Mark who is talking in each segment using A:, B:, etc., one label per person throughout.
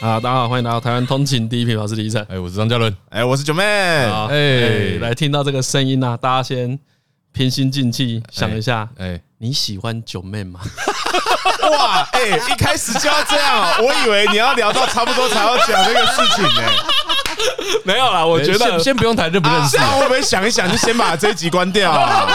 A: 啊，大家好，欢迎来到台湾通勤第一品牌，我是李晨。
B: 哎，我是张嘉伦，
C: 哎，我是九妹，
A: 好，哎、
B: 哎
A: 来听到这个声音啊，大家先平心静气想一下，
B: 哎，
A: 你喜欢九妹吗？
C: 哇，哎，一开始就要这样哦，我以为你要聊到差不多才要讲这个事情呢。
A: 没有啦，我觉
B: 先
A: 得啊
B: 先不用谈认不认识，
C: 那会不会想一想，就先把这一集关掉 啊？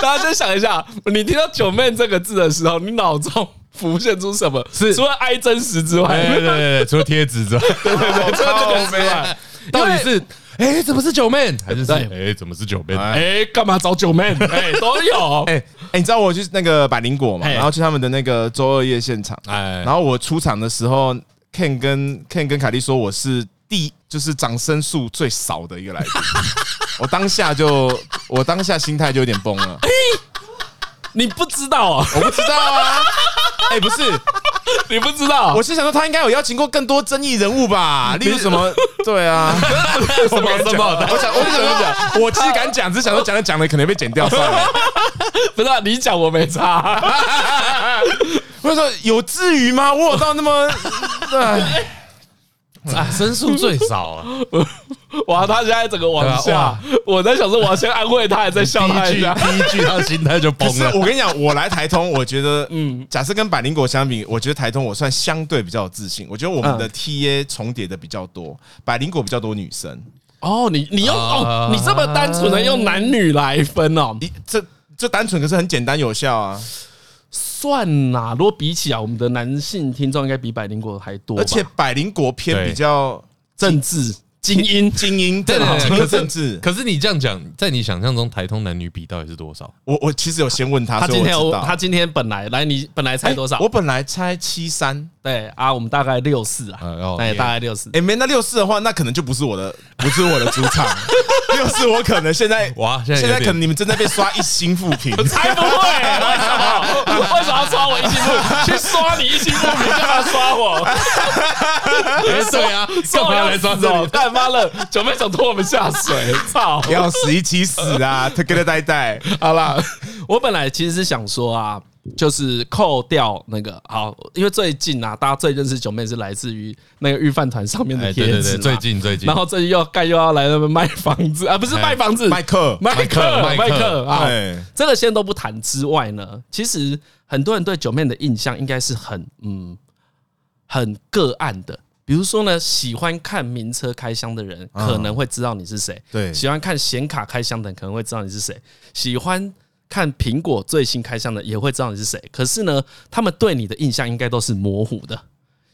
A: 大家先 想一下，你听到“九妹”这个字的时候，你脑中浮现出什么？
B: 是
A: 除了爱真实之
B: 哎，对
A: 外，
B: 对 对，除了贴纸之外，
C: 我这个没有，
B: 到底是哎怎么是九妹，还是是
C: 对
B: 哎怎么是九妹？
C: 哎
A: 哎，干嘛找九妹？ 哎，都有。
C: 哎哎，你知道我去那个百灵果嘛，
A: 嘿
C: 然后去他们的那个周二夜现场，
B: 哎，
C: 然后我出场的时候，Ken 跟 Ken 跟凯莉说我是第就是掌声数最少的一个来 宾，我当下就我当下心态就有点崩了，
A: 你不知道啊，
C: 我不知道啊，哎不是，
A: 你不知道，
C: 我是想说他应该有邀请过更多争议人物吧，嗯例如什么 对啊，
B: 什么什
A: 啊
B: 么？
C: 我想我不想讲，我其实敢讲，只是想说讲着讲着可能被剪掉算了，
A: 不是啊你讲我没差。
C: 我就说有至于吗？我有到那么 对
B: 啊，申诉最少啊！
A: 哇，他现在整个往
B: 对啊
A: 下
B: 哇，
A: 我在想说，我要先安慰他，还在
B: 第
A: 笑他
B: 一
A: 一
B: 句
A: 下。
B: 第一句，他的心态就崩
C: 不是
B: 了。
C: 我跟你讲，我来台通，我觉得，
A: 嗯
C: 嗯，假设跟百灵果相比，我觉得台通我算相对比较有自信。我觉得我们的 TA 重叠的比较多，百灵果比较多女生。
A: 哦，你你用哦
B: 啊，
A: 你这么单纯的用男女来分哦，
C: 你这这单纯可是很简单有效啊，
A: 算啦。如果比起啊来，我们的男性听众应该比百灵果还多吧，
C: 而且百灵果偏
B: 对
C: 比较
A: 政治 精英
C: 精英，
B: 对
C: 对
B: 对对
C: 精
B: 可
C: 英
B: 是
C: 政治。
B: 可是你这样讲，在你想象中，台通男女比到底是多少？
C: 我我其实有先问他，
A: 他
C: 所以
A: 今
C: 我
A: 天有
C: 知道
A: 他今天本来来你本来猜多少
C: 哎？我本来猜七三，
A: 对啊，我们大概六四啊
B: 嗯哦，
A: 那也
B: 对
A: 大概六四。
C: 哎，没那六四的话，那可能就不是我的，不是我的主场。 六四我可能现在
B: 哇现在有
C: 现在可
B: 点
C: 能你们正在被刷一星负 评，
A: 才不会，为什么？为什么要刷我一心不去刷你一心不明，干嘛刷我？
B: 哎，对啊，干嘛来抓这
A: 我？
B: 里？
A: 干妈了，九妹想拖我们下水，操！
C: 要死一起死啊！Together 代代，
A: 好啦，我本来其实是想说啊，就是扣掉那个好，因为最近啊，大家最认识九妹是来自于那个御饭团上面的
B: 哎，对
A: 贴
B: 对
A: 纸
B: 对，
A: 啦，
B: 最近最近，
A: 然后最近又盖又要来那边卖房子啊，不是
B: 哎
A: 卖房子，
C: 麦克，
A: 麦克
B: 麦克
A: 麦克啊
C: 哎，
A: 这个先都不谈之外呢，其实很多人对九妹的印象应该是很嗯很个案的。比如说呢，喜欢看名车开箱的人可能会知道你是谁，
C: 对
A: 喜欢看显卡开箱的人可能会知道你是谁，喜欢看苹果最新开箱的也会知道你是谁。可是呢，他们对你的印象应该都是模糊的，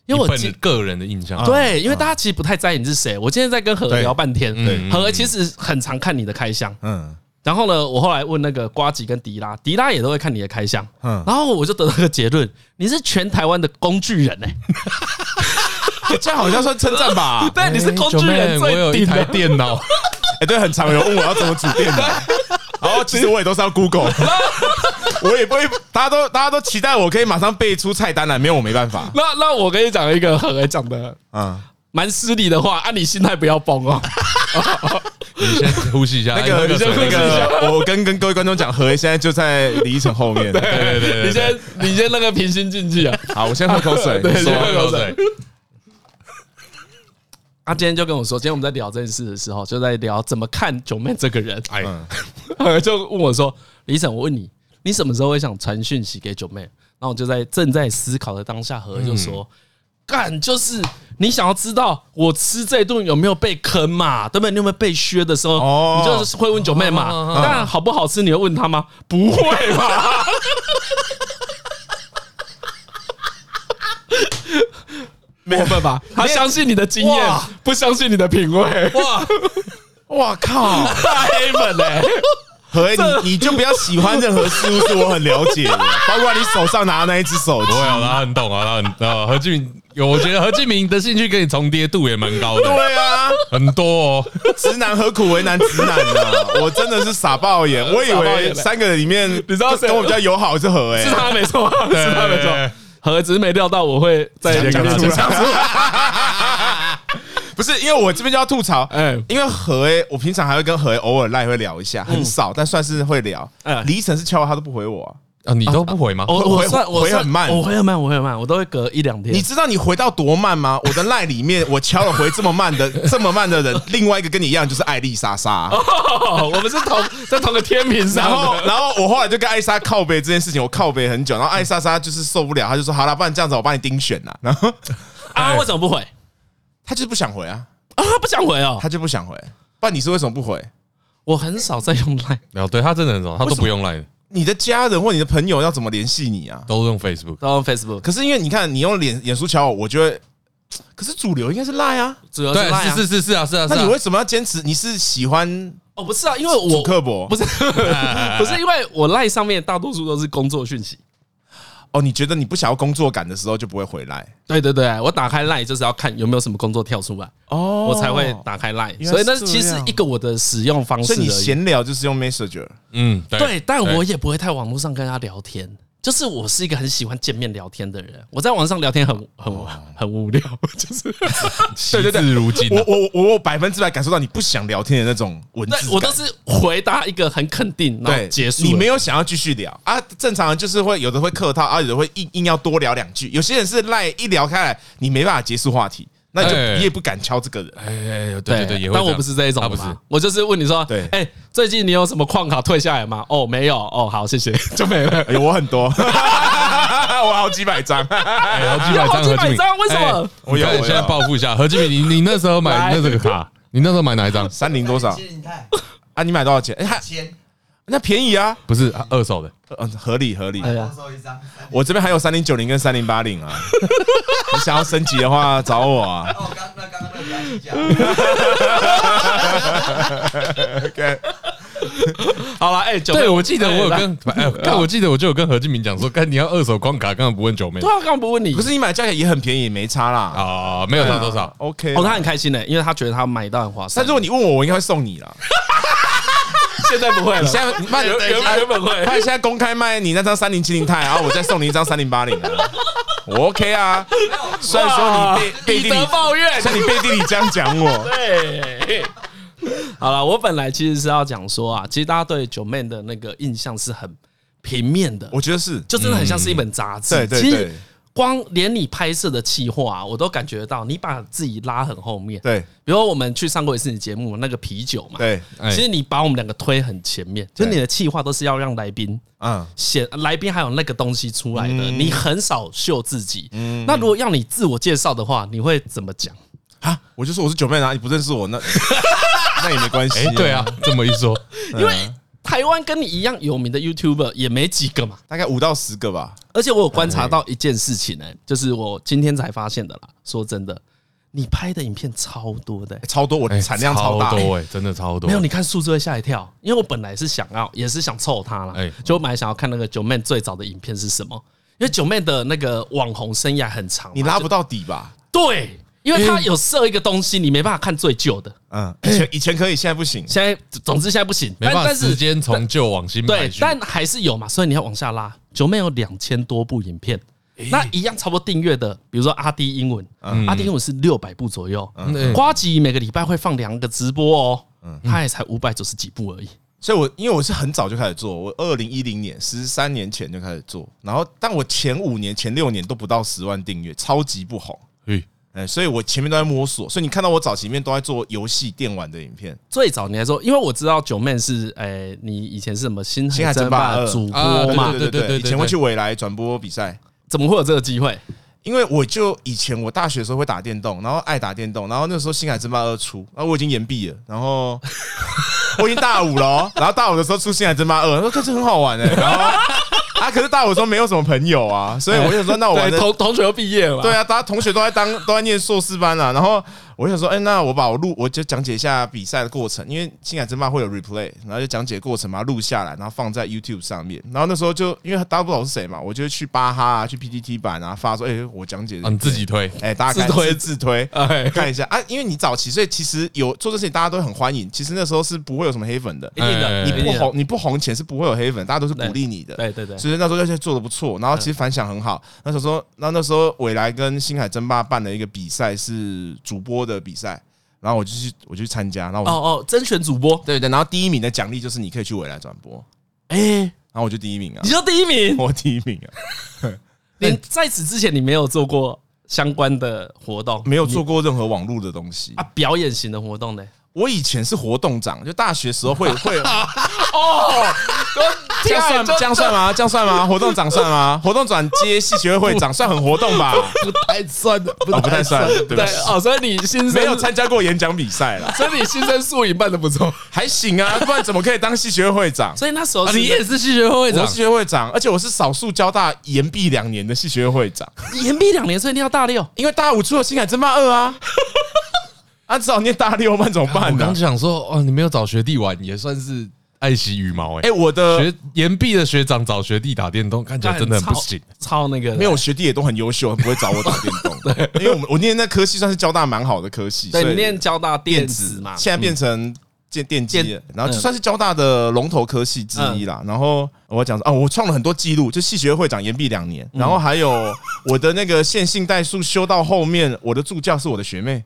A: 因为
B: 你
A: 我
B: 本
A: 记
B: 个人的印象，哎
A: 对，因为大家其实不太在意你是谁。我今天在跟何聊半天，
B: 啊对
A: 何其实很常看你的开箱，
C: 嗯，
A: 然后呢，我后来问那个瓜吉跟迪拉，迪拉也都会看你的开箱，
C: 嗯
A: 然后我就得到个结论，你是全台湾的工具人哎、？
C: 这样好像算称赞吧
A: 对，你是工
B: 九
A: 具
B: 妹，
A: 人
B: 我
A: 最
B: 有一
A: 顶
B: 台
A: 的。
B: 电 脑，
C: 哎，对，很常有人问我要怎么组电脑，然后其实我也都是要 Google，我也不会，大家都大家都期待我可以马上背出菜单来，没有我没办法，
A: 那那我跟你讲一个何讲的
C: 嗯。
A: 蛮失礼的话，啊，你心态不要崩哦。
B: 你先呼吸一下，
C: 那
B: 哎
C: 个
B: 水
C: 那个，我跟跟各位观众讲，何爷现在就在李依晨后面。
B: 对对对对，
A: 你先你先那个平心静气啊。
C: 好，我先喝口水。
A: 对
C: 你
B: 说
C: 说
A: 先喝口水
B: 对
A: 他今天就跟我说，今天我们在聊这件事的时候，就在聊怎么看九妹这个人，
B: 哎，
A: 就问我说：“李晨，我问你，你什么时候会想传讯息给九妹？”然后我就在正在思考的当下，何就说：“干，就是你想要知道我吃这顿有没有被坑嘛，对不对？你有没有被削的时候，
C: 哦
A: 你就是会问九妹嘛。
B: 哦
A: 当然好不好吃，你会问她吗？不会吧？过分吧？他相信你的经验
C: 哇，
A: 不相信你的品味。
B: 哇，
C: 哇靠，
A: 太黑粉嘞、
C: 何爷，你你就不要喜欢任何事物，是我很了解 的，包括你手上拿的那一只手机
B: 不。会啊，他很懂啊，他很呃，何俊明有，我觉得何俊明的兴趣跟你重叠度也蛮高的，
C: 对啊，
B: 很多 哦。
C: 直男何苦为难直男 呢？我真的是傻爆眼，我以
A: 傻爆眼
C: 为
A: 了
C: 三个人里面，
A: 你知道
C: 就
A: 谁
C: 跟我比较友好是何哎 爷
A: 是。他没 错啊，
B: 对
A: 是他没错。何只是没料到我会在
C: 讲
A: 讲
C: 讲
A: 出
C: 出
A: 来，
C: 来。不是，因为我这边就要吐槽，
A: 哎
C: 因为何 A，我平常还会跟何 A 偶尔赖会聊一下，很少，但算是会聊
A: 嗯。
C: 李晨是敲我他都不回我啊，
B: 啊，你都不回吗？
A: 我
C: 回
A: 我算我
C: 回
A: 算
C: 很慢
A: 我回很慢，我回很慢，我都会隔一两天。
C: 你知道你回到多慢吗？我的赖里面，我敲了回这么 慢的这么慢的人，另外一个跟你一样就是艾丽莎莎。
A: 哦， 我们是同在同个天平
C: 然
A: 上
C: 后，
A: 的。
C: 然后我后来就跟艾莎靠背这件事情，我靠背很
A: 嗯
C: 久，然后艾莎莎就是受不了，她就说：“好啦，不然这样子，我帮你盯选啦。”然后哎
A: 啊，为什么不回？啊，
C: 她就是不想回啊，
A: 他不想回哦。
C: 她就不想回。不然你是为什么不回？
A: 我很少在用 Line，
B: 没哦有，对他真的很少，他都不用 Line，
C: 你的家人或你的朋友要怎么联系你啊？
B: 都用 Facebook。
A: 都用 Facebook，
C: 可是因为你看，你用脸脸书瞧我，我觉得，可是主流应该是赖啊。
A: 主要是 Line
B: 对，
A: 啊
B: 是是是是啊，是啊，是
C: 那
B: 啊
C: 你。为什么要坚持？你是喜欢
A: 哦，不是啊，因为我
C: 主刻薄？
A: 不是不是因为我 Line 上面大多数都是工作讯息。
C: 哦，你觉得你不想要工作感的时候就不会回来
A: 对对对，我打开 Line 就是要看有没有什么工作跳出来，
C: 哦
A: 我才会。打开 Line。
C: 原来
A: 所以那
C: 是这
A: 其实
C: 样
A: 一个我的使用方式而
C: 所以你
A: 已。
C: 闲聊就是用 Messenger，
B: 嗯，对
A: 对，但我也不会太网络上跟他聊天。就是我是一个很喜欢见面聊天的人，我在网上聊天很很很无聊，就是
B: 对对对，惜字如金啊。
C: 我我我我百分之百感受到你不想聊天的那种文字
A: 对
C: 感。
A: 我都是回答一个很肯定，然后
C: 对
A: 结束了。
C: 你没有想要继续聊啊？正常人就是会有的会客套啊，有的会硬硬要多聊两句。有些人是赖一聊开来，你没办法结束话题，那你就
B: 哎
C: 你也不敢敲这个人。
B: 哎哎，哎对
A: 对
B: 对对，也会这样。
A: 但我不是这一种
B: 他
A: 的
B: 不是
A: 嘛，我就是问你说，
C: 对
A: 哎，最近你有什么矿卡退下来吗？哦，没有，哦，好，谢谢，就没了。
C: 哎呦，我很多， 我好几百张。
B: 哎好几百张，
A: 好几
B: 何
A: 百
B: 志明
A: 张为什么
B: 哎
C: 我有
B: 你看
C: 我有
B: 现在报复一下，何志明，你你那时候买
A: 来
B: 那个卡，你那时候买哪一张？
C: 三菱多少
D: 千 泰，
C: 啊？你买多少钱？哎、还
D: 千，
C: 那便宜啊，
B: 不是二手的，
C: 嗯，合理合理。
A: 哎
D: 多
A: 呀，
D: 收一张。三
C: 我这边还有三零九零跟三零八零啊， 你想要升级的话找我啊。
D: 哦，刚那刚刚那个比较，
C: OK，
A: 好了，哎，九妹
B: 对，我记得我有
A: 哎来
B: 跟， 哎，看我记得我就有跟何志明讲说，干你要二手光卡，刚刚不问九妹
A: 对啊，刚刚不问你，
C: 不是你买价钱也很便宜，没差啦。
B: 啊，没有差多少，
C: OK，
A: 哦，他很开心呢，因为他觉得他买到很划
C: 但
A: 算
C: 如。果你问我，我应该会送你啦。
A: 现在不会了
C: 你现在卖
A: 原原原本会
C: 他现在公开卖你那张三零七零钛，然后我再送你一张三零八零啊，我 OK 啊。虽然说你背背
A: 彼
C: 地里
A: 得，抱怨，
C: 像你背地里这样讲我，
A: 对，好了，我本来其实是要讲说啊，其实大家对九妹的那个印象是很平面的，
C: 我觉得是嗯
A: 就真的很像是一本杂志。
C: 对对
A: 其实
C: 对
A: 光连你拍摄的企划、啊，我都感觉得到你把自己拉很后面。，
C: 对
A: 比如我们去上过一次你节目那个啤酒嘛，，
C: 对，
B: 哎
A: 其实你把我们两个推很前面，就是你的企划都是要让来宾。
C: 嗯，
A: 显来宾还有那个东西出来的，你很少秀自己。
C: 嗯
A: 那如果要你自我介绍的话，你会怎么讲？
C: 啊，我就说我是九妹啊，你不认识我那 那也没关系
B: 哎，。对啊，这么一说，
C: 嗯
A: 因为台湾跟你一样有名的 YouTuber 也没几个嘛。
C: 大概五到十个吧。
A: 而且我有观察
B: 哎
A: 到一件事情呢、就是我今天才发现的啦。说真的，你拍的影片超多的欸、
C: 欸超多，我
B: 哎
C: 产量超大。
B: 多哎，真的超多，
A: 没有，你看数字会吓一跳，因为我本来是想要，也是想凑他啦
B: 哎，
A: 就我本来想要看那个九妹最早的影片是什么，因为九妹的那个网红生涯很长嘛，
C: 你拉不到底吧？
A: 对，因为他有设一个东西，你没办法看最旧的，
C: 嗯，以前以前可以，现在不行。
A: 现在总之现在不行，
B: 没
A: 但
B: 办法，
A: 但是
B: 时间从旧往新排
A: 对，
B: 序，
A: 但还是有嘛，所以你要往下拉。九妹有两千多部影片，
B: 哎
A: 那一样差不多订阅的，比如说阿迪英文，
C: 嗯
A: 阿迪英文是六百部左右，
B: 嗯
A: 瓜吉每个礼拜会放两个直播哦，
C: 嗯
A: 他也才五百九十几部而已。
C: 所以我因为我是很早就开始做，我二零一零年十三年前就开始做，然后但我前五年、前六年都不到十万订阅，超级不红。
B: 嘿
C: 哎，所以我前面都在摸索，所以你看到我早期面都在做游戏电玩的影片，
A: 最早你还说，因为我知道九妹是，诶，你以前是什么星
C: 星海
A: 海
C: 争
A: 争
C: 霸
A: 霸
C: 二
A: 的主
B: 啊
A: 播
B: 对
A: 嘛？
C: 对对
B: 对对
C: 对，
B: 对
C: 以前会去未来转播比赛，
A: 怎么会有这个机会？
C: 因为我就以前我大学的时候会打电动，然后爱打电动，然后那时候《星海争霸二》出，然后我已经研毕了，然后 我已经大五了哦、然后大五的时候出《星海争霸二》，我说这很好玩哎、然后啊，可是大五的时候没有什么朋友啊，所以我就说那我玩
A: 对，
C: 的
A: 同同学都毕业了嘛？
C: 对，啊，大家同学都在当 都在念硕士班啊，然后我就想说，哎、那我把我录，我就讲解一下比赛的过程，因为星海争霸会有 replay，然后就讲解过程嘛，录下来，然后放在 YouTube 上面。然后那时候就因为大家不知道我是谁嘛，我就去巴哈啊，去 PTT 版啊发说，哎、我讲解、
B: 啊，你自己推，
C: 哎、大家看
A: 自推
C: 自自推。
A: 哎，
C: 看一下啊，因为你早期，所以其实有做这事情，大家都很欢迎。其实那时候是不会有什么黑粉的，
A: 一定的，
B: 哎
C: 你
A: 一定
C: 不
A: 的
C: 红，，你不红前是不会有黑粉，大家都是鼓励你的。
A: 对对对，
C: 所以那时候而且做的不错，然后其实反响很好。那时候说，那那时候未来跟星海争霸办了一个比赛，是主播的比赛，然后我就去我就去参加，然后
A: 哦
C: 我
A: 哦，甄选主播，
C: 对对，然后第一名的奖励就是你可以去未来转播，
A: 哎，
C: 然后我就第一名啊
A: 你，就第一名。
C: 我第一名啊，
A: 你在此之前你没有做过相关的活动，
C: 没有做过任何网络的东西
A: 啊，。表演型的活动呢？
C: 我以前是活动长，就大学时候会 会
A: 哦，
C: 这样算这样算吗？这样算吗？活动长算 吗？活动长接系学会长算很活动 吧？
D: 不太算的，不
C: 哦，不太算，对
A: 对
C: 不起，
A: 哦，所以你新生
C: 没有参加过演讲比赛啦，
D: 所以你新生素影办的不错，
C: 还行啊， 不然怎么可以当系学会长？
A: 所以那时候
B: 啊
A: 是
B: 你也是系学会会
C: 我
B: 长
C: 是，系学会长，而且我是少数交大延毕两年的系学会长，
A: 延毕两年，所以你要大六。
C: 因为大五出了新海争霸二 啊，啊，只好念大六，不然怎么办
B: 我
C: 呢
B: 刚？想说，哦，你没有找学弟玩，也算是爱惜羽毛哎、
C: 哎，我的
B: 学延毕的学长找学弟打电动，看起来真的很不行。
A: 超那个
C: 没有，我学弟也都很优秀，不会找我打 电动，因为我们我念那科系算是交大蛮好的科系，
A: 对
C: 所
A: 你
C: 以
A: 念交大电
C: 电
A: 子
C: 子
A: 嘛，
C: 现在变成电电机了
A: 啊电，嗯
C: 然后就算是交大的龙头科系之一啦。然后我要讲说，哦，我创了很多记录，就系学会长延毕两
A: 嗯
C: 年，然后还有我的那个线性代数修到后面，我的助教是我的学妹，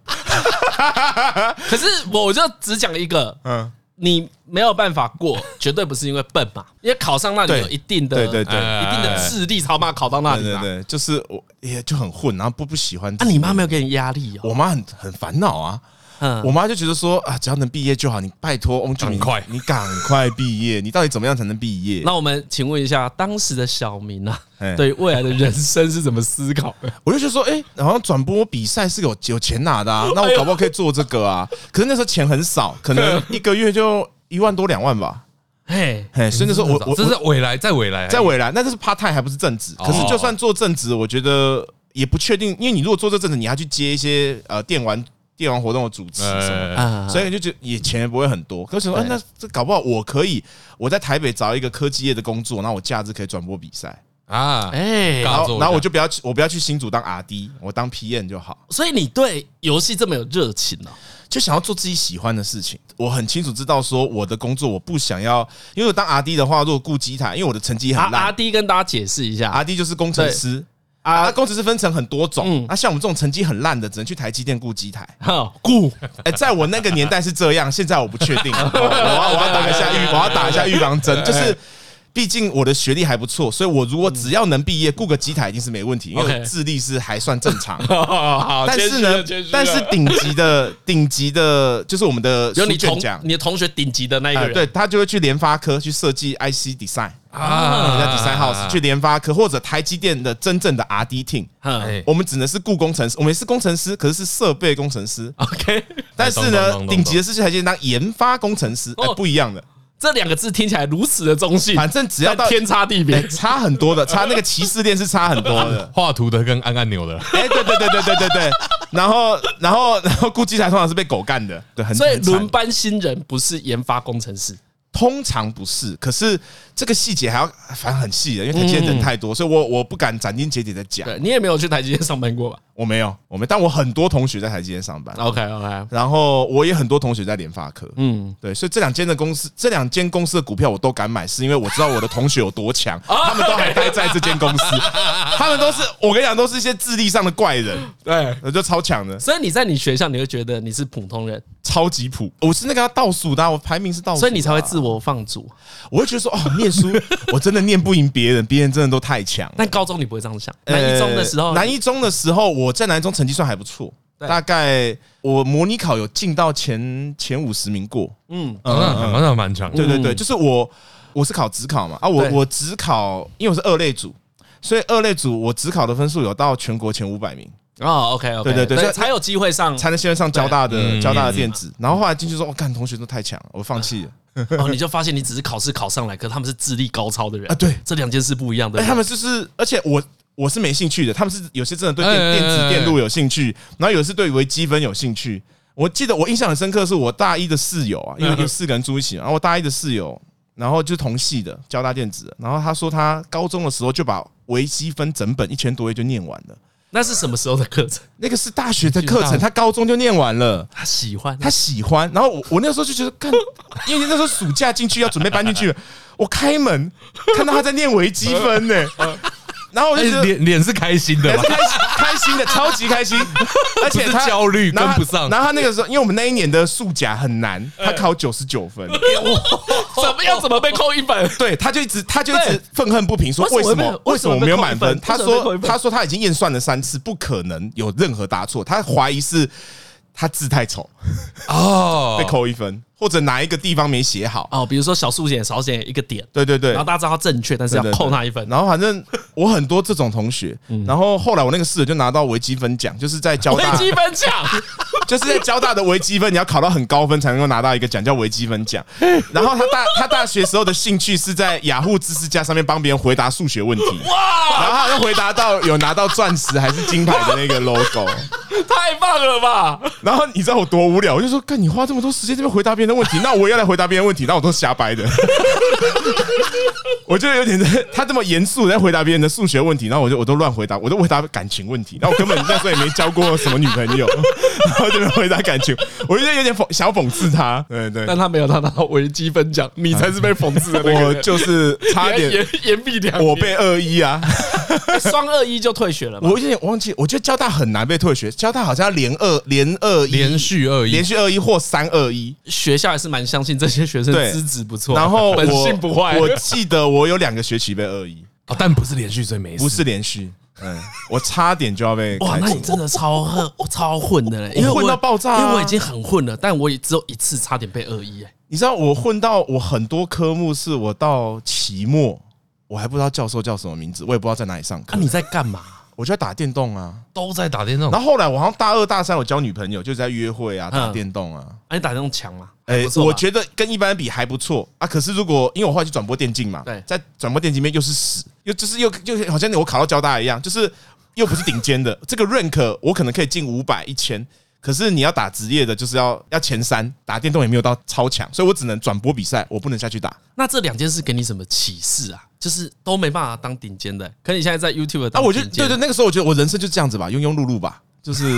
A: 可是我就只讲一个，
C: 嗯，
A: 你没有办法过，绝对不是因为笨嘛，因为考上那里
C: 对
A: 有一定的
C: 对对对
A: 一定
B: 哎
A: 的智力才有办法考到那
C: 对
A: 里
C: 对
A: 嘛。
C: 对，啊就是我也就很混，然后不不喜欢。
A: 啊，你妈没有？给你压力哦？
C: 我妈很很烦恼啊，
A: 嗯
C: 我妈就觉得说啊，只要能毕业就好，你拜托翁俊，你
B: 赶快
C: 你赶快毕业，你到底怎么样才能毕业？
A: 那我们请问一下，当时的小明啊
C: 哎，
A: 对于未来的人生是怎么思考的？
C: 我就觉得说，哎、好像转播比赛是有有钱拿的啊，那我搞不好可以做这个啊。可是那时候钱很少，可能一个月就一万多两万吧。
A: 嘿，
C: 嘿，所以那时候我我
B: 这
C: 我
B: 嗯是哦未来，在未来，
C: 在未来，那这是 part time 还不是正职。可是就算做正职，我觉得也不确定，因为你如果做这正职，你还去接一些呃电玩电玩活动的主持什么的。
B: 呃，
A: 啊，
C: 所
A: 以
C: 以就觉得也钱也不会很多，可是想说，哎、
A: 对
C: 那这搞不好我可以，我在台北找一个科技业的工作，然后我假日可以转播比赛，
B: 啊，
A: 哎，
B: 搞
C: 然
B: 做
C: 后
B: 一下
C: 然后我就不要去，我不要去新竹当 R D，我当 P N 就好。
A: 所以你对游戏这么有热情哦？
C: 就想要做自己喜欢的事情。我很清楚知道说我的工作我不想要，因为我当 R D 的话，如果顾机台，因为我的成绩
A: 阿
C: 很
A: 啊阿
C: 烂啊
A: 弟跟大家解释一下，
C: ，R D 就是工程师。啊，工程师分成很多
A: 嗯
C: 种，那、像我们这种成绩很烂的，只能去台积电顾机台。
A: 哈，顾
C: 哎、在我那个年代是这样，现在我不确 定。我要我要打一下预，我要打一下预防针，就是。毕竟我的学历还不错，所以我如果只要能毕业，顾个机台一定是没问题，因为我
A: 嗯 OK
C: 智力是还算正常。
B: 好
C: 但是呢，但是顶级的顶级的，就是我们的
A: 有你
C: 书卷
A: 同
C: 奖，
A: 你的同学顶级的那一个
C: 哎，
A: 人，
C: 对他就会去联发科去设计 IC design
B: 啊
C: 人家 design house 去联发科或者台积电的真正的 RD team。
A: 嗯
B: 哎
C: 我们只能是雇工程师，我们也是工程师，可是是设备工程师。
A: ，OK，
C: 但是
B: 哎懂懂
C: 呢
B: 懂，懂
C: 顶级的是去台积电当研发工程师，哎
A: 哦
C: 不一样的。
A: 这两个字听起来如此的中性，
C: 反正只要到
A: 但天差地别
C: 哎，差很多的，差那个歧视链是差很多 的。
B: 画图的跟按按钮的，
C: 哎，对对对对对对对。然后，然后，然后，估计台通常是被狗干的，对，很
A: 所以
C: 很惨
A: 轮班新人不是研发工程师，
C: 通常不是，可是这个细节还要反正很细的，因为台积电
B: 嗯
C: 人太多，所以我我不敢斩钉截铁的讲。
A: 对你也没有去台积电上班过吧
C: 我没有，我没，但我很多同学在台积电上班，
A: ？OK OK，
C: 然后我也很多同学在联发科，
A: 嗯，
C: 对，所以这两间的公司，这两间公司的股票我都敢买，是因为我知道我的同学有多强，
A: 哦
C: 他们都还待在这间公 司，他们都是我跟你讲，都是一些智力上的怪人，
A: 对。
C: 我就超强的，
A: 所以你在你学校，你会觉得你是普通人，
C: 超级普，我是那个倒数的啊、我排名是倒数的啊、
A: 所以你才会自我放逐。
C: 我会觉得说，哦，念书我真的念不赢别人，别人真的都太强了。
A: 但高中你不会这样想，南一中的时候，
C: 呃南一中的时候，我在南一中成绩算还不错，
A: 对
C: 大概我模拟考有进到前前五十名过。
A: 嗯，
B: 哦那那那蛮强，
C: 对对对，就是我我是考职考嘛，啊，我
A: 对
C: 我职考，因为我是二类组。所以二类组我职考的分数有到全国前五百名，
A: 哦，OK OK，
C: 对对对所以
A: 才有机会上。
C: 才能先上交大的
B: 嗯
C: 交大的电子。然后后来进去说，我看同学都太强了，我放弃了。
A: 哦，你就发现你只是考试考上来，可他们是智力高超的人
C: 啊对
A: 这两件事不一样的。
C: 哎，
A: 对不对
C: 他们就是，而且我我是没兴趣的，他们是有些真的对
B: 哎哎
C: 电
B: 哎
C: 电子电路有兴趣，然后有些对微积分有兴趣。我记得我印象很深刻，是我大一的室友
B: 嗯
C: 啊，因为有四个人住一起，然后我大一的室友，然后就是同系的交大电子的，然后他说他高中的时候就把微积分整本一千多页就念完了，
A: 那是什么时候的课程？
C: 那个是大学的课
B: 哎大
C: 程，他高中就念完了。
A: 他喜欢
C: 他喜欢。然后我我那时候就觉得， 看，因为那时候暑
B: 嗯
C: 假进去要准备搬进去了，我开门看到他在念微积分呢、然后我
B: 而
C: 就觉
B: 且
C: 得。
B: 哎脸脸是开心的
C: 还
B: 吧
C: 是？开心开心的，超级 开心，而且
B: 不
C: 他
B: 是焦虑
C: 然后他
B: 跟不上
C: 然后他那个时候，因为我们那一年的数甲很难，他
A: 哎
C: 考九十九 分，
A: 怎么样？怎么被扣一分？
C: 对，他就一直他就一直
A: 对
C: 愤恨不平，说
A: 为什
C: 为什
A: 么
C: 么
A: 被
C: 为什么我没有满分？
A: 为什
C: 他
A: 么被扣一分为什么被扣一
C: 说
A: 分
C: 他说他已经验算了三次，不可能有任何答错，他怀疑是他字太丑
B: 哦
C: 被，扣一分，或者哪一个地方没写好。
A: 哦，比如说小数点少写一个点，
C: 对对对，
A: 然后大家知道他正确，但是要
C: 对对对
A: 扣他一分。嗯
C: 然后反正我很多这种同学，然后后来我那个室友就拿到微积分奖，就是在交
A: 微
C: 大
A: 积分 奖，
C: 就是在交大的微积分，你要考到很高分才能够拿到一个奖，叫微积分奖。然后他大他大学时候的兴趣是在雅虎知识家上面帮别人回答数学问题，然后他好像回答到有拿到钻石还是金牌的那个 logo。
A: 太棒了吧！
C: 然后你知道我多无聊，我就说：干，你花这么多时间这边回答别人的问题，那我也要来回答别人的问题，那我都是瞎掰的。 我就有点在他这么严肃地在回答别人的数学问题，然后我就我都乱回答，我都回答感情问题，然后我根本那时候也没交过什么女朋友， 然后这边回答感情，我就有点讽想讽刺他，对对
A: 但，他没有拿到微积分奖，你才是被讽刺的那个
C: 我
A: 人。
C: 就是
A: 你
C: 差
A: 还
C: 点
A: 言言必两
C: 我
A: 年
C: 被恶意啊，
A: 双二一就退学了嘛。
C: 我有点忘记，我觉得交大很难被退学，交大好像要连二连二一
B: 连续二一
C: 连，续二一或三二一，
A: 学校还是蛮相信这些学生
C: 对
A: 资质不错，
C: 然后我
A: 本性不坏。
C: 我记得我有两个学期被恶意，
B: 哦但不是连续，所以没事。
C: 不是连续，嗯，我差点就要被
A: 哇，
C: 开
A: 那
C: 除
A: 你真的超混，超混的嘞！因为我
C: 混到爆炸啊
A: 因为我已经很混了，但我也只有一次差点被恶意。哎，
C: 你知道我混到我很多科目是我到期末我还不知道教授叫什么名字，我也不知道在哪里上
A: 啊，
C: 课，
A: 你在干嘛？
C: 我就在打电动啊。
B: 都在打电动
C: 然，后后来我好像大二大三我交女朋友，就是在约会啊，打
A: 嗯
C: 电动啊。
A: 啊，你打那种强吗？
C: 哎、
A: 不错吧
C: 我觉得跟一般人比还不错啊。可是如果因为我后来去转播电竞嘛，
A: 对
C: 在转播电竞里面又是屎，又就是又又好像我考到交大一样，就是又不是顶尖的 这个 rank，我可能可以进五百一千。可是你要打职业的，就是要要前三，打电动也没有到超强，所以我只能转播比赛，我不能下去打。啊
A: 那这两件事给你什么启示啊？就是都没办法当顶尖的，可你现在在 YouTube
C: 啊，
A: 当
C: 我就
A: 顶尖
C: 对对，那个时候我觉得我人生就这样子吧，庸庸碌碌吧，就是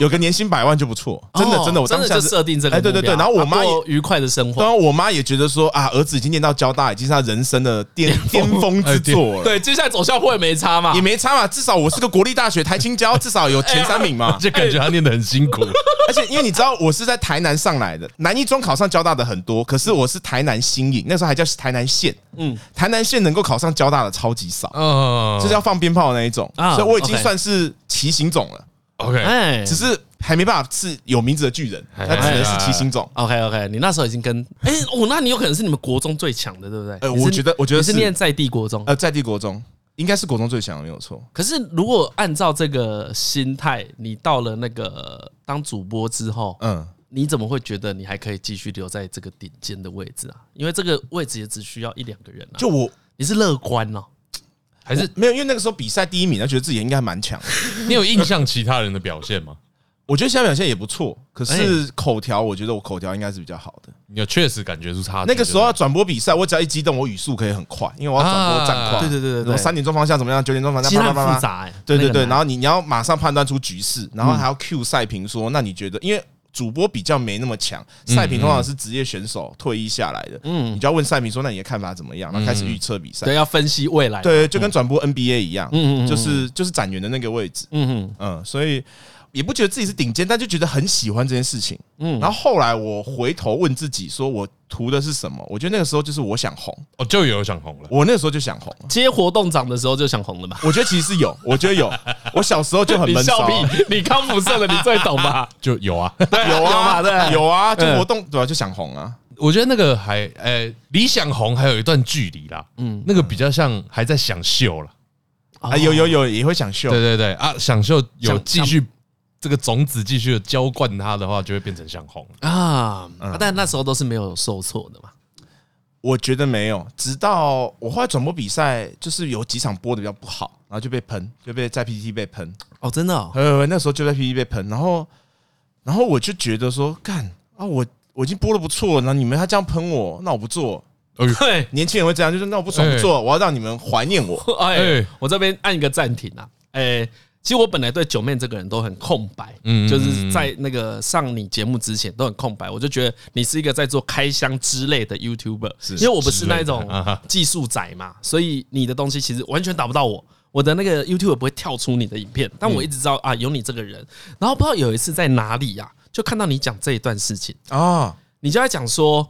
C: 有个年薪百万就 不错，真的
A: 哦
C: 真的，我
A: 真
C: 当
A: 的
C: 下
A: 就是设定这个
C: 哎
A: 目标，
C: 对对对然后我妈
A: 啊
C: 也啊
A: 过愉快的生
C: 当
A: 活，
C: 然，我妈也觉得说啊，儿子已经念到交大，已经是他人生的巅巅峰之作 了。啊
A: 对，接下来走校会没差嘛
C: 也？没差嘛，至少我是个国立大学台青交，至少有前三名嘛。
B: 就感觉他念得很辛苦。
C: 而且因为你知道我是在台南上来的，南一中考上交大的很多，可是我是台南新营，那时候还叫台南县，嗯，台南县能够考上交大的超级少，
B: 嗯，
C: 哎就是要放鞭炮的那一种，
A: 啊
C: 所以我已经
A: OK
C: 算是骑行种了，
B: OK，
A: 哎，
C: 只是还没办法是有名字的巨人，
B: 哎
C: 他只能是骑行种。
A: OK OK，你那时候已经 跟哎哦，那你有可能是你们国中最强的，对不对？
C: 呃
A: 你是
C: 我觉得我觉得
A: 你是
C: 是
A: 念在地国中，
C: 呃，在地国中应该是国中最强的，没有错。
A: 可是如果按照这个心态，你到了那个当主播之后，
C: 嗯，
A: 你怎么会觉得你还可以继续留在这个顶尖的位置啊？因为这个位置也只需要一两个人啊。
C: 就我
A: 你是乐观哦，
B: 还是
C: 没有，因为那个时候比赛第一名，他觉得自己应该还蛮强的。
B: 你有印象其他人的表现吗？
C: 我觉得现在表现也不错，可
A: 哎
C: 是口条，我觉得我口条应该是比较好的。
B: 你有确实感觉出
A: 啊
B: 差距。
C: 那个时候要转播比赛，我只要一激动，我语速可以很快，因为我要转播战况。
B: 啊对
A: 对对对对
C: 什么三点钟方向怎么样，九点钟方向，
A: 其实
C: 叭
A: 它
C: 叭
A: 很
C: 叭
A: 复
C: 叭。
A: 杂哎、
C: 对对
A: 那个
C: 对，
A: 难嗯
C: 然后你你要马上判断出局势，然后还要 Q 赛评说，那你觉得，因为主播比较没那么强，赛评通常是职业选手退役下来的，嗯，你就要问赛评说，那你的看法怎么样，然后开始预测比赛
A: 嗯对。要分析未来。，
C: 对，就跟转播 NBA 一样，
A: 嗯嗯嗯嗯
C: 就是就是展员的那个位置，
A: 嗯
C: 嗯，所以也不觉得自己是顶尖，但就觉得很喜欢这件事情。
A: 嗯
C: 嗯，然后后来我回头问自己，说我图的是什么？我觉得那个时候就是我想红，
B: 哦，就有想红了。
C: 我那个时候就想红。
A: 哼，接活动长的时候就想红了吧？
C: 我觉得其实是有，我觉得有。我小时候就很
A: 你
C: 闷
A: 笑
C: 骚
A: 屁
C: 啊，！
A: 你康复社的你最懂 吧？
B: 就有啊，
C: 有
A: 嘛
C: 啊，
A: 对
C: 有啊，就活动对吧？就想红啊，
B: 我觉得那个还呃，理想红还有一段距离啦，嗯，那个比较像还在想秀啦。
A: 啊
C: 啊，有有有也会想秀
B: 对。对对啊，想秀有
A: 想
B: 继续这个种子继续的浇灌它的话，就会变成想红。
A: 啊，但那时候都是没有受挫的嘛。
C: 我觉得没有，直到我后来转播比赛，就是有几场播的比较不好，然后就被喷，就被在 PPT 被喷。
A: 哦，真的、哦，
C: 呃，那时候就在 PPT 被喷，然后，然后我就觉得说，干啊，我我已经播的不错了，那你们还这样喷我，那我不做。
A: 对，
C: 年轻人会这样，就是那我不爽不做，我要让你们怀念我。
A: 哎
B: 哎，
A: 我这边按一个暂停啊。哎，其实我本来对九妹这个人都很空白，
B: 嗯
A: 就是在那个上你节目之前都很空白，我就觉得你是一个在做开箱之类的 YouTuber，因为我不是那一种技术仔嘛，所以你的东西其实完全打不到我。我的那个 YouTube 不会跳出你的影片，但我一直知道啊有你这个人。然后不知道有一次在哪里呀、就看到你讲这一段事情，
C: 啊，
A: 你就在讲说，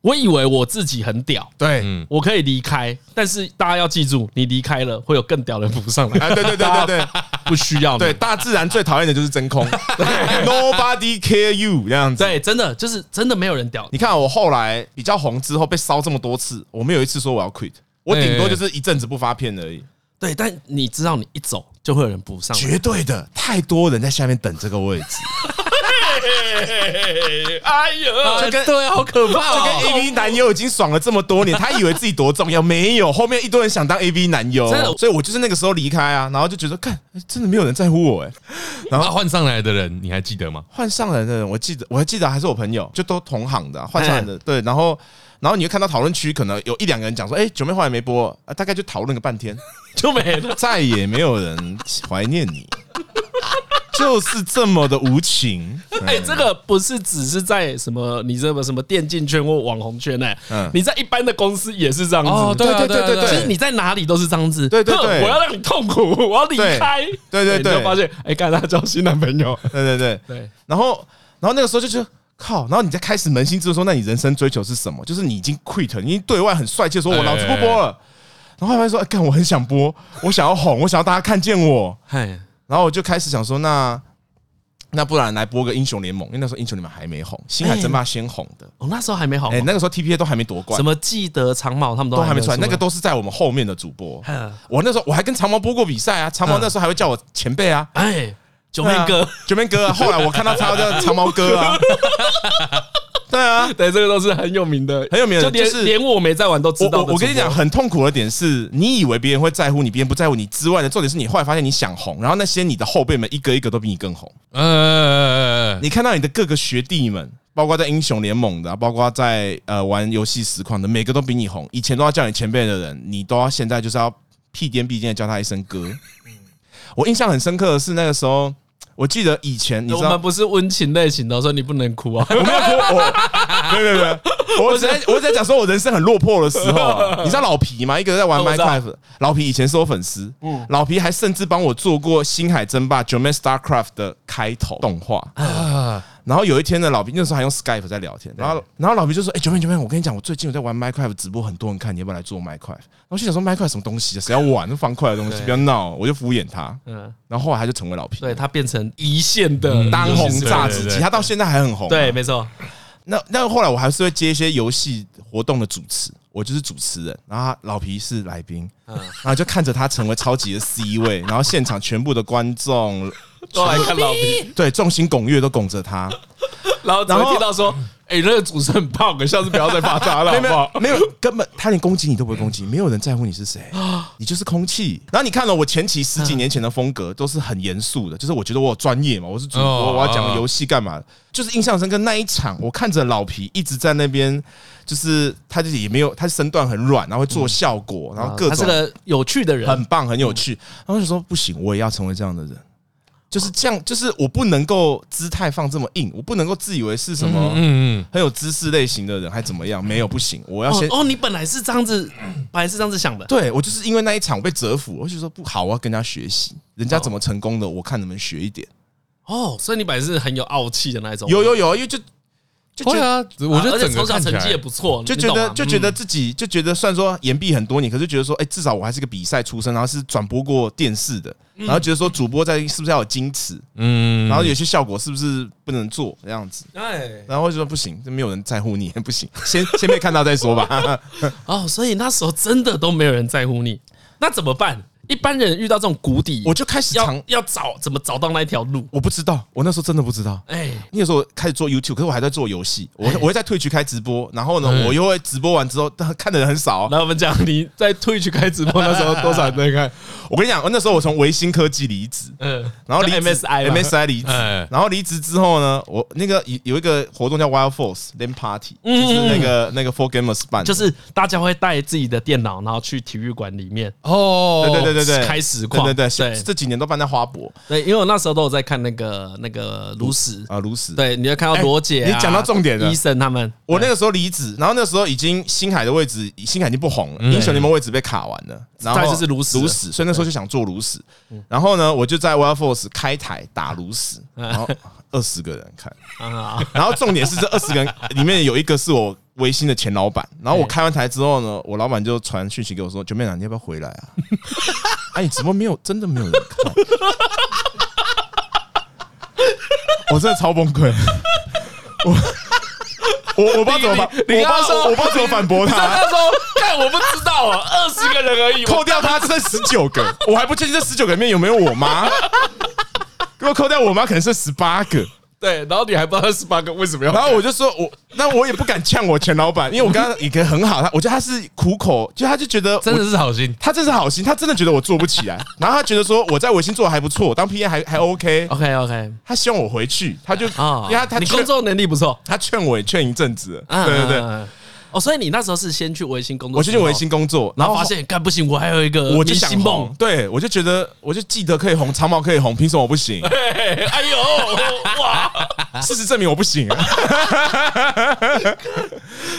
A: 我以为我自己很屌，
C: 对，
B: 嗯，
A: 我可以离开，但是大家要记住，你离开了会有更屌的人补上来。
C: 啊，对对对对对
A: 不需要你
C: 对，大自然最讨厌的就是真空，Nobody care you 这样子。
A: 对，真的就是真的没有人屌
C: 你看我后来比较红之后被烧这么多次，我没有一次说我要 quit，我顶多就是一阵子不发片而已。
A: 对，但你知道你一走就会有人补上来。
C: 绝对的，太多人在下面等这个位置，
A: 哎呀，
C: 就跟
B: 对，好可怕
C: 就跟
B: 哦！
C: A V 男优已经爽了这么多年，他以为自己多重要，没有，后面一堆人想当 A V 男优
A: 真的，
C: 所以我就是那个时候离开啊，然后就觉得，看，真的没有人在乎我哎、
A: 哦
B: 然后啊换上来的人，你还记得吗？
C: 换上来的人，我记得我还记得还是我朋友，就都同行
A: 嗯
C: 的啊换、上来的，对，然后。然后你就看到讨论区可能有一两个人讲说，哎、九妹后来没播啊，大概就讨论个半天，
A: 就没 了。
C: 再也没有人怀念你， 就是这么的无情。
A: 哎、这个不是只是在什么你这个什么电竞圈或网红圈哎、
C: 嗯
A: 你在一般的公司也是这样子。
B: 哦对啊对啊对啊
A: 其
B: 对啊
A: 实你在哪里都是这样子。
C: 对对对
A: 哼我要让你痛苦，我要离开。
C: 对对对
A: 你就发现哎，干、他交新男朋友。
C: 对对对，
A: 对，
C: 然后，然后那个时候就觉得靠，然后你再开始扪心自问说，那你人生追求是什么？就是你已经 quit，了你已经对外很帅气地说，我老子不播了。然后后来说，哎干，我很想播，我想要红，我想要大家看见我。
A: 嗨，
C: 然后我就开始想说，那那不然来播个英雄联盟，因为那时候英雄联盟还没红，星海争霸先红的。
A: 我、那时候还没好、
C: 哎，那个时候 TPA 都还没夺冠
A: 什，么记得长毛他们都
C: 都还没出来，
A: 来，
C: 那个都是在我们后面的主播
A: 嗯。
C: 我那时候我还跟长毛播过比赛啊，长毛那时候还会叫我前辈啊。
A: 哎，九妹哥。
C: 对啊九面哥啊，后来我看到他叫长毛哥啊，对啊，
A: 对，这个都是很有名的，
C: 很有名的
A: 就连、
C: 就是
A: 连我没在玩都知
C: 我
A: 道
C: 我
A: 的
C: 我跟你
A: 主播
C: 讲，，很痛苦的点是你以为别人会在乎你，别人不在乎你之外呢，重点是你后来发现你想红，然后那些你的后辈们一个一个都比你更红。
A: 嗯
B: 呃，
C: 你看到你的各个学弟们，包括在英雄联盟的啊、包括在呃玩游戏实况的，每个都比你红。以前都要叫你前辈的人，你都要现在就是要屁颠屁颠的叫他一声哥。
A: 嗯
C: 我印象很深刻的是那个时候，我记得以前你知
A: 我
C: 道
A: 们不是温情类型的，所以你不能 哭啊。
C: 我没有哭，我没有没有没有，我只在我只在讲说我人生很落魄的时候啊，你知道老皮吗？一个在玩
A: 哦我知道
C: Minecraft，老皮以前是我粉丝，老皮还甚至帮我做过《星海争霸》《九妹 StarCraft》的开头动画。然后有一天呢，老皮那时候还用 Skype 在聊天，然后然后老皮就说：“哎，九妹九妹，我跟你讲，我最近有在玩 Minecraft 直播，很多人看，你要不要来做 Minecraft？” 然后我就想说 Minecraft 什么东西啊？谁要玩那方块的东西？不要闹，我就敷衍他。
A: 嗯，
C: 然后后来他就成为老皮，
A: 对他变成一线的
C: 当红炸
B: 对
C: 子
B: 对
C: 鸡，
B: 对
C: 他到现在还很红啊。
A: 对，没错，
C: 那那后来我还是会接一些游戏活动的主持，我就是主持人，然后他老皮是来宾，然后就看着他成为超级的 C 位，然后现场全部的观众
A: 都来看老皮，
C: 对众星拱月都拱着他，
A: 然后只
C: 然后
A: 会听到说，哎，那个主持人很胖，下次不 要再发他了，好
C: 没
A: 不好？啊
C: 有没有根本他连攻击你都不会攻击，没有人在乎你是谁，你就是空气。然后你看了我前期十几年前的风格都是很严肃的，就是我觉得我有专业嘛，我是主播，
B: 哦
C: 我要讲游戏干嘛的，就是印象深刻那一场，我看着老皮一直在那边。就是他自己也没有，他身段很软，然后
A: 嗯
C: 会做效果，然后各
A: 啊他是
C: 种
A: 个有趣的人哦嗯
C: 很，棒，很有趣。然后就说不行，我也要成为这样的人，就是这样，就是我不能够姿态放这么硬，我不能够自以为是什么
B: 嗯嗯，
C: 很有知识类型的人，还怎么样？没有，不行，我要
A: 哦
C: 先。
A: 哦，你本来是这样子，本来是这样子想的，
C: 对我就是因为那一场我被折服，我就说不好，我要跟人家学习，人家怎么成功的，我看能不能学一点。
A: 哦，所以你本来是很有傲气的那一种，
C: 有有有，因为就就觉
B: 会
C: 得
B: 啊，我觉
A: 哦啊
B: 得
A: 而且
B: 整个
A: 从小
B: 看起
A: 成绩也
B: 来，
A: 不错，
C: 就
A: 你
C: 觉
A: 懂啊嗯
C: 得
A: 吗
C: 就觉得自己就觉得，虽然说延毕很多年，可是觉得说，哎，至少我还是个比赛出身，然后是转播过电视的，
A: 嗯
C: 然后觉得说主播在是不是要有矜持，
B: 嗯，
C: 然后有些效果是不是不能做这样子，
A: 哎，
C: 然后就说不行，这没有人在乎你， 不行，先先被看到再说 吧。
A: 哦，所以那时候真的都没有人在乎你，那怎么办？一般人遇到这种谷底，
C: 我就开始尝
A: 要，要找怎么找到那一条路？
C: 我不知道，我那时候真的不知道。
A: 哎，
C: 那个时候开始做 YouTube，可是我还在做游戏，我
B: 哎
C: 我会在退区开直播，然后呢，我又会直播完之后， 但看的人很少。
A: 来我们讲你在退去开直播 那时候多少人在 看？
C: 我跟你讲，那时候我从维新科技离职，
A: 嗯，
C: 然后离
A: 叫
C: 职
A: MSI 嘛
C: MSI 离职
B: 哎，
C: 然后离职之后呢，我那个有有一个活动叫 Wild Force LAN Party，就是
B: 嗯
C: 那个那个 Four Gamers 办的，
A: 就是大家会带自己的电脑，然后去体育馆里面，
B: 哦，
C: 对对对对对，
A: 开实
C: 对
A: 况，
C: 对对，
A: 对
C: 这几年都办在花博
A: 对，因为我那时候都有在看那个那个炉石，
C: 啊，如此。
A: 对，你就看到罗姐啊、
C: 哎你讲到重点了
A: 医生他们，
C: 我那个时候离职，然后那时候已经星海的位置，星海已经不红了，英雄联盟位置被卡完了，
A: 嗯
C: 然
A: 再
C: 后
A: 就是炉石了嗯
C: 炉石，所以那时候就想做炉石。然后呢，我就在 Wild Force 开台打炉石，然后二十个人看，
A: 嗯 啊，
C: 然后重点是这二十个人里面有一个是我微信的前老板，然后我开完台之后呢，我老板就传讯息给我说：“九妹啊，你要不要回来啊？哎，你直播没有，真的没有人看。”我真的超崩溃，我我我不知道怎么办，
A: 你你
C: 我
A: 刚刚
C: 不知道
A: 说
C: 我不知道怎么反驳他。
A: 他说：“看我不知道 啊，二十个人而已。”
C: 扣掉他剩十九个，我还不确定这十九个里面有没有我妈。如果扣掉我妈，可能剩十八个。
A: 对，然后你还不知道十八个为什么要
C: 然后我就说我，那我也不敢呛我前老板，因为我刚刚也可以很好，他我觉得他是苦口，就他就觉得
B: 真
C: 我
B: 的是好心。
C: 他真是好心，他真的觉得我做不起来，然后他觉得说我在微信做的还不错，当 P A 还还 OK，
A: OK OK
C: 他希望我回去，他就
A: 啊，
C: 因为他他
A: 你工
C: 劝
A: 作能力不错，
C: 他劝我也劝一阵子了，
A: 嗯
C: 对对对，
A: 嗯嗯哦，所以你那时候是先去维新工作，
C: 我就去维，新工作，
A: 嗯然后发现干不行，我还有一个
C: 我就
A: 明
C: 想
A: 星
C: 红
A: 梦，。
C: 对我就觉得我就记得可以红，长毛可以红，凭什么我 不行？
A: 哎哎呦哇！
C: 事实证明我不行、啊，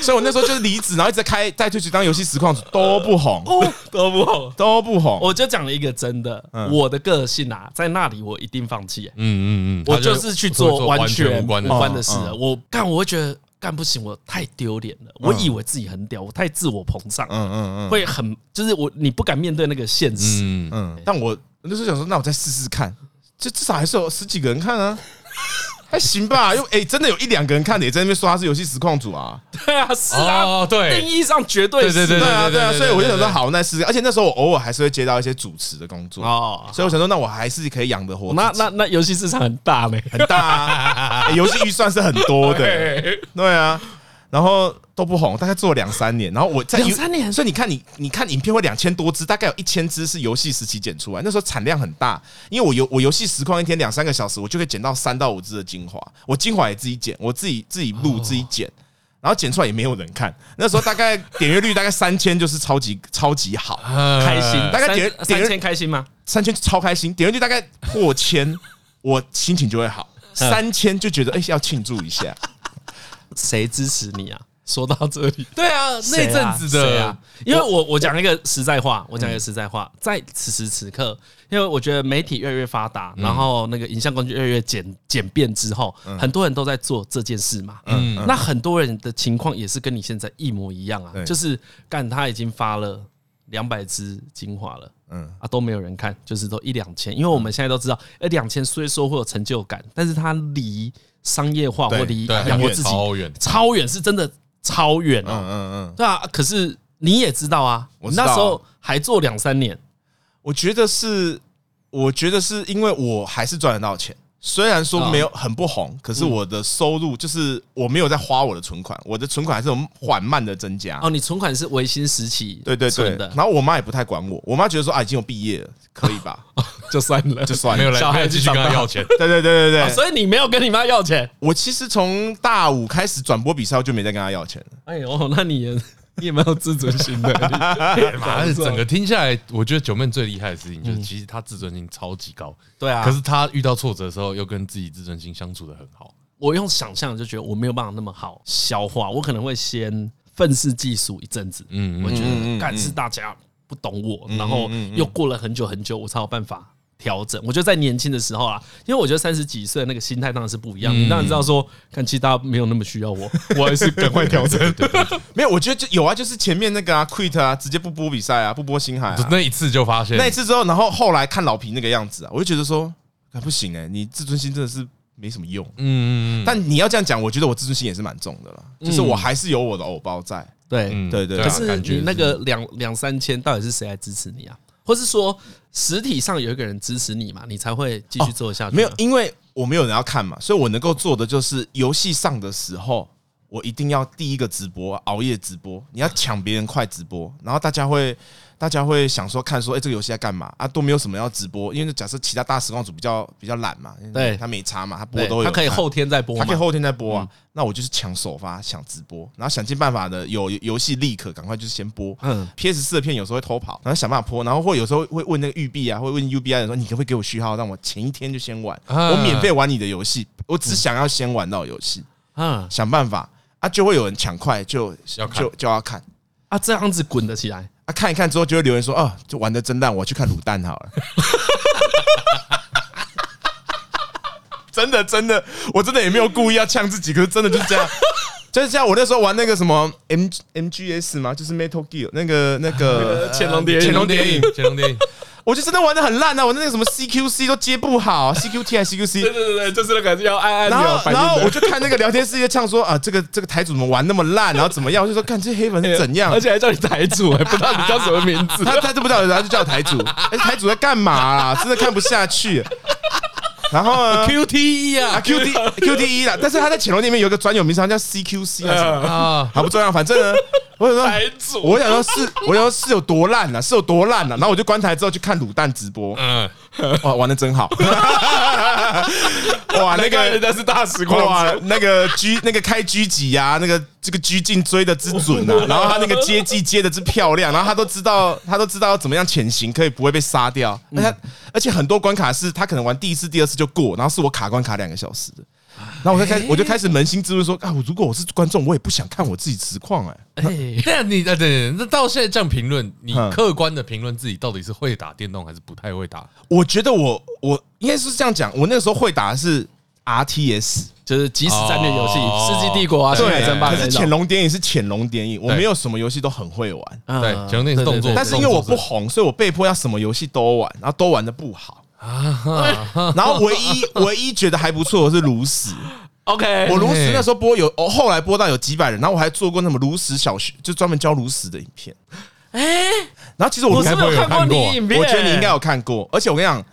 C: 所以我那时候就是离职，然后一直在开在退去当游戏实况主都不红，
A: 哦，都不好。
C: 都不红。
A: 我就讲了一个真的，我的个性啊，在那里我一定放弃，欸
B: 嗯嗯嗯，
A: 我
B: 他
A: 就是去做完
B: 全
A: 全
B: 无
A: 无
B: 关的事。
A: 关的事了。我干，我会觉得干不行，我太丢脸了。我以为自己很屌，我太自我膨胀，
C: 嗯嗯
A: 会很就是我你不敢面对那个现实。
B: 嗯，
C: 嗯嗯。但我那时候想说，那我再试试看，就至少还是有十几个人看啊，还行吧。因为哎、真的有一两个人看的，也在那边说他是游戏实况主啊。
A: 对啊，是啊，
B: 哦对
A: 定义上绝对是
B: 对对
C: 对啊，
B: 对对
C: 对啊。
B: 对
C: 所以我就想
B: 对
C: 说，
B: 对
C: 好，那试试看。而且那时候我偶尔还是会接到一些主持的工作，
A: 哦。
C: 所以我想说，那我还是可以养得活自己。
A: 那那那游戏市场很大呢，
C: 很 大、啊，欸游戏预算是很多的，对啊，然后都不红，大概做了两三年，然后我在
A: 两三年
C: 所以你看你你看影片会两千多支，大概有一千支是游戏时期剪出来，那时候产量很大，因为我游我游戏实况一天两三个小时，我就可以剪到三到五支的精华，我精华也自己剪，我自己自己
A: 哦
C: 录自己剪。然后剪出来也没有人看，那时候大概点阅率大概三千，就是超级超级好，
B: 呃
A: 开心，
C: 大概点
A: 呃三
C: 点
A: 三千开心吗？
C: 三千超开心，点阅率大概破千，我心情就会 好。
A: 嗯
C: 三千就觉得哎、要庆祝一下，
A: 谁支持你啊？说到这里，
B: 对啊，那阵子
A: 谁
B: 的
A: 啊，因为我我嗯讲一个实在话，我讲一个实在话，在此时此刻，因为我觉得媒体越来越发达，然后那个影像工具越来越简简便之后，很多人都在做这件事嘛。嗯，那很多人的情况也是跟你现在一模一样啊
C: 对，
A: 就是干他已经发了两百支精华了。嗯啊，都没有人看，就是都一两千，因为我们现在都知道，呃，两千虽说会有成就感，但是它离商业化或
C: 对
A: 离
B: 对
A: 养活自己
B: 超远
A: 超远是真的超远哦。
C: 嗯嗯嗯，
A: 对啊，可是你也知道啊，
C: 我
A: 你
C: 知道啊
A: 那时候还做两三年，
C: 我觉得是，我觉得是因为我还是赚得到钱，虽然说没有很不红，可是我的收入就是我没有在花我的存款，我的存款还是有缓慢的增加。
A: 哦，你存款是维新时期
C: 对对对
A: 存，的
C: 然，后我妈也不太管我，我妈觉得说啊已经有毕业了，可以吧？
A: 就算了，
C: 就算
B: 没有
C: 了。
B: 来，没有继续跟他要 钱。
C: 对对对对对，
A: 哦所以你没有跟你妈要钱。
C: 我其实从大五开始转播比赛，我就没再跟她要钱了。
A: 哎呦，那你也你也蛮有自尊心的，
B: 妈的，整个听下来，我觉得九妹最厉害的事情
A: 嗯
B: 就是，其实她自尊心超级高，
A: 对啊。
B: 可是她遇到挫折的时候，又跟自己自尊心相处的很好。
A: 我用想象就觉得我没有办法那么好消化，我可能会先愤世嫉俗一阵子，嗯，我觉得干是大家不懂我，然后又过了很久很久，我才有办法调整。我觉得在年轻的时候啊，因为我觉得三十几岁的那个心态当然是不一样，你当然知道说，看其实大家没有那么需要我，嗯 我还是赶快调整。
C: 没有，我觉得就有啊，就是前面那个啊，quit 啊，直接不播比赛啊，不播星海、啊。
B: 那一次就发现，
C: 那一次之后，然后后来看老皮那个样子啊，我就觉得说，啊、不行哎、你自尊心真的是没什么用。
B: 嗯，嗯嗯，
C: 但你要这样讲，我觉得我自尊心也是蛮重的啦，就是我还是有我的偶包在。
A: 嗯对，
B: 嗯
C: 对对
A: 可
C: 啊
A: 是
B: 感觉
A: 你那个两两三千，到底是谁来支持你啊？或是说实体上有一个人支持你嘛，你才会继续做下去啊？
C: 没有，因为我没有人要看嘛，所以我能够做的就是游戏上的时候，我一定要第一个直播，熬夜直播，你要抢别人快直 播，然后大家会大家会想说看说，哎、这个游戏在干嘛啊？都没有什么要直播，因为假设其他大实况组比较比较懒嘛，
A: 对
C: 他没差嘛，他播
A: 对
C: 都有看，
A: 他可以后天再播
C: 他可以
A: 嘛？
C: 后天再播啊。那我就是抢首发，抢直播，然后想尽办法的有有游戏立刻赶快就是先播。
A: 嗯
C: 嗯，PS 四的片有时候会偷跑，然后想办法播，然后或有时候会问那个育碧啊，会问 UBI 的说，你可不可以给我序号，让我前一天就先玩，
B: 啊
C: 我免费玩你的游戏，我只想要先玩到游戏，
A: 嗯
C: 想办法啊，就会有人抢快，就
B: 要看
C: 就就要看。
A: 啊，这样子滚得起来，
C: 啊，看一看之后就会留言说：“哦，就玩的真烂，我去看卤蛋好了。” 真的，真的，我真的也没有故意要呛自己，可是真的就是这样，就是这样。我那时候玩那个什么 M M G S 嘛，就是 Metal Gear 那个那个
A: 乾隆谍影
C: 乾隆呃谍影，，
B: 乾隆电影，
C: 我就真的玩的很烂啊！我那个什么 C Q C 都接不好，C Q T 还 C Q C，
A: 对对，就是那个要按按
C: 然后然后我就看那个聊天室就呛说啊，这个这个台主怎么玩那么烂，然后怎么样？我就说看这黑粉是 怎样
A: 而，且还叫你台主，还不知道你叫什么名字。
C: 他他知不知道，然后就叫台主，哎，台主在干嘛啊？真的看不下去。然后呢
B: QTE
C: 啊
B: 啊
C: ，Q D Q D E 啦，但是他在潜龙里面有一个专有名词，好像叫 C Q C 还是什么，
B: 啊，
C: 好不重要，反正呢，我想
A: 台
C: 说，
A: 主
C: 我想说是，我想说是有多烂啊，是有多烂啊。然后我就关台之后去看卤蛋直播，
B: 嗯，
C: 哇，玩的真好， 哇，哎那个
A: 人家是大实况
C: 哇，那个狙那个开狙击呀，那个这个狙进追的之准啊，然后他那个接技接的之漂亮，然后他都知道他都知道怎么样潜行可以不会被杀掉。那他而且很多关卡是他可能玩第一次、第二次就过，然后是我卡关卡两个小时的。然后我就开我就开始扪心自问说啊，我如果我是观众，我也不想看我自己实况哎。
A: 哎，
B: 那你啊，对对，那到现在这样评论，你
C: 嗯
B: 客观的评论自己到底是会打电动还是不太会打？
C: 我觉得我我应该是这样讲，我那个时候会打的是 RTS，
A: 就是即时战略游戏，
B: 哦
A: 《世纪帝国》啊，《星海争霸》
C: 可
A: 那
C: 是
A: 种
C: 潜。龙谍影是潜龙谍影，我
B: 对
C: 没有什么游戏都很会玩。
A: 嗯
B: 对潜龙电影是动作
A: 对对对
C: 但是因为我不红，所以我被迫要什么游戏都玩，然后都玩的不好。然后唯一 唯一觉得还不错的是炉石，
A: OK，
C: 我炉石那时候播有，哦后来播到有几百人，然后我还做过那么炉石小学，就专门教炉石的影片。
A: 哎，
C: 然后其实我
A: 我是
C: 应
A: 没
C: 该
A: 有
C: 会
A: 看过
B: 我看过
A: 你影片，
C: 我觉得你应该有看过，而且我跟你讲，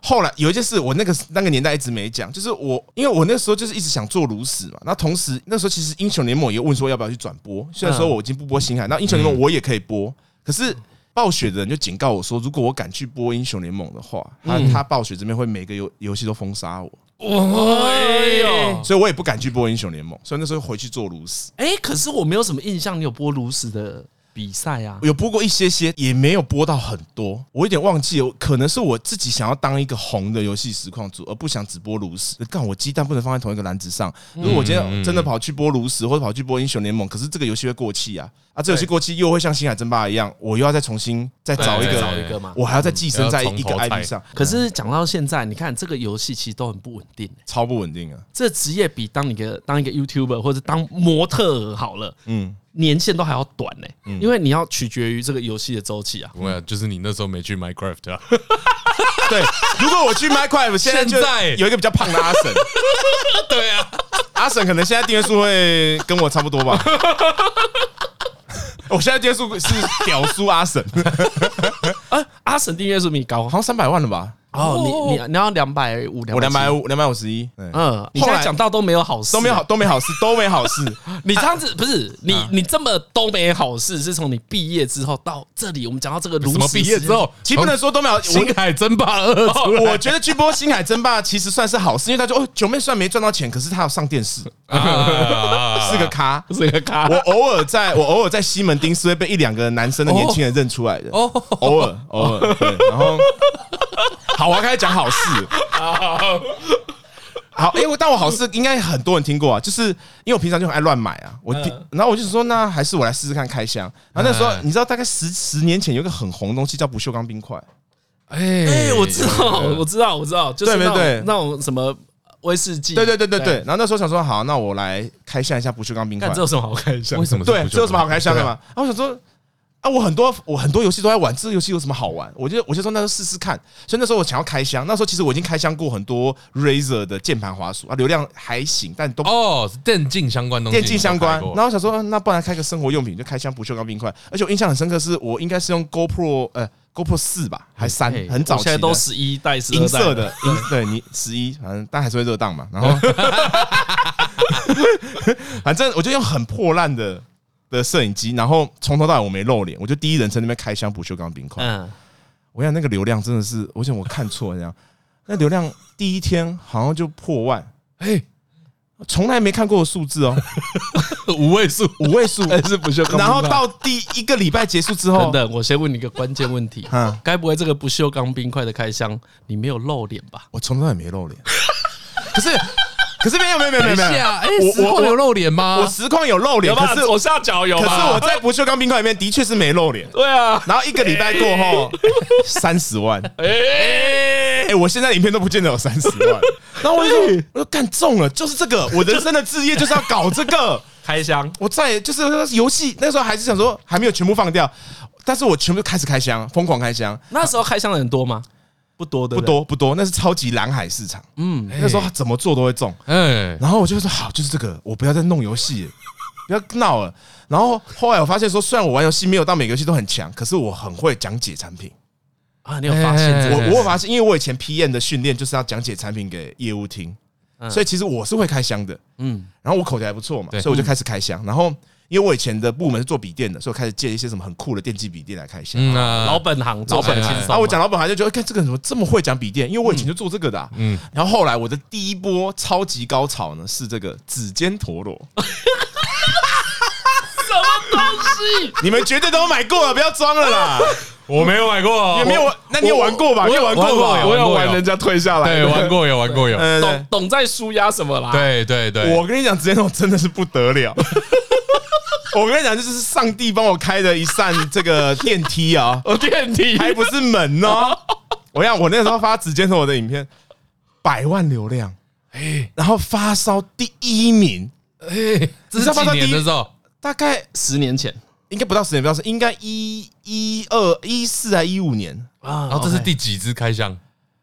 C: 后来有一件事，我那个那个年代一直没讲，就是我因为我那时候就是一直想做炉石嘛，那同时那时候其实英雄联盟也问说要不要去转播，虽然说我已经不播星海，那英雄联盟我也可以播，可是。暴雪的人就警告我说，如果我敢去播英雄联盟的话，他他暴雪这边会每个游游戏都封杀我，
A: 哎呦，
C: 所以我也不敢去播英雄联盟，所以那时候回去做炉石，
A: 哎，可是我没有什么印象，你有播炉石的比赛啊？
C: 有播过一些些，也没有播到很多，我有点忘记了，可能是我自己想要当一个红的游戏实况组，而不想只播炉石。干，我鸡蛋不能放在同一个篮子上。如
B: 嗯
C: 果我今天真的跑去播炉石，或者跑去播英雄联盟，可是这个游戏会过气啊！啊，这游戏过气又会像星海争霸一样，我又要再重新再找一
B: 对
C: 个，
A: 找一个嘛
C: 我还要再寄生在一
B: 嗯要从
C: 个
B: 头
C: IP
B: 菜
C: 上，
A: 可是讲到现在，你看这个游戏其实都很不稳定、欸。
C: 超不稳定啊。
A: 这职业比当一个当一个 YouTuber 或者当模特儿好了，
C: 嗯，
A: 年限都还要短呢、欸因为你要取决于这个游戏的周期啊。
B: 我想就是你那时候没去 Minecraft 啊，
C: 对。如果我去 Minecraft，现在就
B: 现在
C: 有一个比较胖的阿神，
B: 对啊，
C: 阿婶可能现在订阅数会跟我差不多 吧。我现在订阅数是屌叔阿婶，
A: 啊，阿神订阅数比你高啊
C: 好像三百万了吧？
A: 哦，你你你要两百五，
C: 我两百
A: 五，
C: 五，两百五十一，嗯，
A: 嗯，你现
C: 后
A: 在
C: 来
A: 讲到都没有好事、
C: 都没好，，都没好事，都没好事。
A: 你这样子不是你你这么都没好事，是从你毕业之后到这里，我们讲到这个炉
B: 什么
A: 石
B: 毕业
A: 时
B: 之后，
C: 其实不能说都没好，
B: 从《星
C: 我
B: 海争霸二》出 来
C: 我觉得去播《星海争霸》其实算是好事，因为他就哦，九妹虽然没赚到钱，可是她有上电视，
B: 啊
C: 是个咖。
A: 这个咖
C: 我偶尔在我偶尔在西门町是会被一两个男生的年轻人认出来的，
B: 哦
C: 偶尔偶尔，对，然后好，我要开始讲好事。好，哎、我但我好事应该很多人听过啊，就是因为我平常就很爱乱买啊，我平，然后我就说，那还是我来试试看开箱。然后那时候
B: 嗯
C: 你知道，大概十十年前有一个很红的东西叫不锈钢冰块，
B: 哎
A: 哎、我知道，我知道，我知道，就是
C: 对
A: 那
C: 对
A: 种
C: 对
A: 那种什么威士忌，
C: 对对对对对。然后那时候想说，好，那我来开箱一下不锈钢冰块
A: 干，这。有什么好看一下？
B: 为什么是啊
C: 对，
B: 不锈
C: 这有什么好
B: 钢
C: 开箱的嘛？然后我想说，啊，我很多我很多游戏都在玩，这个游戏有什么好玩？我就我就说那就试试看。所以那时候我想要开箱，那时候其实我已经开箱过很多 Razer 的键盘滑鼠啊，流量还行，但都
B: 哦，是电竞相关东西，哦
C: 电竞相关
B: 你都。
C: 然后我想说，嗯那不然开个生活用品，就开箱不锈钢冰块。而且我印象很深刻，是我应该是用 GoPro 呃 GoPro 四吧，还三
A: 哎，
C: 很早
A: 我
C: 期
A: 现在
C: 的
A: 都十一代、十二
C: 银
A: 代
C: 色的，银对你十一，反正但还是会热当嘛。然后反正我就用很破烂的的摄影机，然后从头到尾我没露脸，我就第一人称那边开箱不锈钢冰块。
A: 嗯，
C: 我想那个流量真的是，我想我看错了这样，那流量第一天好像就破万，哎，从来没看过的数字哦，
B: 五位数，
C: 五位 数。
A: 但是不锈钢，
C: 然后到第一个礼拜结束之后
A: 等，等，我先问你一个关键问题，
C: 嗯
A: 该不会这个不锈钢冰块的开箱你没有露脸吧？
C: 我从头到尾没露脸，可是可是没有没有没有没有没有，
B: 哎
C: 我
B: 实况
C: 我
B: 有露脸吗？
C: 我实啊况有露脸，哎可是
A: 左下角有
C: 可是我在不锈钢冰块里面的确是没露脸。
A: 对啊，
C: 然后一个礼拜过 后，三十万，
A: 哎，
C: 哎、我现在影片都不见得有三十 万。然后我就说，我说干中了，就是这个，我人生的志业就是要搞这个。
A: 开箱，
C: 我再也就是游戏那时候还是想说还没有全部放掉，但是我全部开始开箱，疯狂开箱，
A: 那时候开箱的人多吗？不多的，
C: 不多不多，那是超级蓝海市场。嗯，那时候怎么做都会中。
B: 哎，
C: 然后我就说好，就是这个，我不要再弄游戏了， 不要闹了。然后后来我发现说，虽然我玩游戏没有到每个游戏都很强，可是我很会讲解产品。
A: 啊！你有发现
B: 哎
A: 这
C: 我
A: 个？
C: 我有发现，因为我以前 PM 的训练就是要讲解产品给业务听，所以其实我是会开箱的。
A: 嗯，
C: 然后我口才还不错嘛，
B: 对
C: 所以我就开始开箱。然后因为我以前的部门是做笔电的，所以我开始借一些什么很酷的电机笔电来开箱。
B: 嗯啊，
A: 老本行，做本轻松
C: 然
A: 嘛。
C: 后我哎讲老板还就觉得，哎看这个人怎么这么会讲笔电？因为我以前就做这个的、嗯，然后后来我的第一波超级高潮呢是这个指尖陀螺，你们绝对都买过了，不要装了 啦！
B: 我没有买过，
C: 有没有玩？那你有玩过吧？你有玩过吧？
B: 有
D: 我有
B: 有
D: 玩人家退下来，
B: 对， 玩。过有玩过有，
C: 嗯，对
A: 懂懂在舒压什么啦？，
B: 对对对，
C: 我跟你讲，直接弄真的是不得 了。我跟你讲，这就是上帝帮我开的一扇这个电梯啊，
A: 我电梯
C: 还不是门哦。我跟你讲，我那时候发指尖陀螺的影片，百万流量，哎，然后发烧第一名，
B: 哎这是几年的时候，
C: 大概
A: 十年前
C: 应该不到十年，不到十，应该一一二一四还一五年，
A: 啊
B: 然后这是第几只开箱？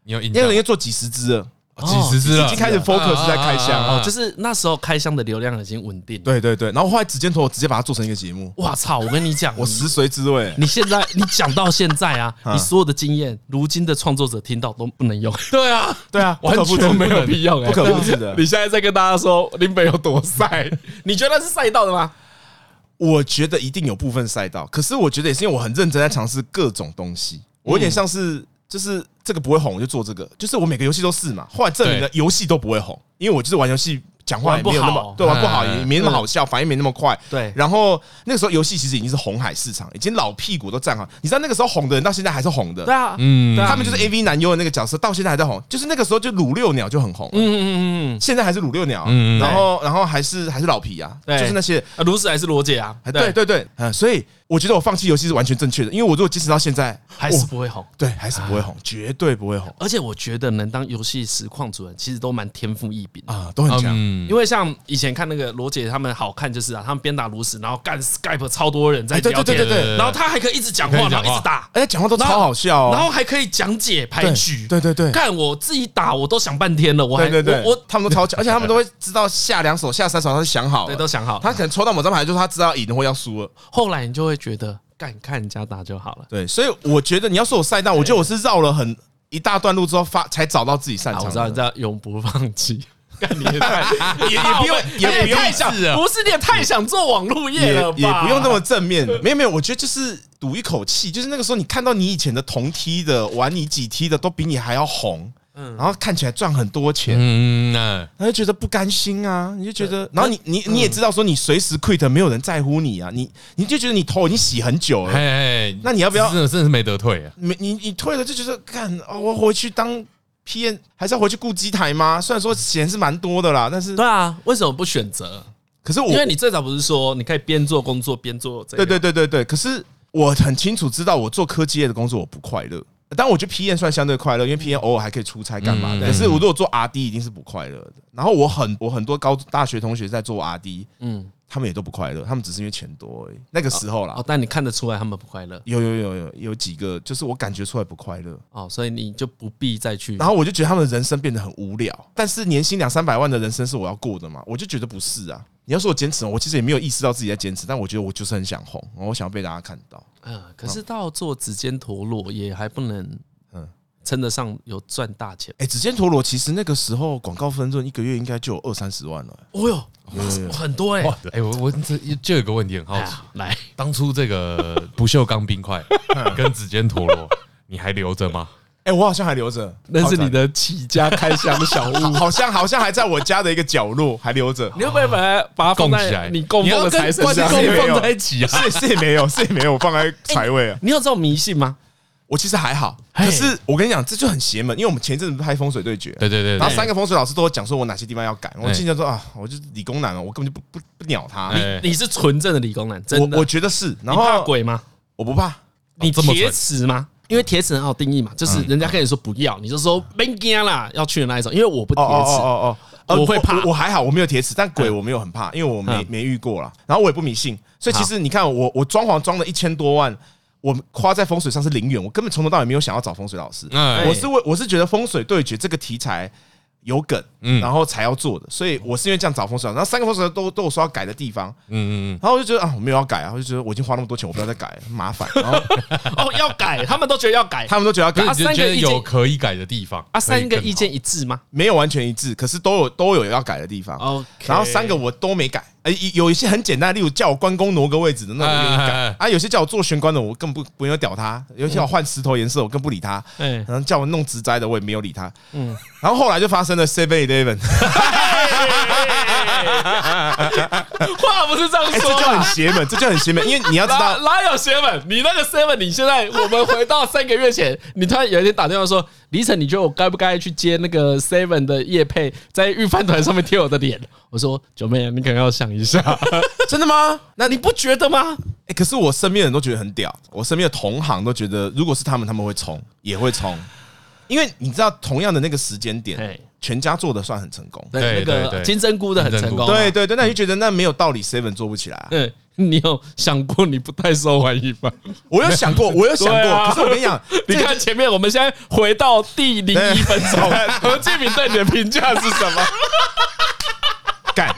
B: 你有印
C: 那
B: 象哦
C: 个？人要做几十只了，
B: 几十啊只
C: 已
B: 了，
C: 经开始 focus 在开
B: 啊啊啊啊
C: 箱。
A: 哦，就是那时候开箱的流量已经稳定。，
C: 对对对，然后后来指尖陀螺直接把它做成一个节目，
A: 哇操！我跟你讲，
C: 我食髓知味。
A: 嗯你现在你讲到现在啊，
C: 啊
A: 你所有的经验，如今的创作者听到都不能 用，
B: 对啊，
C: 对啊，
A: 完全没有必要哎、
C: 不可复制的
A: 你现在在跟大家说林北有多晒，你觉得是晒到的吗？
C: 我觉得一定有部分赛道，可是我觉得也是因为我很认真在尝试各种东西，
A: 嗯
C: 我有点像是就是这个不会红我就做这个，就是我每个游戏都试嘛。后来证明了游戏都不会红，因为我就是玩游戏讲话也没有那
A: 玩不
C: 么
A: 好
C: 对玩不好，
B: 嗯
C: 也没那么好笑，反应没那么快。
A: 对
C: 然后那个时候游戏其实已经是红海市场，已经老屁股都站好。你知道那个时候红的人到现在还是红的
A: 对，啊，
B: 嗯，
C: 他们就是 A V 男优的那个角色，到现在还在红，就是那个时候就鲁六鸟就很红了，
A: 嗯嗯嗯嗯
C: 现在还是鲁六鸟啊，
B: 嗯嗯
C: 然后然后还是还是老皮啊，
A: 对
C: 就是那些。
A: 啊，卢氏还是罗姐啊，
C: 哎，对对对，嗯，所以我觉得我放弃游戏是完全正确的，因为我如果坚持到现在，
A: 还是啊
C: 我
A: 不会红。
C: 对，还是不会红，绝对不会红
A: 而且我觉得能当游戏实况主人，其实都蛮天赋异禀的。
C: 啊，都很强。
B: 嗯，
A: 因为像以前看那个罗姐他们好看就是啊，他们边打炉石，然后干 Skype 超多人在
C: 哎，对
A: 聊
C: 对对
A: 天，
C: 对对，
B: 对
A: 然后他还可以一直讲话，
B: 可以
A: 然
B: 讲
A: 后
B: 话
A: 一直打，
C: 而且讲话都超好笑哦。
A: 然后还可以讲解牌
C: 对
A: 局，
C: 对对对，
A: 干我自己打我都想半天了，我还
C: 对对对，
A: 我我
C: 他们都超强，而且他们都会知道下两手、下三手，他是想好
A: 对
C: 了，
A: 都想好。
C: 他可能抽到某张牌，就是他知道赢或要输了。
A: 后来你就会觉得干看人家打就好了。
C: 对，所以我觉得你要说我赛道，我觉得我是绕了很一大段路之后发才找到自己擅
A: 啊，
C: 长
A: 我
C: 的。
A: 知道，你知道，永不放弃。干你也太
C: 也也不用也不用
A: 太想，不是你也太想做网络业
C: 也
A: 了吧？
C: 也不用那么正面，没有没有，我觉得就是赌一口气，就是那个时候你看到你以前的同梯的玩你几梯的都比你还要红，
A: 嗯
C: 然后看起来赚很多钱，
B: 嗯，那
C: 然后就觉得不甘心啊，你就觉
A: 嗯
C: 得，然后你你你也知道说你随时 quit 没有人在乎你啊，你你就觉得你头已经洗很久了，
B: 嘿，
C: 那你要不要
B: 哎真的真的是没得退啊？
C: 没你你退了就觉得干哦，我回去当 P N 还是要回去顾机台吗？虽然说钱是蛮多的啦，但是
A: 对啊，为什么不选择？
C: 可是我
A: 因为你最早不是说你可以边做工作边做这个？
C: 对对对对对，可是我很清楚知道，我做科技业的工作我不快乐。但我觉得 P N 算相对快乐，因
A: 嗯
C: 为 P N 偶尔还可以出差干嘛的。
B: 嗯
C: 可是我如果做 R D 一定是不快乐的。然后我很我很多高大学同学在做 R D，
A: 嗯，
C: 他们也都不快乐，他们只是因为钱多而已。那个时候啦
A: 哦，，但你看得出来他们不快乐
C: 有有有有有几个就是我感觉出来不快乐，
A: 哦，所以你就不必再去
C: 然后我就觉得他们的人生变得很无聊。但是年薪两三百万的人生是我要过的嘛？我就觉得不是啊。你要说我坚持，我其实也没有意识到自己在坚持，但我觉得我就是很想红，
A: 呃
C: 然后我想要被大家看到。
A: 嗯，可是到做指尖陀螺也还不能，
C: 嗯
A: 嗯，称得上有赚大钱。
C: 哎，指尖陀螺其实那个时候广告分润一个月应该就有二三十万了。
A: 哦哟，很多哎、
B: 哇，哎、我我这就有个问题很好
A: 哎
B: 奇，
A: 呀来，
B: 当初这个不锈钢冰块
C: 嗯
B: 跟指尖陀螺，你还留着吗？
C: 哎，我好像还留着，
A: 那是你的起家开箱小物。
C: 好像好像还在我家的一个角落还留着，
A: 你会不会把它把它
B: 供
A: 放
B: 起来，
A: 在你供奉的财神
B: 你要
A: 上
B: 跟？观众放在一起啊！
C: 是是也没有 是也没有放在财位啊。
A: 你有这种迷信吗？
C: 我其实还好，
A: 哎嘿
C: 可是我跟你讲，这就很邪门，因为我们前一阵子拍风水对决，
B: 对对对
C: 然后
B: 对，
C: 三个风水老师都有讲说我哪些地方要改，我
B: 哎
C: 进去就说啊，我就是理工男了，我根本就不不不鸟他。
B: 哎
A: 你是纯正的理工男，真
C: 我
A: 的？
C: 我觉得是，然
A: 你怕
C: 后
A: 鬼吗？哦
C: 我不怕，
A: 你
B: 这么
A: 铁
B: 蠢
A: 齿吗？因为铁齿很好定义嘛，就是人家跟你说不要，你就说没惊啦，要去的那一种。因为我不铁
C: 哦哦哦
A: 齿，
C: 哦哦，呃
A: 我会怕
C: 我我还好，我没有铁齿，但鬼
A: 嗯
C: 我没有很怕，因为我没
A: 嗯
C: 没遇过啦。然后我也不迷信，所以其实你看我我装潢装了一千多万，我花在风水上是零元，我根本从头到尾没有想要找风水老
A: 嗯
C: 师。
B: 哎
C: 我是为我是觉得风水对决这个题材有梗，
B: 嗯
C: 然后才要做的，所以我是因为这样找风水老师，然后三个风水老师都都有说要改的地方，
B: 嗯嗯
C: 然后我就觉得啊我没有要改啊，我就觉得我已经花那么多钱，我不要再改了，麻烦。然后
A: 哦，要改，他们都觉得要改。
C: 他们都觉得要
B: 嗯，
C: 改
A: 啊
B: 可，是你
A: 三
B: 觉
A: 个
B: 得
A: 意见
B: 有可以改的地方
A: 啊，三个
B: 可以更好
A: 意 见一致吗
C: 没有完全一致，可是都有都有要改的地方。
A: ？OK，
C: 然后三个我都没改，哎，有有一些很简单，例如叫我关公挪个位置的那种我愿意
B: 哎哎哎
C: 改啊，有些叫我做玄关的我更不不用屌他，有些叫我换石头颜色我更不理他，
A: 哎，
C: 然后叫我弄植栽的我也没有理他，嗯，然后后来就发生了 Seven Eleven，
A: 话不是这样
C: 哎，这
A: 说
C: 就
A: 的
C: 很。邪门，这就很邪门，因为你 要知
A: 哪
C: 道，
A: 哪有 seven？你那个 seven，你现在我们回到三个月前，你突然有一天打电话说：“李晨，你觉得我该不该去接那个 seven 的叶配，在御饭团上面贴我的脸？”我说：“九妹，啊你可能要想一下，
C: 真的吗？
A: 那 你不觉得吗
C: 哎，可是我身边的人都觉得很屌，我身边的同行都觉得，如果是他们，他们会冲，也会冲，因为你知道，同样的那个时间？”点，
A: 哎，
C: 全家做的算很成功。
A: 对，
B: 对
A: 那
B: 对
A: 个
B: 对
A: 金针菇的很成功。啊
C: 对，对对，那你就觉得那没有道理，seven 做不起来、 啊。
A: 对，你有想过你不太受欢迎 吗？
C: 我有想过，我有想
A: 对
C: 过，
A: 啊
C: 可是我跟 你讲，
A: 你看前面，我们现在回到第零一分钟， 何建明对你的评价是什么？
C: 干，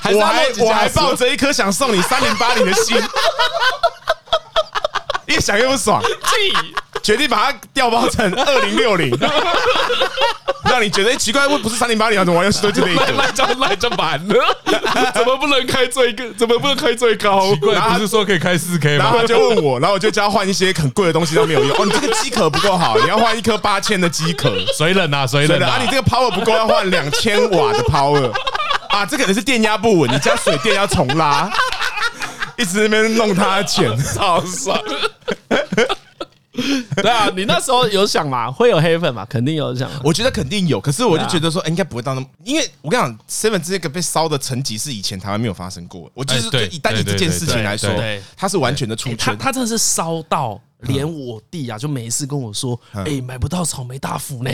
A: 还是
C: 我
A: 他
C: 还
A: 落井
C: 我
A: 下
C: 还
A: 石
C: 抱着一颗想送你三零八零的 心，越想越不爽，
A: 气
C: 决定把它调包成二零六零， 让你觉得、欸、奇怪，我不是三零八零啊，怎么玩游戏都这么一
A: 那
C: 个？
A: 那就那就满了，怎么不能开最个？怎么不能开最高
B: 奇？怪，不是说可以开四 K
C: 然
B: 吗
C: 后？他就 问我，然后我就叫他换一些很贵的东西都没有用。哦，你这个机壳不够好，你要换一颗八千的机壳。
B: 水冷啊，水
C: 对
B: 冷
C: 的啊，
B: 啊
C: 你！这个 power 不够，要换两千瓦的 power 啊，这可能是电压不稳，你家水电要重拉，一直在那边弄他的钱，
A: 超爽！ 对啊，你那时候有想嘛？会有黑粉嘛？肯定有想啊嘛。
C: 我觉得肯定有，可是
B: 啊
C: 我就觉得说，哎应该不会到那么，因为我跟你讲，Seven 这个被烧的层级是以前台湾没有发生过的，我就是
B: 哎
C: 就
B: 对
C: 以单以
B: 对
C: 这件
B: 对
C: 事情
B: 对
C: 来说
B: 对哎
A: 对，
C: 它是完全的
A: 欸
C: 出
A: 他
C: 圈。
A: 他真的是烧到连我弟啊，就每一次跟我说：“哎，买不到草莓大福呢，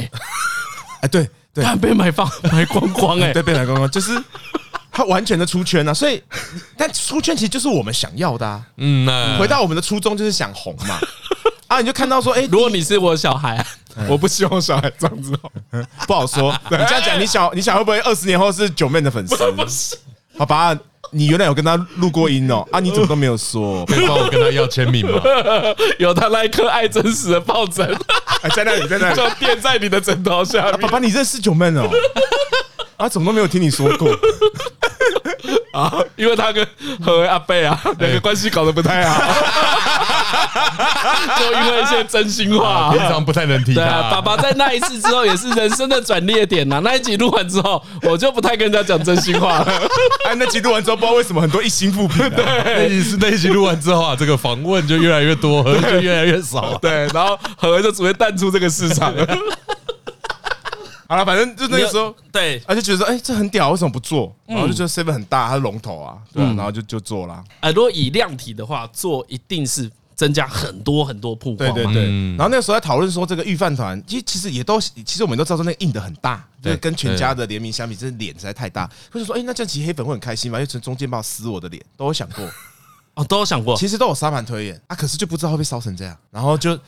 C: 哎，对对
A: 但被买放买光光 哎。
C: 对，”被来公公就是他完全的出圈啊，所以但出圈其实就是我们想要的啊，
B: 嗯，那
C: 回到我们的初衷就是想红嘛。啊，你就看到说，哎，
A: 如果你是我小孩 啊，
D: 我不希望小孩这样子哦。
C: 不好说。你这样讲，你想你想会不会二十年后是九妹的粉丝？好吧，你原来有跟他录过音哦，啊，你怎么都没有说？
B: 可以帮我跟他要签名 吗？
A: 有他那一颗爱真实的抱枕，
C: 哎，在那里，在那里
A: 就。垫在你的枕头下面
C: 爸。爸，你认识九妹哦？啊，怎么都没有听你说过？
A: 因为他跟和阿贝啊两个关系搞得不太 好，就因为一些真心话、
B: 平常不太能提
A: 对
B: 他
A: 啊，
B: 啊。
A: 爸爸在那一次之后也是人生的转捩点呐、那一集录完之后，我就不太跟人家讲真心话 了。
C: 哎，那集录完之后，不知道为什么很多一心复评啊。
B: 那一哎集那一集录完之后啊，这个访问就越来越多， 和就越来越少啊。
A: 对，然后和就只会淡出这个市场。
C: 好了，反正就 那个时候，
A: 对，
C: 啊，就觉得说哎，这很屌，为什么不做？然后就觉得 Seven 很大，它是龙头啊，对啊，然后就就做啦。
A: 呃，如果以量体的话，做一定是增加很多很多曝光
C: 对
A: 嘛。
C: 对对
B: 嗯，
C: 然后那个时候在讨论说这个御饭团，其实其实也都，其实我们都知道说那个印的很大，就
B: 对
C: 是跟全家的联名相比，这脸实在太大。或者说，哎，那这样其实黑粉会很开心嘛，因为从中间帮我撕我的脸，都有想 过，
A: 哦，都有想过。
C: 其实都有沙盘推演啊，可是就不知道会被烧成这样，然后就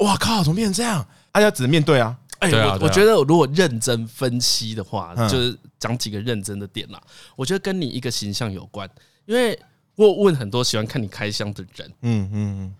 C: 哇靠，怎么变成这样？大家只能面对啊，
A: 哎、
B: 对啊
A: 我
B: 对啊
A: 我觉得如果认真分析的话，
C: 嗯
A: 就是讲几个认真的点啦。我觉得跟你一个形象有关，因为我有问很多喜欢看你开箱的人，
C: 嗯嗯嗯，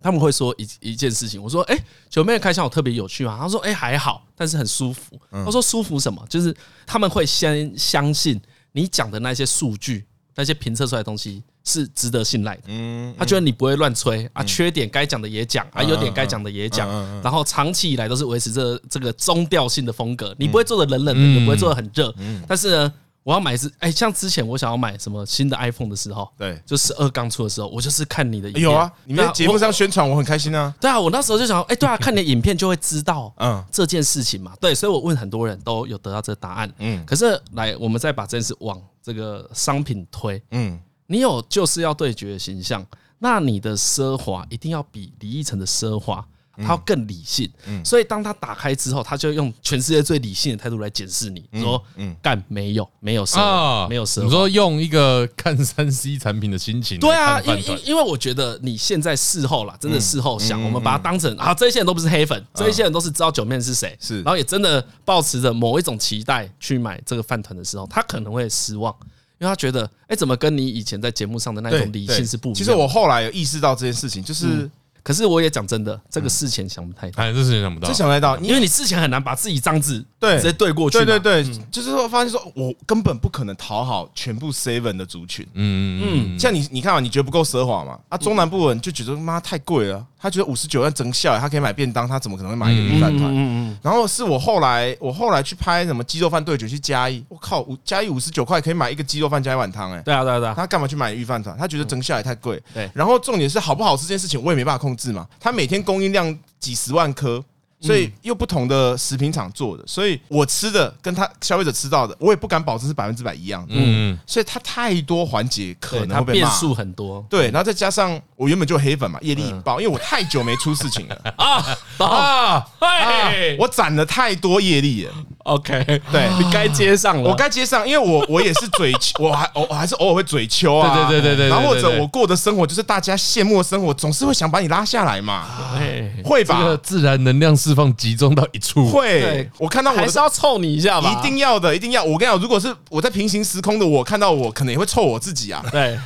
A: 他们会说一一件事情，我说：“哎、九妹的开箱有特别有趣吗？”他说：“哎、还好，但是很舒服。”
B: 嗯
A: 他说：“舒服什么？就是他们会先相信你讲的那些数据，那些评测出来的东西是值得信赖的。
C: 嗯，
A: 他觉得你不会乱吹啊，缺点该讲的也讲啊，优点该讲的也
C: 嗯
A: 讲，然后长期以来都是维持这这个中调性的风格，你不会做的冷冷的，
B: 嗯
A: 也不会做的很热。
C: 嗯
A: 但是呢，我要买是哎，像之前我想要买什么新的 iPhone 的时候，
C: 对，
A: 就十二刚出的时候，我就是看你的影片
C: 有啊，你们在
A: 那
C: 节目上
A: 我
C: 宣传，我很开心啊。
A: 对啊，我那时候就想说，哎， 对啊，看你的影片就会知道
C: 嗯
A: 这件事情嘛。对，所以我问很多人都有得到这个答案。
C: 嗯
A: 可是来，我们再把这件事往这个商品推，
C: 嗯，
A: 你有就是要对决的形象，那你的奢华一定要比李依晨的奢华。
C: 嗯
A: 他要更理性，所以当他打开之后，他就用全世界最理性的态度来检视你，
C: 嗯
A: 说：“干没有，没有奢
C: 啊
A: 华，没有奢华。”
B: 啊你说用一个看三 C 产品的心情，
A: 对啊，因
B: 饭团
A: 因因为我觉得你现在事后啦，真的事后想，我们把它当成啊，这一些人都不是黑粉，这一些人都是知道九面是谁，
C: 是
A: 然后也真的抱持着某一种期待去买这个饭团的时候，他可能会失望，因为他觉得，哎，怎么跟你以前在节目上的那嗯
C: 对
A: 种理性是不一样？
C: 其实我，后来有意识到这件事情，就是
A: 可是我也讲真的，这个事前想不太到，
B: 哎，这是想不到
C: 真，想不到，因
A: 因
C: 为
A: 为你事前很难把自己脏字
C: 对
A: 直接对过去嘛，嗯
C: 对对对，就是说发现说我根本不可能讨好全部 seven 的族群。
B: 嗯嗯
C: 像你，你看嘛，你觉得不够奢华嘛？
A: 嗯
C: 啊，中南部人就觉得妈太贵了，他觉得五十九万整笑，他可以买便当，他怎么可能会买一个米饭团？
A: 嗯嗯
C: 然后是我后来，我后来去拍什么鸡肉饭对决去嘉义，我靠，五嘉义五十九块可以买一个鸡肉饭加一碗汤，哎，
A: 对啊对啊对啊，
C: 他干嘛去买预饭团？他觉得蒸下来太贵。
A: 嗯对
C: 然后重点是好不好吃这件事情我也没办法控制嘛。他每天供应量几十万颗，所
A: 嗯
C: 以又不同的食品厂做的，所以我吃的跟他消费者吃到的，我也不敢保证是百分之百一样的。
B: 嗯嗯，
C: 所以它太多环节可
A: 对，
C: 能
A: 他
C: 会被
A: 变
C: 骂。
A: 数很多
C: 对，然后再加上我原本就黑粉嘛，业力引
A: 嗯
C: 爆，因为我太久没出事 情了，
A: 啊，嘿
C: 我攒了太多业力了。
A: ，OK，
C: 对
A: 你该接上了，
B: 嗯
C: 我该接上，因为我 我也是嘴，我还我我还是偶尔会嘴秋啊，
B: 对对对对对对
C: 然后或
B: 对对
C: 者
B: 对
C: 我过的生活就是大家羡慕的生活，总是会想把你拉下来嘛，
A: 哎。
C: 会
B: 这个
C: 吧？
B: 自然能量释放集中到一处，
C: 会
A: 对，
C: 我看到我
A: 还是
C: 的。
A: 要凑你一下吧，
C: 一定要的，一定要！我跟你讲，如果是我在平行时空的我看到我，可能也会臭我自己啊。
A: 对，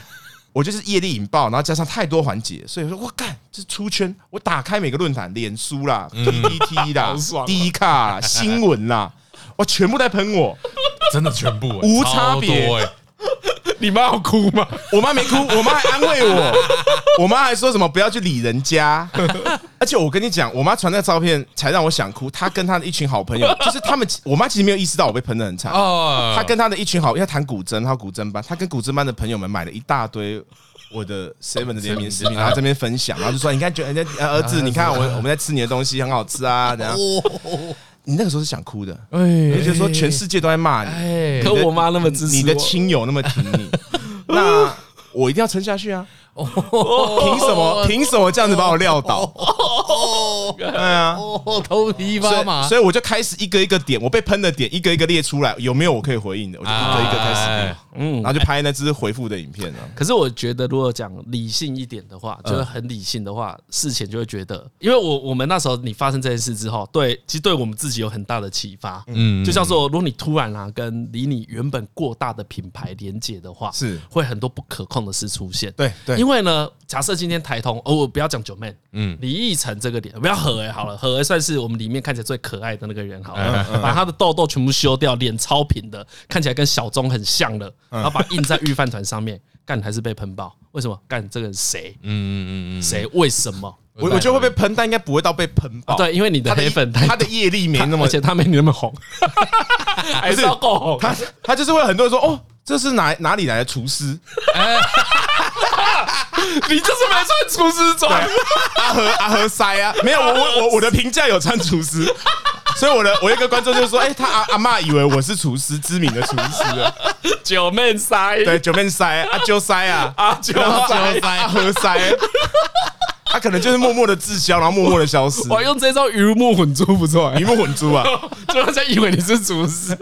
C: 我就是业力引爆，然后加上太多环节，所以说我干这出圈。我打开每个论坛，脸书啦、PPT
B: 嗯
C: 啦、D 卡 啦、新闻啦，我全部在喷我。
B: 真的全部欸
C: 无差别
B: 超多欸
D: 你妈要哭吗？
C: 我妈没哭，我妈还安慰 我，我妈还说什么不要去理人家。 而且我跟你讲，我妈传那个照片才让我想哭。她跟她的一群好 朋友，就是他们，我妈其实没有意识到我被喷的很惨。
B: 哦，
C: 她跟她的一群好，因为她弹古筝，她有古筝班，她跟古筝班的朋友们买了一大堆。我的 seven 的联名食品，然后这边分享，然后就说：“你看，觉得人家儿子，你看我我们在吃你的东西，很好吃啊，怎样？”你那个时候是想哭的，
B: 哦哎
C: 也就是说全世界都在骂你，
B: 哎
A: 可我妈那么支持
C: 你的亲友那么挺 你，那我一定要撑下去啊！
B: 哦
C: 凭什么？凭什么这样子把我撂倒？对啊，
B: 哦头皮
C: 所
B: 发麻
C: 以，所以我就开始一个一个点，我被喷的点一个一个列出来，有没有我可以回应的？我就一个一个开始
B: 哎嗯
C: 列，然后就拍那支回复的影片啊了。
A: 可是我觉得，如果讲理性一点的话，就是很理性的话，事前就会觉得，因为我我们那时候你发生这件事之后，对，其实对我们自己有很大的启发。嗯，就像说，如果你突然啊跟离你原本过大的品牌连接的话，
C: 是
A: 会很多不可控的事出现。
C: 对对
A: 因为呢，假设今天台通，哦，我不要讲九妹，嗯，李奕晨这个脸，不要何哎 好了，何哎算是我们里面看起来最可爱的那个人好了，
C: 嗯
A: 把他的痘痘全部修掉，脸超平的，看起来跟小钟很像了，
C: 嗯
A: 然后把它印在御饭团上面， 干还是被喷爆，为什么？干这个人谁？
B: 嗯嗯嗯嗯，
A: 谁？为什么？哦
C: 我我觉得会被喷，但应该不会到被喷爆。
A: 对，因为你的
C: 他
A: 黑粉太
C: 他的业力没那么
A: 而且他没你那么 红，还是要够红。
C: 他他就是会有很多人说哦，这是哪哪里来的厨师？
A: 你就是没穿厨师装，
C: 阿和阿和塞啊，没有我我我我的评价有穿厨师，所以我的我一个观众就说，哎、他阿阿嬷以为我是厨师，知名的厨师啊，
A: 九妹塞，
C: 对，九面塞阿啾塞啊，
A: 阿九
C: 然后
A: 塞，
C: 阿和塞，他可能就是默默的滞销，然后默默的消失，
A: 我用这招鱼目混珠不错、欸，
C: 鱼目混珠啊，
A: 就大家以为你是厨 师。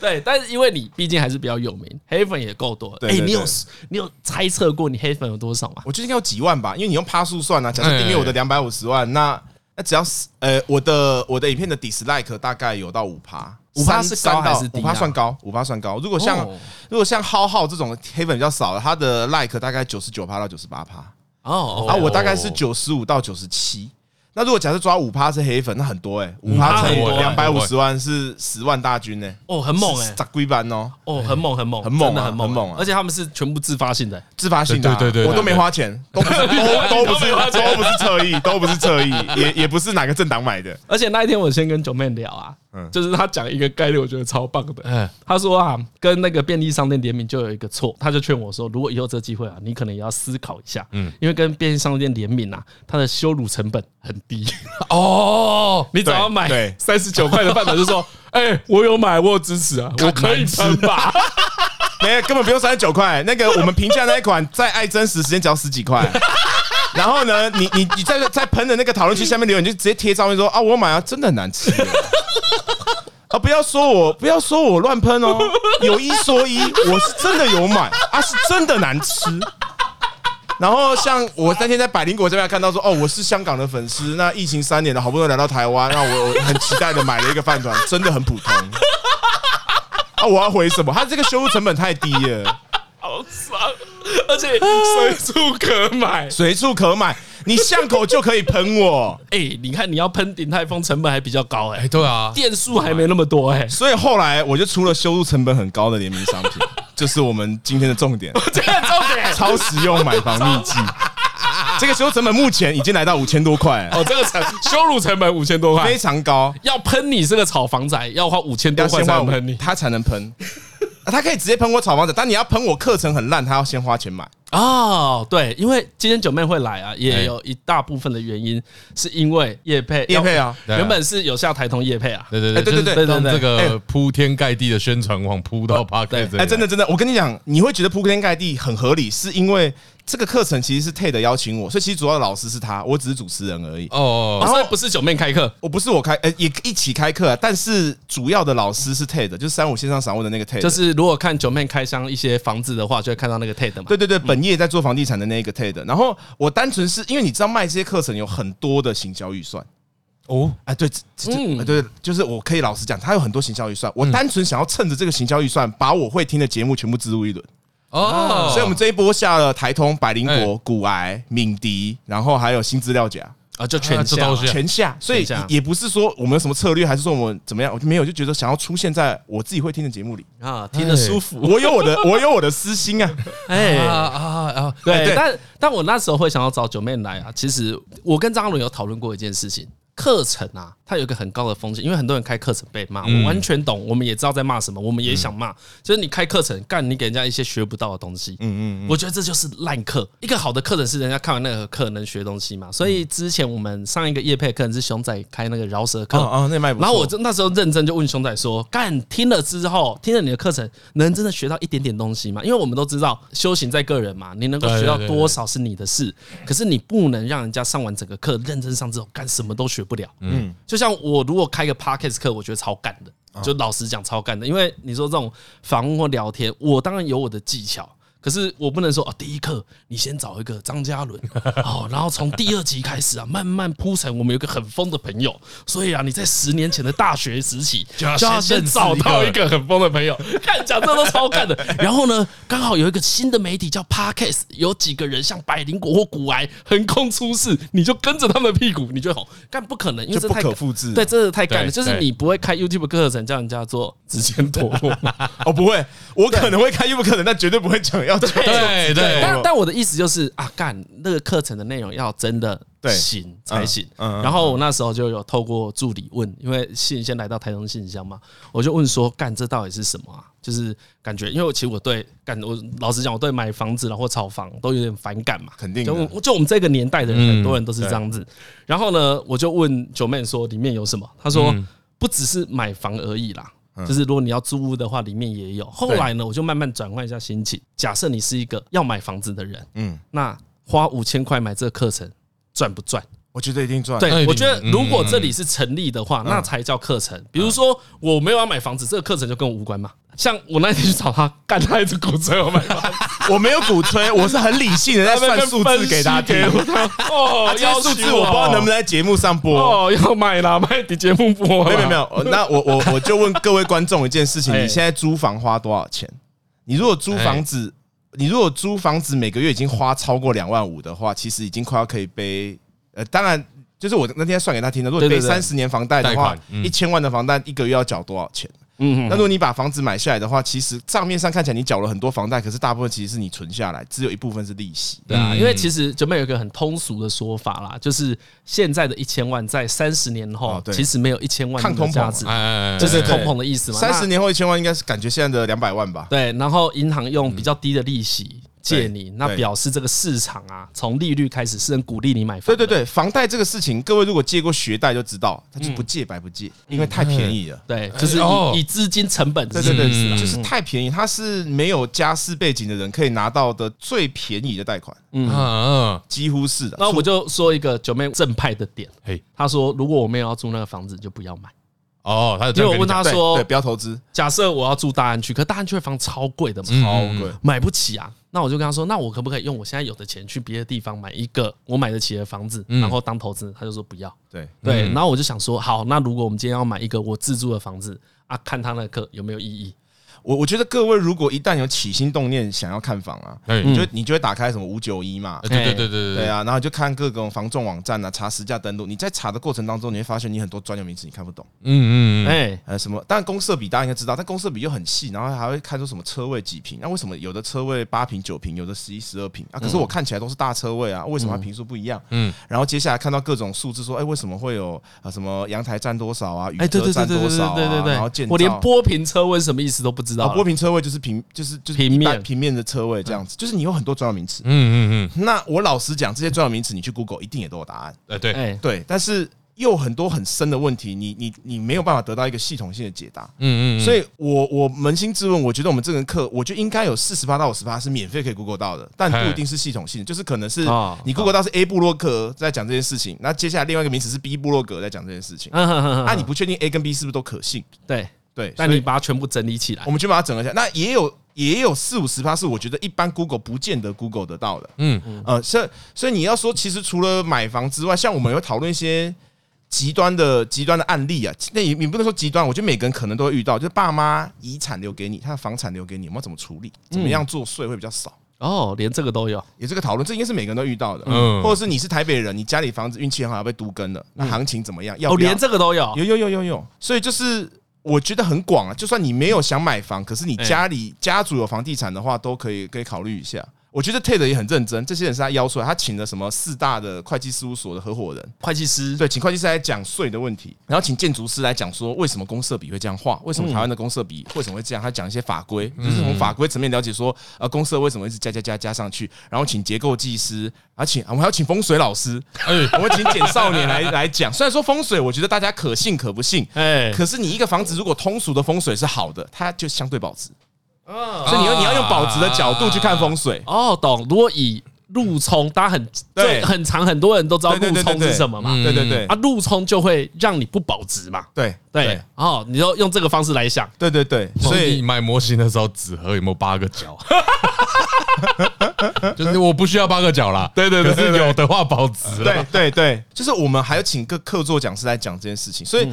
A: 对，但是因为你毕竟还是比较有名，黑粉也够多。
C: 对
A: 哎、
C: 对
A: 你有
C: 对
A: 你有猜测过你黑粉有多少吗？
C: 我觉得应该有几万吧，因为你用趴数算啊，假设
A: 哎
C: 订阅我的两百五十万，那那只要是呃我的我的影片的 dislike 大概有到五趴。
A: 5%是高还是低啊
C: 五趴算高，五趴算高。如果像、
A: 哦
C: 如果像浩浩这种黑粉比较少的，他的 like 大概九十九趴到九十八趴，
A: 哦
C: 啊，我大概是九十五到九十七。那如果假设抓五趴是黑粉，那很多哎、欸，五趴乘以
A: 嗯很多
C: 两
B: 欸
C: 百五十万是十万大军呢、欸，
A: 哦，很猛哎、
C: 咋龟班哦，
A: 哦，很猛，很猛，
C: 很猛啊
A: 真的很猛，
C: 很猛啊
A: 而且他们是全部自发性的、
C: 自发性的、啊，
B: 对对对对
C: 我都没花钱，都 不是都都不是
A: 都没花钱
C: 都不是侧翼，都不是侧翼，也也不是哪个政党买的，
A: 而且那一天我先跟九妹聊啊，
C: 嗯
A: 就是他讲一个概率，我觉得超棒的。
B: 嗯
A: 他说啊，跟那个便利商店联名就有一个错，他就劝我说，如果以后这机会啊，你可能也要思考一下，嗯，因为跟便利商店联名啊，它的羞辱成本很低。
B: 哦，
A: 你只要买
C: 对
A: 三十九块的饭团，就 说，哎，我有买，我有支持啊，我可以撑吧。
C: 啊没根本不用三十九块。那个我们评价那一款在爱真实时间只要十几块。然后呢，你你你在在喷的那个讨论区下面留言，你就直接贴照片说啊，我买啊，真的很难吃。啊！不要说我，不要说我乱喷哦，有一说一，我是真的有买啊，是真的难吃。然后像我那天在百灵果这边看到说，哦，我是香港的粉丝，那疫情三年了，好不容易来到台湾，那我我很期待的买了一个饭团，真的很普通。啊，我要回什么？他这个修复成本太低了，
A: 好爽，而且随处可买。
C: 随处可买，你巷口就可以喷我。
A: 哎，你看你要喷鼎泰丰，成本还比较高哎、
B: 哎，对啊，
A: 店数还没那么多哎、
C: 所以后来我就出了修复成本很高的联名商品，就是我们今天的重点
A: 这个重点。
C: 超实用买 房秘籍。这个修复成本目前已经来到五千多块，
A: 哦，这个成羞辱成本五千多块
C: 非，常高，
A: 要喷你这个炒房仔，要花五千多
C: 要
A: 块
C: 先
A: 才
C: 花
A: 能喷你
C: 他才能喷。啊他可以直接喷我炒房子，但你要喷我课程很烂，他要先花钱买。
A: 哦。对，因为今天九妹会来啊，
B: 哎
A: 也有一大部分的原因是因为叶佩
C: 叶配，啊，
A: 要原本是有下台通叶佩啊，
B: 对对
C: 哎
B: 对
C: 对
B: 就是
C: 对
A: 对对
B: 让
A: 对
B: 这个
C: 哎
B: 铺天盖地的宣传网铺到 p a r k
C: 哎、真的真的，我跟你讲，你会觉得铺天盖地很合理，是因为这个课程其实是 TED 邀请我，所以其实主要的老师是他，我只是主持人而已。
A: 哦
B: 哦，
A: 所以不是九妹开课
C: 我不是我开，呃、也一起开课、啊，但是主要的老师是 TED，就是三五线上散文的那个 TED，
A: 就是如果看九妹开箱一些房子的话，就会看到那个 TED 嘛。
C: 对对对，本业在做房地产的那一个 TED。然后我单纯是因为你知道卖这些课程有很多的行销预算。
B: 哦，
C: 哎，对，这这
A: 嗯
C: 哎对，就是我可以老实讲，他有很多行销预算。我单纯想要趁着这个行销预算，把我会听的节目全部植入一轮。
A: 啊
B: 哦，
C: 所以我们这一波下了台通、百灵
B: 哎
C: 国、古癌、敏迪，然后还有新资料夹。
A: 啊，就全
B: 啊这
A: 下
B: 都
A: 嘛
B: 是对啊
C: 全下，所以
A: 全下
C: 也不是说我们有什么策略，还是说我们怎么样，我就没有，就觉得想要出现在我自己会听的节目里。哎
A: 啊，听得舒服。
C: 我有我的，我有我的私心啊。
A: 哎
B: 啊啊啊，
A: 对，
C: 对
A: 但但我那时候会想要找九妹来啊，其实我跟张伦有讨论过一件事情。课程啊，它有一个很高的风险，因为很多人开课程被骂，我完全懂，我们也知道在骂什么，我们也想骂。就是你开课程，干你给人家一些学不到的东西，嗯嗯，我觉得这就是烂课。一个好的课程是人家看完那个课能学东西嘛。所以之前我们上一个叶配课程是熊仔开那个饶舌课，
C: 哦哦，那卖不错。
A: 然后我就那时候认真就问熊仔说：“干，听了之后，听了你的课程，能真的学到一点点东西吗？因为我们都知道修行在个人嘛，你能够
B: 对对
A: 学到
B: 对对
A: 多少是你的事，可是你不能让人家上完整个课，认真上之后干什么都学不了。嗯，就像我如果开个 podcast 课，我觉得超干的，
B: 啊
A: 就老实讲超干的，因为你说这种访问或聊天，我当然有我的技巧。”可是我不能说啊，第一课你先找一个张嘉 伦，哦，然后从第二集开始啊，慢慢铺陈。我们有一个很疯的朋友，所以啊，你在十年前的大学时期
B: 就要
A: 就要
B: 先
A: 先
B: 认识
A: 找
B: 一个
A: 到一个很疯的朋友，看讲这都超干的。然后呢，刚好有一个新的媒体叫 Parkes，有几个人像百灵果或古癌横空出世，你就跟着他们的屁股，你就红。干不可能，因为
C: 就
A: 这
C: 不
A: 太
C: 可复制
A: 对，真的太干了。
B: 对
A: 就是
B: 对
A: 你不会开 YouTube 课程叫人家做直线脱落。
C: 哦，不会，我可能会开 U 不可能，但绝对不会讲要讲。
B: 对对，
A: 但但我的意思就是啊，干那个课程的内容要真的
C: 对
A: 行才行。
C: 嗯嗯
A: 然后我那时候就有透过助理问，因为信先来到台中信箱嘛，我就问说，干这到底是什么啊？就是感觉，因为我其实我对干，我老实讲，我对买房子然后炒房都有点反感嘛，
C: 肯定的
A: 就我就我们这个年代的
C: 嗯
A: 人，很多人都是这样子。然后呢，我就问九妹说里面有什么，她说
C: 嗯
A: 不只是买房而已啦。就是如果你要租屋的话，里面也有。后来呢，我就慢慢转换一下心情。假设你是一个要买房子的人，
C: 嗯，
A: 那花五千块买这个课程赚不赚？
C: 我觉得啊一定嗯赚。
B: 哎
A: 对，
B: 你
A: 我觉得如果这里是成立的话，
C: 嗯
A: 那才叫课程。比如说我没有要买房子，这个课程就跟我无关嘛。像我那天去找他，干他一直鼓吹我买房子，
C: 我没有鼓吹，我是很理性的在算数字给 大家听。
A: 哦
C: 啊，这些数字我不知道能不能在节目上播。
A: 哦要买啦，买你节目播啦，
C: 没有没有没 有，那我我我就问各位观众一件事情：
A: 哎
C: 你现在租房花多少钱？你如果租房子你如果租房子每个月已经花超过两万五的话，其实已经快要可以背。呃，当然，就是我那天算给他听的，如果
A: 对
C: 背
A: 对对
C: 三十年房贷的
B: 贷
C: 话
B: 款，嗯
C: 一千万的房贷一个月要缴多少钱？
A: 嗯，
C: 那如果你把房子买下来的话，其实账面上看起来你缴了很多房贷，可是大部分其实是你存下来，只有一部分是利息。
A: 对啊，
B: 嗯
A: 因为其实九妹有一个很通俗的说法啦，就是现在的一千万在三十年后
C: 哦，对
A: 其实没有一千万
C: 抗
A: 的
C: 通膨
A: 价
C: 嘛
A: 值，
B: 哎，
A: 就是
C: 对
A: 通
C: 对
A: 膨的意思嘛。
C: 三
A: 那
C: 十年后一千万应该是感觉现在的两百万吧？
A: 对，然后银行用比较低的利息借你，那
C: 嗯对
A: 表示这个市场啊，从利率开始是很鼓励你买房。
C: 对对，对，房贷这个事情，各位如果借过学贷就知道，他就不借白不借，因为太便宜了。
A: 对，就是以、
B: 哦
A: 以资金成本
C: 对
A: 是
C: 对
B: 嗯
C: 对，就是太便宜，它是没有家世背景的人可以拿到的最便宜的贷款，
B: 嗯嗯，
C: 几乎是的。
A: 那我就说一个九妹正派的点，
B: 嘿，
A: 她说如果我没有要住那个房子，你就不要买。
B: 哦，他有这
A: 因为
B: 样
A: 我
B: 跟你
A: 问她
B: 讲
C: 对
A: 说
C: 对，，不要投资，
A: 假设我要住大安区，可大安区的房超贵的嘛，
C: 超
B: 嗯
C: 贵。
A: 买不起啊。那我就跟她说，那我可不可以用我现在有的钱去别的地方买一个我买得起的房子，
B: 嗯
A: 然后当投资？她就说不要。
C: 对，
A: 对，
B: 嗯
A: 然后我就想说，好，那如果我们今天要买一个我自住的房子啊，看他那个有没有意义？
C: 我我觉得各位如果一旦有起心动念想要看房啊，
B: 哎，
C: 你
B: 对
C: 就你就会打开什么五九一嘛。
B: 哎对对对对
C: 对，啊，然后就看各种房仲网站啊，查实价登录。你在查的过程当中，你会发现你很多专有名词你看不懂，
B: 嗯嗯嗯，
A: 哎，
C: 呃，什么？但公社比大家应该知道，但公社比又很细，然后还会看出什么车位几平。那为什么有的车位八平九平，有的十一十二平啊？可
A: 嗯
C: 是我看起来都是大车位啊，为什么它平数不一样？
B: 嗯
C: 嗯，然后接下来看到各种数字，说，哎，为什么会有啊什么阳台占多少啊，雨
A: 哎，对
C: 遮
A: 对对
C: 占
A: 对
C: 多
A: 对
C: 少
A: 对
C: 啊，
A: 对对对，
C: 然后建
A: 我连
C: 造
A: 波平车位是什么意思都不知道
C: 啊
A: 了。
C: 波平车位就是平就是就是
A: 平面嗯
C: 一般平面的车位这样子，就是你有很多专有名词。
B: 嗯嗯嗯，
C: 那我老实讲，这些专有名词你去 Google 一定也都有答案。
B: 哎对，
A: 哎，
C: 对，但是又有很多很深的问题，你你你没有办法得到一个系统性的解答。
B: 嗯嗯，
C: 所
B: 以
C: 以我我扪心自问，我觉得我们这门课，我就应该有四十八到五十八是免费可以 Google 到的，但不一定是系统性的，就是可能是
A: 啊
C: 你 Google 到是 A 部落格在讲这件事情，那接下来另外一个名词是 B 部落格在讲这件事情，
A: 嗯哼哼哼，
C: 那啊你不确定 A 跟 B 是不是都可信？
A: 对，
C: 对，
A: 但
C: 所以
A: 你把它全部整理起来
C: 我。们去把它整合一下。那也有也有四五十趴是我觉得一般 Google 不见得 Google 得到的。
B: 嗯
C: 呃，所以所以你要说，其实除了买房之外，像我们有讨论一些极端的极端的案例啊，那也你不能说极端，我觉得每个人可能都会遇到，就是爸妈遗产留给你，他的房产留给你，我们要怎么处理，怎么样做税会比较少。
A: 哦，连这个都有。
C: 有这个讨论，这应该是每个人都遇到的，
B: 嗯
C: 嗯，或者是你是台北人，你家里房子运气很好被独根了，那行情怎么样？要
A: 哦，
C: 不要
A: 连这个都有。
C: 有有有有有，所以就是我觉得很广啊，就算你没有想买房，可是你家里、家族有房地产的话，都可以可以考虑一下。我觉得 Ted 也很认真，这些人是他邀出来，他请了什么四大的会计事务所的合伙人，
A: 会计师，
C: 对，请会计师来讲税的问题，然后请建筑师来讲说为什么公社比会这样画，为
A: 嗯
C: 什么台湾的公社比为什么会这样，他讲一些法规，就是从法规层面了解说，呃，公社为什么一直加加加加上去，然后请结构技师，而请我们还要请风水老师，
B: 哎
C: 我们请简少年来来讲。虽然说风水，我觉得大家可信可不信，
A: 哎，
C: 可是你一个房子如果通俗的风水是好的，它就相对保值。
A: 哦
C: 所以你要你要用保值的角度去看风水。
A: 哦，懂。如果以路冲，大家很
C: 对
A: 最很长，很多人都知道
C: 对对
A: 路
C: 对对
A: 冲
C: 对
A: 是什么嘛
B: 嗯。
C: 对对对
A: 啊，路冲就会让你不保值嘛。
C: 对
A: 对，哦，你就用这个方式来想。
C: 对对对，所
B: 所以
C: 以
B: 买模型的时候，纸盒有没有八个角？ 就是我不需要八个角啦，对对对，是有的话保值了。
C: 对对对，就是我们还要请个客座讲师来讲这件事情，所以。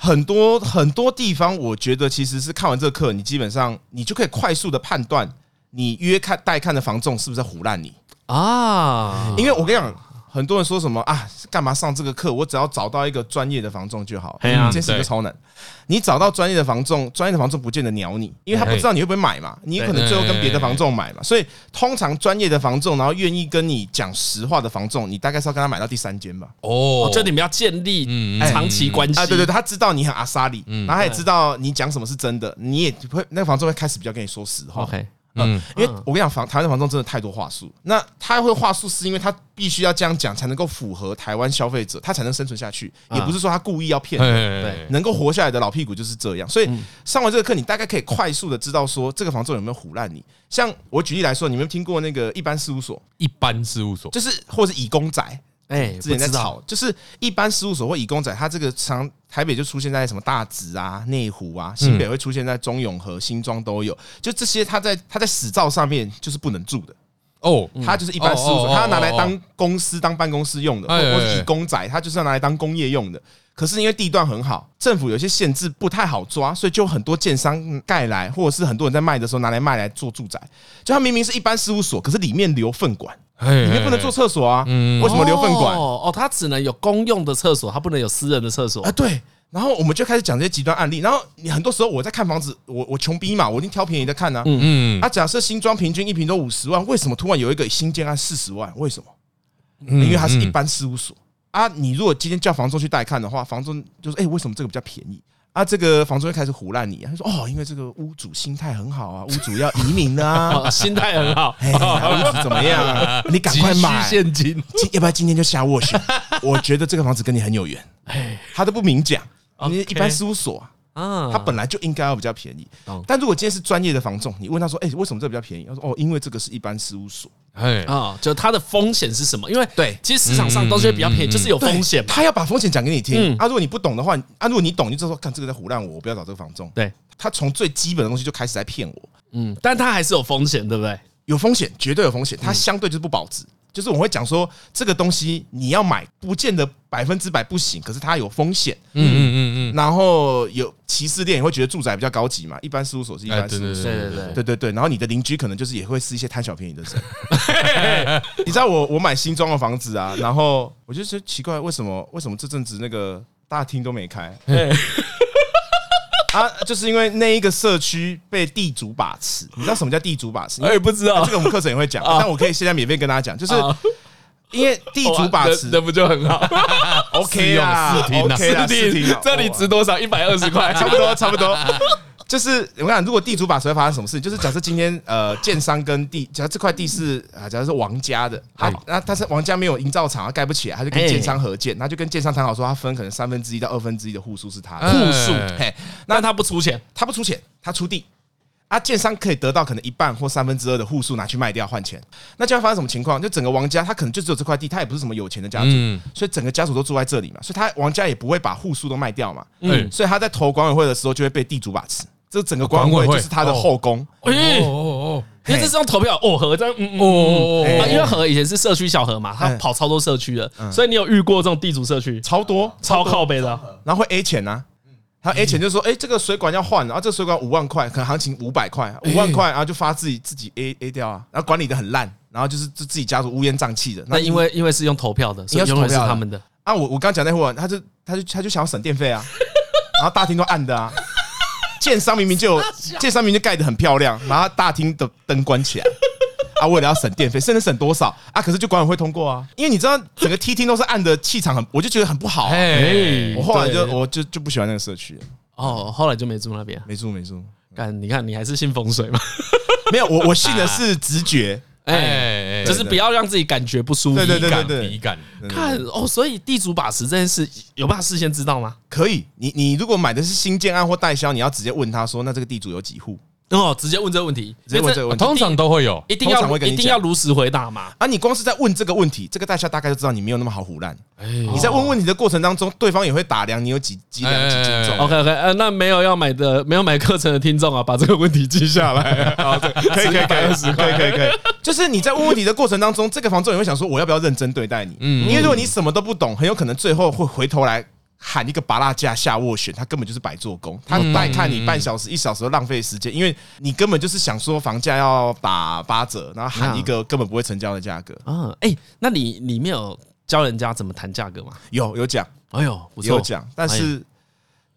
C: 很多很多地方，我觉得其实是看完这个课，你基本上你就可以快速的判断你约看带看的房仲是不是在唬烂你。
A: 啊，
C: 因为我跟你讲，很多人说什么啊，干嘛上这个课？我只要找到一个专业的房仲就好。
A: 嘿啊
C: 嗯这件事情就超难。你找到专业的房仲，专业的房仲不见得鸟你，因为他不知道你会不会买嘛，你有可能最后跟别的房仲买嘛。所以通常专业的房仲，然后愿意跟你讲实话的房仲，你大概是要跟他买到第三间吧。
B: 哦嗯
A: 哦，哎就你们要建立长期关系
C: 嗯啊，对对，对，他知道你很阿莎里，然后他也知道你讲什么是真的，你也会那个房仲会开始比较跟你说实话。
A: ，OK，
B: 嗯，
C: 因为我跟你讲，房台湾的房仲真的太多话术。那他会话术，是因为他必须要这样讲，才能够符合台湾消费者，他才能生存下去。也不是说他故意要
B: 哎
C: 骗人，
B: 嗯对，嗯
C: 能够活下来的老屁股就是这样。所以上完这个课，你大概可以快速的知道说这个房仲有没有唬烂你。像我举例来说，你们有没有听过那个一般事务所，
B: 一般事务所
C: 就是或是以公仔，
A: 哎，
C: 之前在
A: 不知道
C: 炒，就是一般事务所或以公仔，它这个常台北就出现在什么大直啊、内湖啊，
B: 嗯
C: 新北会出现在中永和、新庄都有，就这些，它在它在死照上面就是不能住的。
B: 哦，
C: 它就是一般事务
B: 哦哦
C: 所，
B: 哦
C: 它拿来当公司、当办公室用的，或
B: 哎哎哎
C: 或者以公仔，它就是要拿来当工业用的。可是因为地段很好，政府有些限制不太好抓，所以就很多建商盖来，或者是很多人在卖的时候拿来卖来做住宅。就它明明是一般事务所，可是里面留粪管，里
B: 里
C: 面不能做厕所啊，
B: 哎嗯
C: 为什么留粪管？
A: 哦，哦它只能有公用的厕所，它不能有私人的厕所
C: 啊，。对。然后我们就开始讲这些极端案例。然后你很多时候我在看房子，我我穷逼嘛，我一定挑便宜的看呢、啊。
B: 嗯
C: 啊，假设新庄平均一平都五十万，为什么突然有一个新建案四十万？为什么？
B: 嗯
C: 因为它是一般事务所啊。你如果今天叫房仲去带看的话，房仲就是哎、为什么这个比较便宜？啊，这个房仲会开始胡烂你、啊，他说哦，因为这个屋主心态很好啊，屋主要移民 啊，
A: 哦， 心态很好，
C: 哎，屋主怎么样啊？你赶快买，
B: 急需现 金，
C: 今要不要今天就下斡 旋？我觉得这个房子跟你很有缘，他都不明讲，你
A: 哎 OK
C: 一般事务所啊，
A: 啊，
C: 它本来就应该要比较便宜
A: 懂。
C: 但如果今天是专业的房仲，你问他说，哎，为什么这比较便宜？他说，哦，因为这个是一般事务所，
B: 哎，
A: 啊，就它的风险是什么？因为
C: 对
A: 其实市场上东西比较便宜，就是有风险嘛。
C: 他要把风险讲给你听
A: 嗯
C: 啊。如果你不懂的话，啊，如果你懂，你就说，看这个在胡乱我，我不要找这个房仲。
A: 对，
C: 他从最基本的东西就开始在骗我，
A: 嗯，但它还是有风险，对不对？
C: 有风险，绝对有风
A: 嗯
C: 险，它相对就是不保值。就是我会讲说，这个东西你要买，不见得百分之百不行，可是它有风险。
B: 嗯嗯嗯
C: 然后有歧视链，你会觉得住宅比较高级嘛？一般事务所是一
B: 嗯，哎，
C: 般
B: 对
C: 事务
B: 对
C: 所，
A: 对
B: 对
A: 对
C: 对对对。然后你的邻居可能就是也会是一些贪小便宜 的人。你知道我我买新装的房子啊，然后我就觉得奇怪，为什么为什么这阵子那个大厅都没 开？啊，就是因为那一个社区被地主把持。你知道什么叫地主把持？
B: 哎
C: 因为
A: 哎不知道
C: 这个我们课程也会讲，
B: 啊
C: 但我可以现在免费跟大家讲，就是因为地主把
B: 哦
C: 持
A: 那不就很 好？
C: ，OK 啦
B: 试听啊
C: ，OK 啦，试听啊
A: 这里值多少？一百二十块，
C: 差不多，差不多。就是我看，如果地主把持会发生什么事？就是假设今天呃，建商跟地，假如这块地是啊，假如是王家的，他那但是王家没有营造厂，他盖不起来，他就跟建商合建，他就跟建商谈好说，他分可能三分之一到二分之一的户数是他的，
B: 户数
C: 嘿，
A: 那他不出钱，
C: 他不出钱，他出地。啊，建商可以得到可能一半或三分之二的户数拿去卖掉换钱，那就会发生什么情况？就整个王家他可能就只有这块地，他也不是什么有钱的家族，
B: 嗯
C: 所以整个家族都住在这里嘛，所以他王家也不会把户数都卖掉嘛，
B: 嗯，
C: 所以他在投管委会的时候就会被地主把持。这整个管委
B: 管委
C: 会
B: 会
C: 就是他的后宫，
A: 哎
B: 哎，哦，哦
A: 因为这是用投票哦，和这样，嗯嗯
B: 哦哦
A: 啊，因为
B: 哦，
A: 和以前是社区小和嘛，他
C: 嗯
A: 跑超多社区的，所以你有遇过这种地主社区
C: 超多，
A: 超靠背的啊？
C: 然后会 A 钱呐、啊。他 A 钱就说：“哎、这个水管要换，然啊后这个水管五万块，可能行情五百块，五万块，然后就发自己自己 A A 掉啊，然后管理的很烂，然后就是自自己家族乌烟瘴气的。
A: 那因为因为是用投票的，所以永远是他们的。
C: 啊，我我刚讲那会儿，他就他就他就想要省电费啊，然后大厅都暗的啊，建商明明就有建商明明就盖得很漂亮，然后大厅的灯关起来。啊，为了要省电费，甚至省多少啊？可是就管委会通过啊，因为你知道整个梯厅都是暗的，气场很，我就觉得很不好、啊。
B: 哎
C: 我，后来就
A: 对
C: 我就就不喜欢那个社区了，
A: 哦，后来就没住那边。
C: 没住没住，
A: 干，你看你还是信风水嘛？
C: 没有我我信的是直觉，
A: 哎，
B: 哎，
A: 就是不要让自己感觉不舒服。
C: 对对对
B: 感
C: 对对
B: 体感，
A: 看哦，所以地主把持这件事有办法事先知道吗？
C: 可以。你你如果买的是新建案或代销，你要直接问他说，那这个地主有几户？
A: 哦，直接问这个问题，
C: 直接问这个问题
B: 啊通常都会有，
A: 一定
C: 通常
A: 要
C: 会跟你
A: 一
C: 讲
A: 定要如实回答嘛。
C: 啊，你光是在问这个问题，这个代销大概就知道你没有那么好胡乱。你在问问题的过程当中，对方也会打量你有几几两几斤重。
A: OK OK，呃，那没有要买的没有买课程的听众啊，把这个问题记下来。
C: 可以可以可以，可以可以可以，就是你在问问题的过程当中，这个房仲也会想说，我要不要认真对待你？因为如果你什么都不懂，很有可能最后会回头来喊一个拔蜡架下斡旋，他根本就是白做工，他带看你半小时一小时都浪费时间，因为你根本就是想说房价要打八折，然后喊一个根本不会成交的价格。
A: 啊，哎，那你里面有教人家怎么谈价格吗？
C: 有有讲。
A: 哎呦，不
C: 也
A: 错，
C: 有
A: 哎
C: 讲，但是、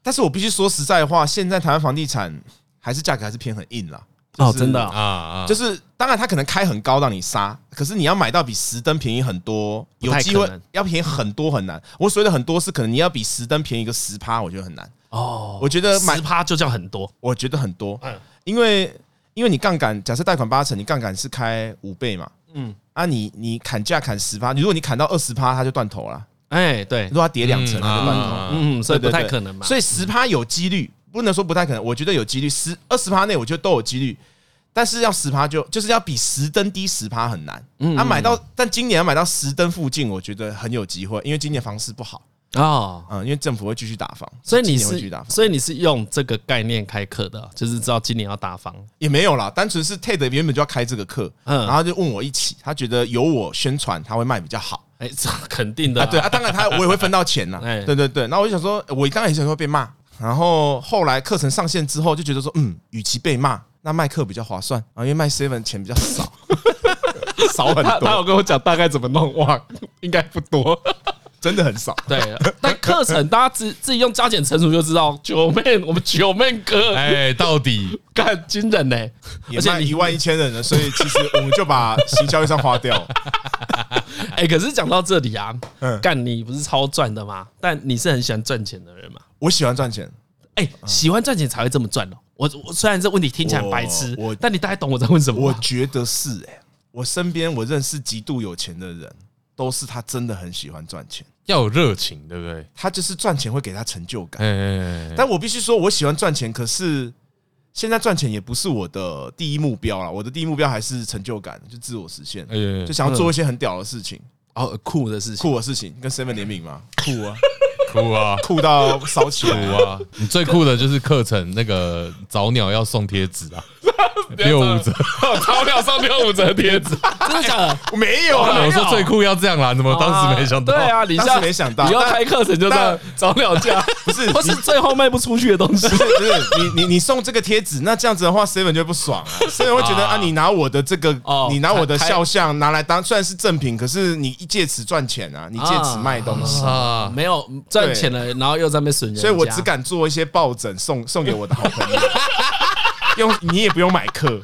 C: 但是我必须说实在话，现在台湾房地产还是价格还是偏很硬啦。
A: 哦，
C: 就是
A: 真的啊，
B: 啊啊，
C: 就是当然它可能开很高让你杀，可是你要买到比十灯便宜很多，
A: 不
C: 有
A: 太
C: 机会
A: 可能
C: 要便宜很多很难。我所谓的很多是可能你要比十灯便宜个十趴，我觉得很难。
A: 哦，
C: 我觉得呃买
A: 十趴就叫很多，
C: 我觉得很多
A: 嗯，
C: 因为因为你杠杆，假设贷款八成，你杠杆是开五倍嘛，
A: 嗯
C: 嗯，啊你你砍价砍十趴，如果你砍到二十趴，它就断头了；
A: 哎，对
C: 如，果它跌两成，
B: 嗯
C: 它就断头。
B: 啊
A: 嗯，所以不
C: 对对
A: 太
C: 对
A: 可能嘛。
C: 所以十趴有几率，不能说不太可能，我觉得有几率，十二十趴内我觉得都有几率，但是要十趴就就是要比十灯低十趴很难。啊，买到但今年要买到十灯附近，我觉得很有机会，因为今年房市不好。
A: 啊。
C: 嗯，因为政府会继续打房，
A: 所以你
C: 今年会
A: 是
C: 继续打，房
A: 所以你是用这个概念开课的啊，就是知道今年要打房
C: 也没有啦，单纯是 TED 原本就要开这个课，
A: 嗯
C: 然后他就问我一起，他觉得有我宣传他会卖比较好
A: 哎，这肯定的啊，
C: 啊，对啊，当然 他我也会分到钱呐
A: 哎，
C: 对对对，那我就想说，我当然也想说被骂，然后后来课程上线之后就觉得说，嗯，与其被骂，那卖课比较划算啊，因为卖 seven 钱比较少， 少很
A: 他他
C: 多，
A: 有跟我讲大概怎么弄，哇，应该不多。
C: 真的很少。
A: 对，但课程大家自自己用加减乘除就知道，九妹我们九妹哥
B: 哎，到底
A: 干惊人呢、
C: 也
A: 而且
C: 卖
A: 你
C: 一万一千人了，所以其实我们就把行销预算花掉。
A: 哎、可是讲到这里啊
C: 嗯，
A: 干你不是超赚的吗？但你是很喜欢赚钱的人嘛？
C: 我喜欢赚钱，
A: 哎、
C: 嗯
A: 喜欢赚钱才会这么赚哦。我我虽然这问题听起来很白痴
C: 我我，
A: 但你大概懂我在问什么
C: 我
A: 吧。
C: 觉得是哎、我身边我认识极度有钱的人，都是他真的很喜欢赚钱，
B: 要有热情，对不对？
C: 他就是赚钱会给他成就感。
B: 哎哎，哎哎
C: 但我必须说，我喜欢赚钱，可是现在赚钱也不是我的第一目标了。我的第一目标还是成就感，就自我实现，
B: 哎哎
C: 就想要做一些很屌的事情、
A: 哦，酷的事情，
C: 酷的事情，跟 Seven 联名嘛，酷啊，
B: 酷啊！
C: 酷到烧起来
B: 酷啊！你最酷的就是课程那个早鸟要送贴纸啊，六五折。
A: 钞票上六五折贴纸，真的假 的？
C: 没有
B: 我
C: 啦，
B: 说最酷要这样啦，怎么当时没想到？
A: 对啊，你
C: 当时
A: 像
C: 没想到
A: 你要
C: 但
A: 开课程就这样找鸟价，
C: 不是
A: 或是最后卖不出去的东西
C: 不。是不是，你你你送这个贴纸，那这样子的话，Seven 就会不爽啊。Seven 会觉得
B: 啊
C: 啊，你拿我的这个
A: 哦，
C: 你拿我的
A: 开
C: 肖像拿来当虽然是赠品，可是你借此赚钱啊，你借此卖东西。
B: 啊，
A: 没有赚钱了，然后又在那边损人家，
C: 所以我只敢做一些抱枕送送给我的好 朋友，用你也不用买课，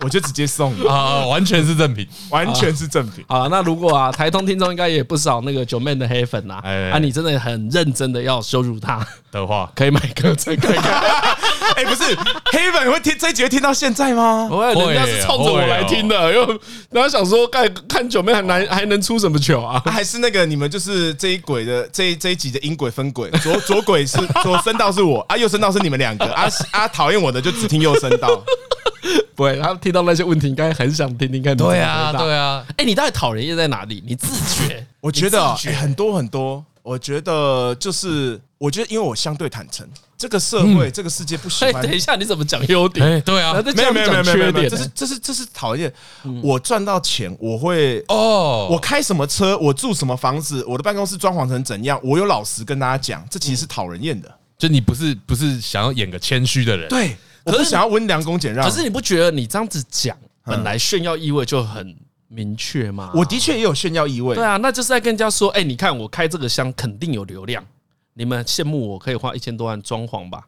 C: 我就直接送你，
B: 啊，完全是正品。
C: 完全是赠品。
A: 好，那如果啊，台通听众应该也不少那个九妹的黑粉呐、啊，
B: 哎
A: 啊，你真的很认真的要羞辱他，
B: 的话，
A: 可以买课程看 看。
C: 哎，不是黑粉会听这一集会听到现在吗？
A: 我人家是冲着我来听的，又然后想说看看九妹很难还能出什么糗啊？
C: 啊还是那个你们就是这一轨的这一这一集的音轨分轨，左左轨是左声道是我啊，右声道是你们两个啊是啊，讨厌我的就只听右声道。
A: 不会，他听到那些问题，应该很想听听看。
B: 对啊，对
A: 啊。
B: 啊，
A: 哎，你到底讨人厌在哪里？你自觉？
C: 我觉得、
A: 你自
C: 欸
A: 觉
C: 很多很多，我觉得就是我觉得因为我相对坦诚，这个社会、这个世界不喜
A: 哎，
C: 欢
A: 等一下，你怎么讲优点？
B: 哎，对啊
A: 然后，再
C: 没有没有没有
A: 讲
C: 没有
A: 缺
C: 没
A: 点欸
C: 有
A: 嗯
C: 这是这是这是讨厌。我赚到钱，我会。
B: 哦，
C: 我开什么车，我住什么房子，我的办公室装潢成怎样，我有老实跟大家讲，这其实是
A: 嗯
C: 讨人厌的。
B: 就你不是不是想要演个谦虚的人，
C: 对，我不想要温良恭俭让。
A: 可是你不觉得你这样子讲，本来炫耀意味就很明确吗？
C: 嗯我的确也有炫耀意味
A: 对，啊，那就是在跟人家说，哎、你看我开这个箱肯定有流量，你们羡慕我可以花一千多万装潢吧？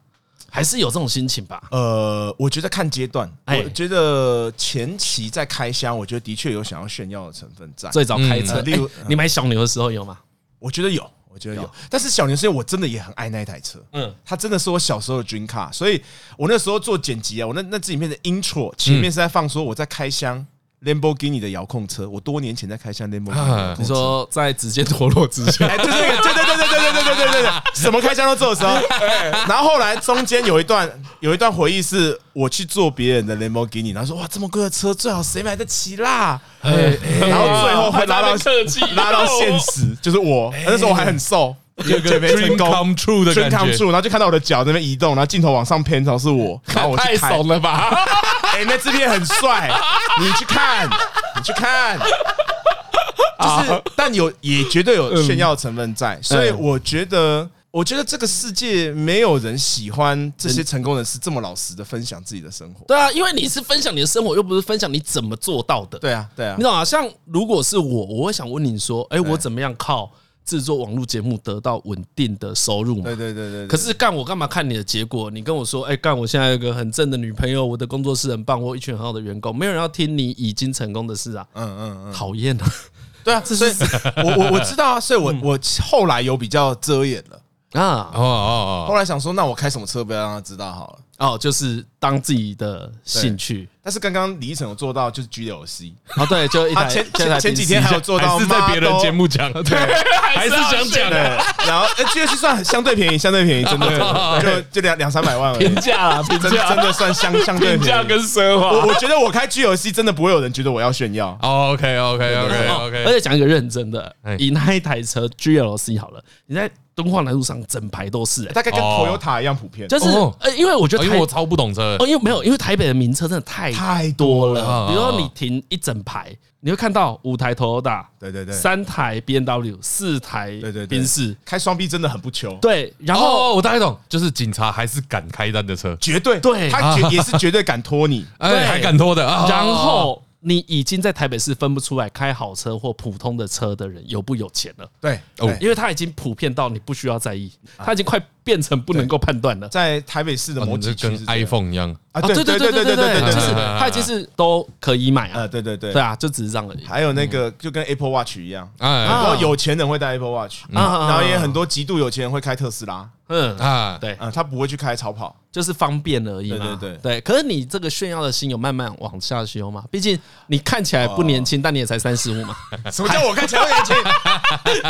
A: 还是有这种心情吧？
C: 呃，我觉得看阶段，
A: 哎
C: 我觉得前期在开箱，我觉得的确有想要炫耀的成分在。
A: 最早开车，
C: 嗯例如
A: 哎你买小牛的时候有吗？
C: 我觉得有，我觉得有。但是小牛是因为我真的也很爱那一台车，嗯，它真的是我小时候的 dream car，所以我那时候做剪辑啊，我那那支影片的 intro 前面是在放说我在开箱 Lamborghini 的遥控车，我多年前在开箱 Lamborghini 的遥控车
A: 嗯你说在直接脱落之前，
C: 哎，对对对对对对对对对对对对，什么开箱都做的时候，然后后来中间有一段有一段回忆是我去坐别人的 Lamborghini，然后说哇这么贵的车最好谁买得起啦，
B: 哎
C: 哎然后最后会拉到拉到现实，就是我那时候我还很瘦，
B: 有个
C: 减肥成
B: dream come
C: 功。
B: true 的
C: dream
B: 感
C: come
B: 觉，
C: true，然后就看到我的脚在那边移动，然后镜头往上偏，然后是我，然后我去
A: 太
C: 开，
A: 怂了吧？
C: 哎，那支片很帅，你去看，你去看。就是，但有也绝对有炫耀成分在，所以我觉得，我觉得这个世界没有人喜欢这些成功人士这么老实的分享自己的生活。
A: 对啊，因为你是分享你的生活，又不是分享你怎么做到的。
C: 对啊，对啊
A: 你，懂啊？像如果是我，我会想问你说，哎、我怎么样靠制作网络节目得到稳定的收入嘛？
C: 对对对对。对
A: 可是干我干嘛看你的结果？你跟我说，哎、干我现在有个很正的女朋友，我的工作室很棒，我有一群很好的员工，没有人要听你已经成功的事啊，
C: 嗯嗯嗯，
A: 讨厌啊！
C: 对啊，所以我我我知道啊，所以我我后来有比较遮掩了。
A: 啊
B: 哦哦
C: 后来想说，那我开什么车不要让他知道好了。
A: 哦，就是当自己的兴趣。
C: 但是刚刚李依晨有做到，就是 GLC，
A: 哦，对，就一
C: 他
A: 台
C: 前
A: 就一台
C: 前前几天还有
A: PC
C: 做到，
B: 还是在别人节目讲，对，还是想
C: 对，
B: 讲
C: 然后哎 GLC 算相对便宜，相对便宜，真的真的就就两两三百万而 已，
A: 评价啦，评
C: 真
A: 价
C: 真的算相相对
D: 评价
C: 便宜。
D: 跟奢
C: 我
D: 华，
C: 我觉得我开 GLC 真的不会有人觉得我要炫耀，
B: ，OK OK OK
A: 哦
B: OK，
A: 而且讲一个认真的
B: 哎，
A: 以那一台车 GLC 好了，你在敦化南路上整排都是、欸，
C: 大概跟
B: 哦
C: Toyota 一样普遍。
A: 就是
B: 哦
A: 呃，因为我觉得
B: 因
A: 台
B: 为我超不懂车
A: 哦，因为没有，因为台北的名车真的太
C: 太
A: 多
C: 多
A: 了。
B: 了
A: 比如说你停一整排，你会看到五台 Toyota，
C: 对对对
A: 三台 B N W，四台
C: 对对对
A: 宾士，
C: 开双臂真的很不求，
A: 对，然后
B: 哦，我大概懂，就是警察还是敢开单的车，
C: 绝对
A: 对
C: 他绝也是绝对敢拖你。
A: 对
B: 哎，还敢拖的啊。
A: 然后你已经在台北市分不出来开好车或普通的车的人有不有钱了，
C: 对，
B: 哦
C: 对
A: 因为他已经普遍到你不需要在意，他已经快变成不能够判断了。
C: 在台北市的
B: 哦
C: 某
B: 你这
C: 几区
B: 跟
C: 是这样
B: iPhone 一样，
A: 啊
C: 啊，对对对对对对对，
A: 就
C: 就是是
A: 他已经是都可以买啊
C: 呃，，对对对
A: 对，啊，就只是这样而已。
C: 还有那个就跟 Apple Watch 一样，
A: 啊
B: 哎
C: 然后有钱人会戴 Apple Watch，
A: 啊
C: 然后也很多极度有钱人会开特斯拉，
A: 嗯
B: 啊，
A: 对，
C: 嗯，他不会去开超跑。
A: 就是方便而已嘛。
C: 对对对
A: 可是你这个炫耀的心有慢慢往下修嘛？毕竟你看起来不年轻，但你也才三十五 嘛，
C: 什么叫我开前面钱？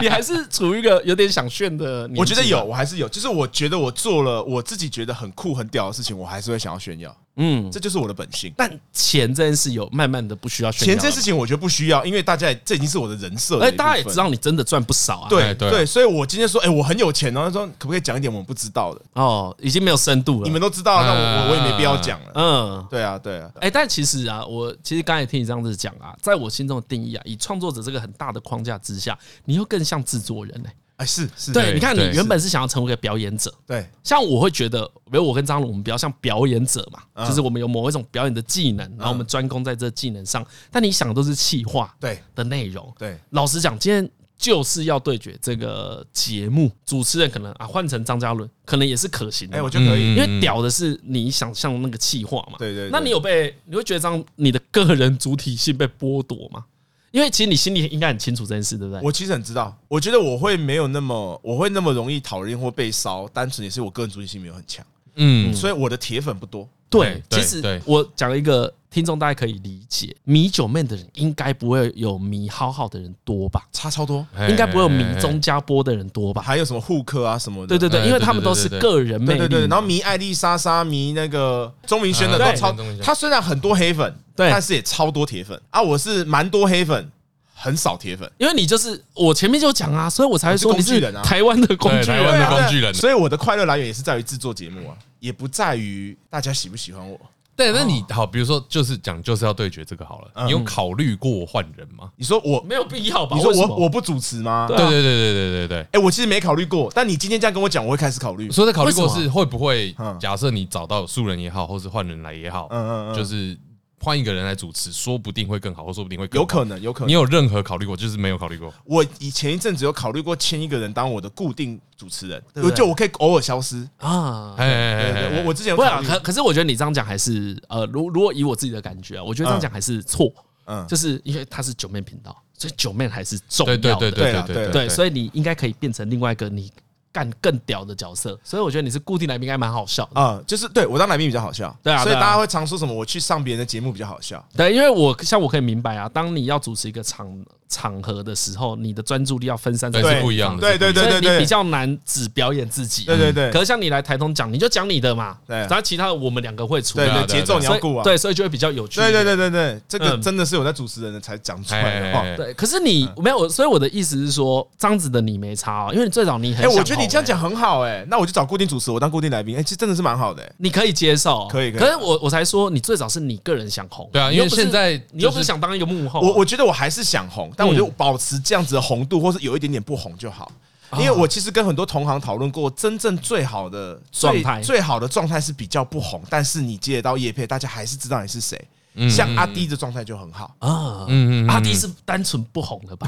A: 你还是处于一个有点想炫的年纪吧。
C: 我觉得有，我还是有，就是我觉得我做了我自己觉得很酷很屌的事情，我还是会想要炫耀，
A: 嗯，
C: 这就是我的本性。
A: 但钱这件事有慢慢的不需要炫耀
C: 钱
A: 了。
C: 这件事情我觉得不需要，因为大家也这已经是我的人设了。
A: 而且大家也知道你真的赚不少啊。
C: 对
B: 哎对啊
C: 对，所以我今天说，哎、我很有钱，然后他说可不可以讲一点我们不知道的？
A: 哦，已经没有深度了。
C: 你们都知道，那我我我也没必要讲了。
A: 嗯。
C: 对啊，对啊，
A: 哎、但其实啊，我其实刚才听你这样子讲啊，在我心中的定义啊，以创作者这个很大的框架之下，你又更像制作人嘞、欸
C: 哎，是是，
A: 对，你看，你
B: 对
A: 原本是想要成为一个表演者，
C: 对
A: 像我会觉得，比如我跟张鲁，我们比较像表演者嘛，
C: 嗯
A: 就是我们有某一种表演的技能，然后我们专攻在这技能上。但你想的都是气话
C: 对
A: 的内容。
C: 对，
A: 老实讲，今天就是要对决这个节目，主持人可能啊换成张嘉伦，可能也是可行的嘛。
C: 哎，我觉得可以。
A: 因
B: 嗯
A: 为屌的是你想象那个气话嘛。
C: 对对对
A: 那你有被你会觉得这样你的个人主体性被剥夺吗？因为其实你心里应该很清楚这件事，对不对？
C: 我其实很知道，我觉得我会没有那么，我会那么容易讨厌或被烧，单纯也是我个人主体性没有很强，
B: 嗯，
C: 所以我的铁粉不多。
A: 对，
B: 对
A: 其实
B: 对
A: 我讲一个听众大家可以理解，迷九妹的人应该不会有迷浩浩的人多吧？
C: 差超多，
A: 应该不会有迷
B: 中。
A: 钟家波的人多吧？
C: 还有什么护科啊什么的，
A: 对对对，
B: 哎
A: 因为他们都是个人魅
C: 哎对对
A: 力
C: 对，然
A: 嘛，
C: 后迷艾丽莎莎、迷那个钟明轩的
B: 啊
C: 都超
B: 对钟明，轩
C: 他虽然很多黑粉，
A: 对
C: 但是也超多铁粉啊，我是蛮多黑粉，很少铁粉。
A: 因为你就是我前面就讲啊，所以我才会说你
C: 你是工
A: 是
C: 具人啊
A: 台湾的工具
B: 对台湾
A: 人
B: 的
A: 啊。
B: 工具人
C: 所以我的快乐来源也是在于制作节目啊，也不在于大家喜不喜欢我。
B: 对，那
A: 哦
B: 你好，比如说就是讲就是要对决这个好
A: 嗯
B: 了，你有考虑过换人吗？
C: 你说我，
A: 没有必要吧？
C: 你说
A: 为什
C: 我
A: 么
C: 我不主持吗？
A: 对
B: 对
A: 啊
B: 对对对对对对
C: 哎，我其实没考虑过，但你今天这样跟我讲，我会开始考虑
B: 对。。所以在考虑过
A: 为什
B: 是会不会
C: 嗯，
B: 假设你找到素人也好，或是换人来也好，
C: 嗯嗯嗯
B: 就是换一个人来主持，说不定会更好，或说不定会更好
C: 有可能，有可
B: 你
C: 能。
B: 有任何考虑过？就是没有考虑过，
C: 我以前一阵子有考虑过签一个人当我的固定主持人，
A: 不对
C: 就我可以偶尔消失。
A: 啊？
B: 哎
C: 对对
B: 哎哎，
C: 对，我我之前有
A: 不
C: 考
A: 啊，
C: 虑
A: 可可是我觉得你这样讲还是呃，如如果以我自己的感觉啊，我觉得这样讲还是错，
C: 嗯，
A: 就是因为他是九妹频道，所以九妹还是重要
B: 对
A: 的。
B: 对对
C: 对
B: 对
C: 啊
B: 对
C: 对
A: 对，
B: 以
A: 所以你应该可以变成另外一个你干更屌的角色。所以我觉得你是固定来宾，应该蛮好笑的。
C: 啊、就是对我当来宾比较好笑，
A: 对啊
C: 所以
A: 对啊
C: 大家会常说什么我去上别人的节目比较好笑，
A: 对，因为我像我可以明白啊，当你要主持一个场场合的时候，你的专注力要分散在
B: 对
A: 各
C: 对，
B: 是不一样
C: 对
B: 的
C: 对
A: 所
C: 对
A: 以
C: 对
A: 你
C: 对，
A: 比较难只表演自己。
C: 对对对
A: 可是像你来台东讲，你就讲你的嘛，
C: 对
A: 然后其他的我们两个会出
C: 对
A: 来，
C: 对
B: 啊对啊
C: 节奏你
A: 所
C: 要
A: 以
C: 顾啊，
A: 对，所以就会比较有趣。
C: 对对。对对对，这个
A: 嗯
C: 真的是我在主持人的才讲出来的话。哎、
A: 对，可是你没有，所以我的意思是说，这样子的你没差哦，因为你最早你很想红，
C: 哎
A: 欸
C: 我觉得你这样讲很好哎、那我就找固定主持，我当固定来宾，哎、其实真的是蛮好的、哎
A: 你可以接受，
C: 可以可以
A: 可是我我才说，你最早是你个人想红，
B: 对啊，
A: 你
B: 因
A: 又
B: 为
A: 不是
B: 现在
A: 你又不
B: 就是
A: 想当一个幕后啊，
C: 我我觉得我还是想红，但我就保持这样子的红度，或是有一点点不红就好。因为我其实跟很多同行讨论过，真正最好的最
A: 状态
C: 最好的状态是比较不红，但是你接得到叶配，大家还是知道你是谁。像阿迪的状态就很好，
A: 啊，
B: 嗯嗯嗯
A: 阿弟是单纯 不红了吧？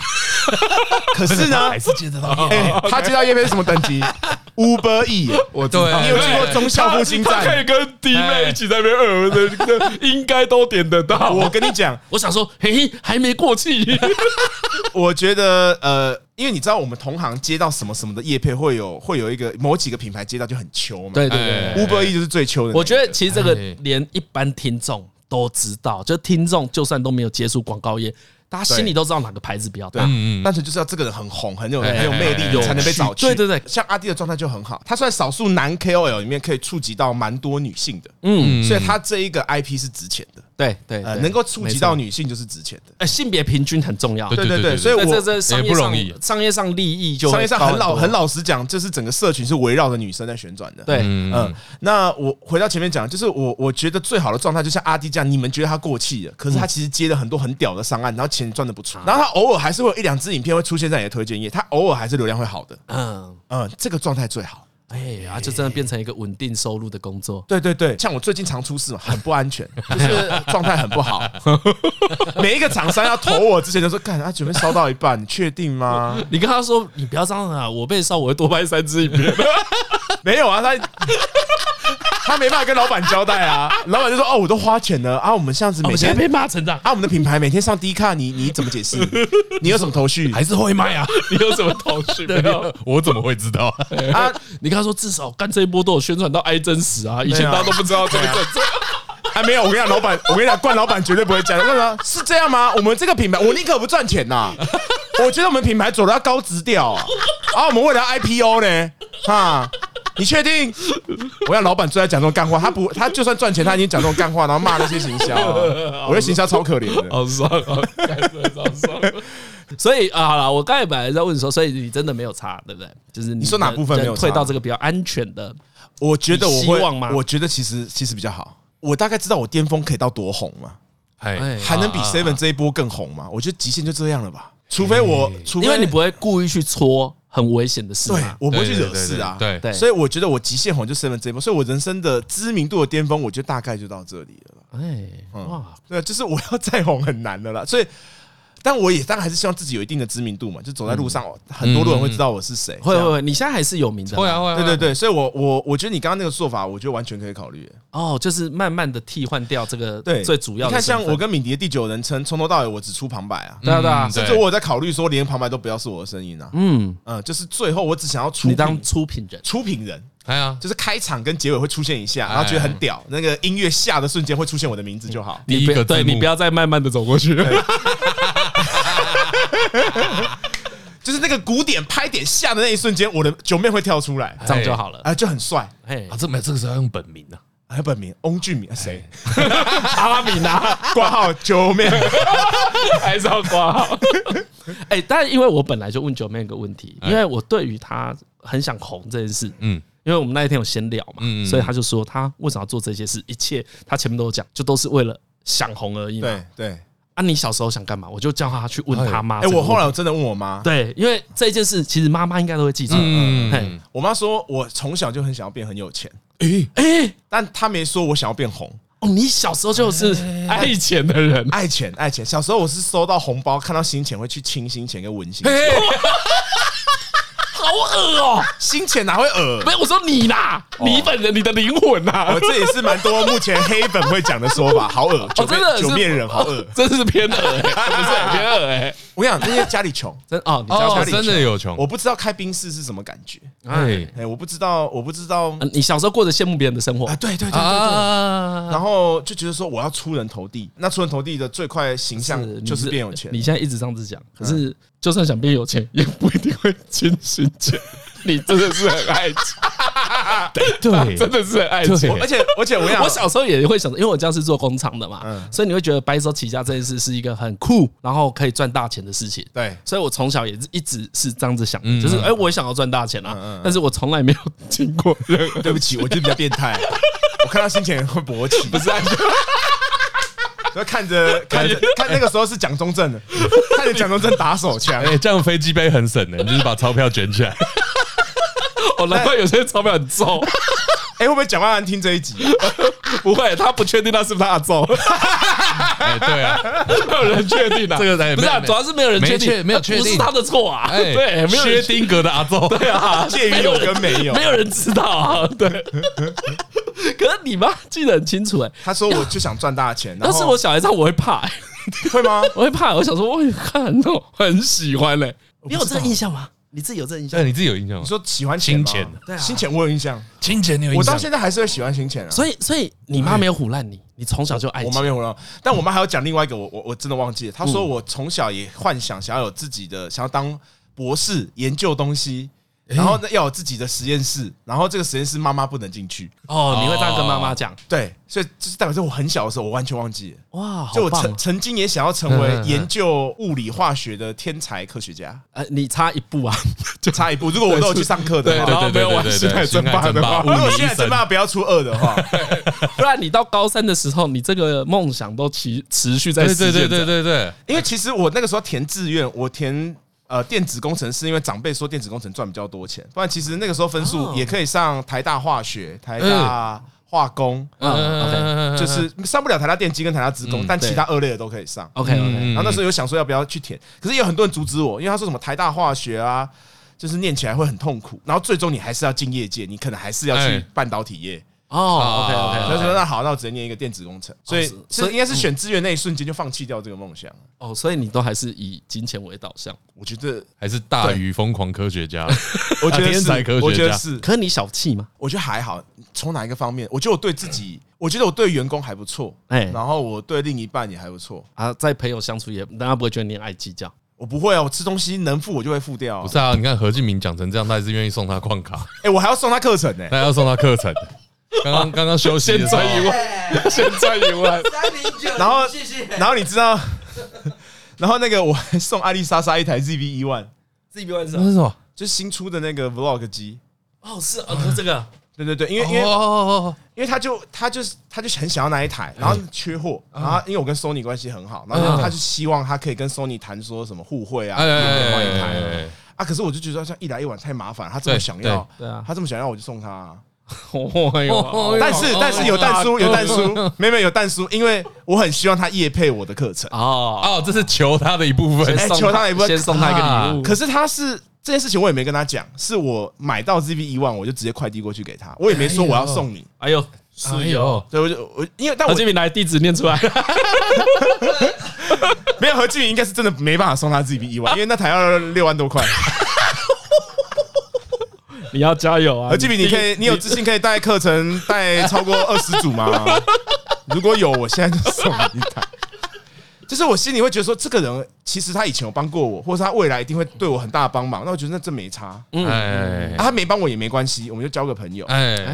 C: 可是呢，
B: 还是接得到。
C: 哎、他接到叶片是什么等级？ Uber E，我知
B: 对
C: 道你有去过忠孝复兴
D: 他可
C: 站？
D: 以跟弟妹一起在那边二的，应该都点得到。
C: 我跟你讲，
A: 我想说，嘿，还没过 气，
C: 我觉得呃，因为你知道我们同行接到什么什么的业配，会有会有一个某几个品牌接到就很秋嘛。
A: 对对 对，
C: ，Uber E 就是最秋的那 个。
A: 我觉得其实这个
B: 哎
A: 连一般听众都知道，就听众就算都没有接触广告业，大家心里都知道哪个牌子比较
C: 对啊
A: 大。，
C: 单纯就是要这个人很红，很有
B: 哎
C: 很有魅
B: 哎
C: 力
B: 哎，
C: 才能被找去。
A: 有趣对对对
C: 像阿弟的状态就很好，他算少数男 KOL 里面可以触及到蛮多女性的，
A: 嗯，
C: 所以他这一个 IP 是值钱的，
A: 对对，
C: 呃，
A: 对
C: 能够触及到，
A: 没错
C: 女性就是值钱的。
A: 呃，性别平均很重要。
B: 对
C: 对对对，
B: 对
C: 所以
A: 在这
C: 我
A: 这商业
B: 也不
A: 上
B: 容易
A: 商业上利益就会
C: 商业上很
A: 高
C: 老
A: 多
C: 很老实讲，就是整个社群是围绕着女生在旋转的。
A: 对，
C: 嗯，那我回到前面讲，就是我我觉得最好的状态，就像阿迪这样，你们觉得他过气了，可是他其实接了很多很屌的商案，然后钱赚的不错，然后他偶尔还是会有一两支影片会出现在你的推荐页，他偶尔还是流量会好的，
A: 嗯，
C: 嗯，这个状态最好。
A: 哎，然后就真的变成一个稳定收入的工作。
C: 对对对，像我最近常出事嘛，很不安 全，就是状态很不 好。每一个厂商要投我之前就说，干，他准备烧到一半，你确定 吗？
A: 你跟他说，你不要这样啊，我被烧，我会多拍三支影 片。
C: 没有啊，他 他没办法跟老板交代啊，老板就说，哦，我都花钱了啊，我们这样子
A: 我
C: 每
A: 们现在
C: 天
A: 被骂成这样，
C: 啊，我们的品牌每天上 D 卡，你你怎么 解释？你有什么头绪
B: 还是会卖啊？
D: 你有什么头绪没有？
B: 我怎么会知道？
C: 啊？
A: 你跟他说，至少干这一波都有宣传到爱真实啊，以前大家都不知道这个政策。
C: 啊还没有，我跟你讲，老板，我跟你讲，冠老板绝对不会讲。为什么是这样吗？我们这个品牌，我宁可不赚钱 呐、我觉得我们品牌走的要高值调啊，啊，我们为了 IPO 呢，啊，你确定？我让老板最爱讲这种干话，他不，他就算赚钱，他已经讲这种干话，然后骂那些行销啊、 我觉得行销超可怜的。
A: 好爽啊！ 干真的超爽。 所以啊，好了，我刚才本来在问说，所以你真的没有差，对不对？就是你
C: 你说哪部分没有差
A: 退到这个比较安全的，
C: 我觉得我会
A: 哦你希望吗，
C: 我觉得其实其实比较好。我大概知道我巅峰可以到多红嘛，
A: 哎
B: 哎，
C: 还能比 Seven 这一波更红吗？我觉得极限就这样了吧，除非我，除非
A: 因为你不会故意去戳很危险的事
C: 对
A: 嘛。
C: 我不会去惹事啊，
B: 对对对对对
A: 对
C: 所以我觉得我极限红就 Seven 这一波，所以我人生的知名度的巅峰，我觉得大概就到这里了吧。
A: 哎，哇，
C: 对，就是我要再红很难的啦，所以。但我也当然还是希望自己有一定的知名度嘛，就走在路上，很多路人会知道我是谁。
A: 嗯会
C: 这样
A: 会会，你现在还是有名的，
B: 会啊会啊，
C: 对对
B: 对，
C: 对，所以我我我觉得你刚刚那个做法，我觉得完全可以考虑。
A: 哦，就是慢慢的替换掉这个
C: 对，
A: 最主要的。
C: 你看，像我，跟敏迪的第九人称，从头到尾我只出旁白啊，
A: 对啊对啊
B: 嗯，
C: 甚至我有在考虑说，连旁白都不要是我的声音啊。
A: 嗯，
C: 嗯，就是最后我只想要出
A: 你当
C: 品
A: 出品人，
C: 出品人，
B: 哎呀，
C: 就是开场跟结尾会出现一下，然后觉得
A: 哎
C: 很屌，那个音乐下的瞬间会出现我的名字就好。
B: 第一
A: 你不
B: 个
A: 对
B: 字幕
A: 你不要再慢慢的走过去。
C: 就是那个鼓点拍点下的那一瞬间，我的九妹会跳出来，
A: 这样就好 了。
C: 啊，就很帅。
A: 哎
B: 啊，，这没有这个是要用本名啊，
C: 还有本名翁俊明，谁？
A: 哎 阿米娜
C: 挂号九妹。
A: 还是要挂号。 哎，但因为我本来就问九妹一个问题，因为我对于她很想红这件事，
B: 嗯，
A: 因为我们那一天有闲聊嘛，
B: 嗯嗯嗯
A: 所以她就说她为什么要做这些事，一切她前面都有讲，就都是为了想红而已嘛。
C: 对对，
A: 啊，你小时候想干嘛？我就叫她去问她妈
C: 哎，
A: 这个问题。
C: 我后来我真的问我妈，
A: 对，因为这件事其实妈妈应该都会记住。
B: 嗯
A: 嘿，
C: 我妈说我从小就很想要变很有钱，
B: 诶，
A: 哎，
C: 但她没说我想要变红，
A: 哦，你小时候就是
C: 哎
A: 爱钱的人，
C: 爱钱爱钱。小时候我是收到红包，看到新钱会去清新钱跟文 新钱，
A: 好恶哦、
C: 新钱哪会
A: 没
C: 恶？
A: 有，我说你啦，你本人，你的灵魂啦
C: 哦我，这也是蛮多目前黑粉会讲的说法，好恶，九
A: 哦真的
C: 面
A: 是哦
C: 九面人好恶。
A: 真是偏恶、欸，不是很偏恶哎、
C: 我跟你讲，因为家里穷，
A: 真哦，你家
B: 哦
A: 家，
B: 真的有穷
C: 我，不知道开冰室是什么感觉，嗯
B: 哎
C: 嗯哎，我不知道，我不知道
A: 呃你小时候过着羡慕别人的生活
C: 啊，，对对对对对。
B: 啊，
C: 然后就觉得说我要出人头地，那出人头地的最快形象
A: 你
C: 就是变有钱。嗯
A: 你现在一直这样子讲，可是就算想变有钱，也不一定会清醒 钱。你真的是很爱钱，
B: 对，
A: 真的是很爱
B: 对
A: 钱。
C: 而且而且我跟你讲
A: 我小时候也会想着，因为我家是做工厂的嘛，
C: 嗯
A: 所以你会觉得白手起家这件事是一个很酷，然后可以赚大钱的事情。
C: 对
A: 所以我从小也是一直是这样子想的，
B: 嗯
A: 就是哎、我也想要赚大钱啊，
C: 嗯嗯
A: 但是我从来没有经 过任何
C: 对不起，我就比较变态， 我看到新钱会勃起，不是、啊。就看着看 着看那个时候是蒋中正的，看着蒋中正打手枪，
B: 哎，这样飞机杯很省的，你就是把钞票卷起来，
A: 哦，难怪有些钞票很重，
C: 哎、会不会蒋万安听这一集？
A: 不会，他不确定那是不是他的重，
B: 哎，对啊，
A: 没有人确定啊，
B: 这个哎
A: 不是啊，
B: 没
A: 主要是没有人确
B: 没确
A: 定，
B: 没有
A: 那
B: 确定
A: 不是他的错啊，
B: 哎，
A: 对，没有
B: 薛
A: 人
B: 丁格的阿奏，
A: 对啊，
C: 介于有跟没有
A: 没。有人知道啊， 对。可是你妈记得很清楚哎、
C: 他说我就想赚大钱，然
A: 要
C: 后
A: 是我小孩这样，我会怕、欸，
C: 会吗？
A: 我会怕。我想说，我看哦，很喜欢欸嘞、你有这个印象吗？你自己有这个印象
B: 哎那？你自己有印象吗
C: 你？说喜欢
B: 金
C: 吗
B: 钱
C: 对啊，金钱我有印象，
B: 金钱你有
C: 我到现在还是会喜欢金钱啊。
A: 所以，所以你妈没有唬烂你，你从小就爱
C: 我
A: 钱
C: 妈没有了，但我妈还有讲另外一个，我我我真的忘记了。她
A: 嗯
C: 说我从小也幻想想要有自己的，想要当博士研究东西，然后呢要有自己的实验室，然后这个实验室妈妈不能进去。
A: 哦，你会这样跟妈妈讲
C: 对，所以就是代表说我很小的时候我完全忘记了，
A: 哇，好
C: 就我
A: 棒
C: 曾
A: 哦！嗯
C: 曾经也想要成为研究物理化学的天才科学家，
A: 呃，你差一步啊，
C: 就差一步。如果我都有去上课的
B: 对
C: 话，
B: 对
A: 没
B: 对
A: 有
B: 对
A: 玩
B: 对对，
A: 星
B: 对
C: 真霸的话，
B: 物
C: 如果
B: 理
C: 现
B: 医
C: 在真
B: 生，
C: 霸不要出二的话，
A: 不然你到高三的时候，你这个梦想都持持续在
B: 对
A: 实
B: 对
A: 现着
B: 对对对对，
C: 因为其实我那个时候填志愿，我填呃电子工程是因为长辈说电子工程赚比较多钱，不然其实那个时候分
B: 哦
C: 数也可以上台大化学、台大化工，
A: 嗯
B: 嗯
C: 就是上不了台大电机跟台大职工，但其他二类的都可以上。
A: ，OK OK OK，
B: 嗯
C: 然后那时候有想说要不要去填，可是有很多人阻止我，因为他说什么台大化学啊，就是念起来会很痛苦，然后最终你还是要进业界，你可能还是要去
B: 哎
C: 半导体业。
A: 哦，OK
B: 啊哦
C: 所以
A: OK，
C: 说那好，那我直接念一个电子工程，所以
A: 是
C: 所以应该是选志愿那一瞬间就放弃掉这个梦想。
A: 哦，所以你都还是以金钱为导向，
C: 我觉得
B: 还是大于疯狂科学家，啊
C: 我觉得
B: 天
C: 是
B: 才科学家
C: 我觉得是，
A: 可是你小气吗？
C: 我觉得还好。从哪一个方面？我觉得我对自己，我觉得我对员工还不错，
A: 哎
C: 然后我对另一半也还不错。
A: 啊，在朋友相处也，大家不会觉得你很爱计较。
C: 我不会啊，我吃东西能付我就会付掉、啊。
B: 不是啊？你看何敬明讲成这样，他还是愿意送他矿卡，
C: 哎、我还要送他课程呢、
B: 他要送他课程。刚刚刚刚休息的时候，
D: 哎
E: 万，
A: 先赚一万，
E: 三零九，
C: 然后
E: 谢谢。
C: 然后你知道， 然后那个我还送艾丽莎莎一台 ZV 一万，
A: 自己不会
B: 那是什么？
C: 就是新出的那个 Vlog 机。
A: 哦，是啊，就这个
C: 对对对，因为因为
B: 哦，
C: 因为他就他就是他就是很想要那一台，然后
B: 嗯
C: 缺货，然后因为我跟 Sony 关系很好，然后他就希望他可以跟 Sony 谈说什么互惠啊，
B: 哎哎
C: 可以
B: 哎
C: 换一
B: 哎
C: 台啊
B: 哎，
C: 啊，可是我就觉得像一来一往太麻烦，他这么想要，
A: 对对啊
C: 他这么想要我就送他啊。
A: 哎呦，
C: 但
B: 哦
C: 是但是有蛋叔有蛋叔，没有没有有蛋叔，因为我很希望他夜配我的课程，
A: 哦，
B: 哦，这是求他的一部分
A: 先
C: 哎
A: 送
C: 求他也不啊会
A: 先送他一
B: 嗯
A: 个礼物，
C: 可是他是。这件事情我也没跟他讲，是我买到 ZV 一万，我就直接快递过去给他，我也没说我要送你，
A: 哎呦，
C: 所
B: 哎呦，
C: 以我就我因为但
B: 啊
A: 何
C: 我
A: 建明来地址念出 来，
C: 没有何俊宇应该是真的没办法送他 ZV 一万，因为那台要六万多块。
A: 你要加油啊！
C: 何志明，你可以，你有自信可以带课程带超过二十组吗？如果有，我现在就送你一台。就是我心里会觉得说，这个人其实他以前有帮过我，或者他未来一定会对我很大的帮忙。那我觉得那这没差，啊，
B: 哎
C: 他没帮我也没关系，我们就交个朋友。
B: 哎，
A: 哎，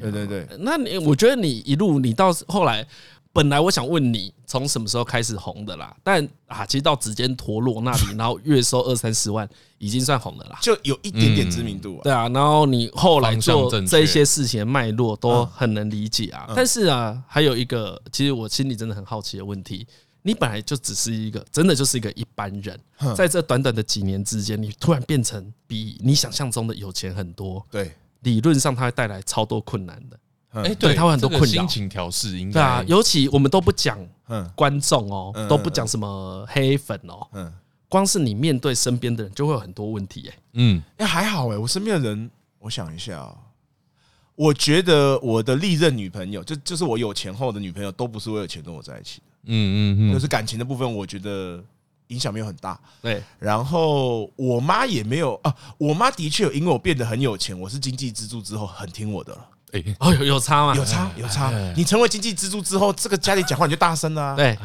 C: 对对对，
A: 那你我觉得你一路你到后来，本来我想问你从什么时候开始红的啦，但啊，其实到指尖陀螺那里，然后月收二三十万，已经算红的啦。
C: 就有一点点知名度啊。
A: 对啊，然后你后来
B: 方向
A: 做
B: 正确
A: 这些事情的脉络都很能理解啊。但是啊，还有一个，其实我心里真的很好奇的问题：你本来就只是一个，真的就是一个一般人，在这短短的几年之间，你突然变成比你想象中的有钱很多，
C: 对，
A: 理论上它会带来超多困难的。
B: 哎，
A: 对他会很多
B: 这个
A: 困扰
B: 心情调试应
A: 对
B: 该
A: 啊，尤其我们都不讲
C: 嗯
A: 观众哦
C: 嗯，
A: 都不讲什么黑粉哦，
C: 嗯，
A: 光是你面对身边的人，就会有很多问题哎、
B: 嗯，
C: 哎，还好哎，我身边的人，我想一下哦。我觉得我的历任女朋友，就就是我有钱后的女朋友，都不是为了钱跟我在一起的，
B: 嗯嗯
C: 就
B: 嗯，
C: 是感情的部分，我觉得影响没有很大。
A: 对，
C: 然后我妈也没有啊，我妈的确有因为我变得很有钱，我是经济支柱之后很听我的了，
B: 哎，
A: 哦有有差吗？
C: 有差有差。你成为经济支柱之后，这个家里讲话你就大声了、啊，，
A: 对，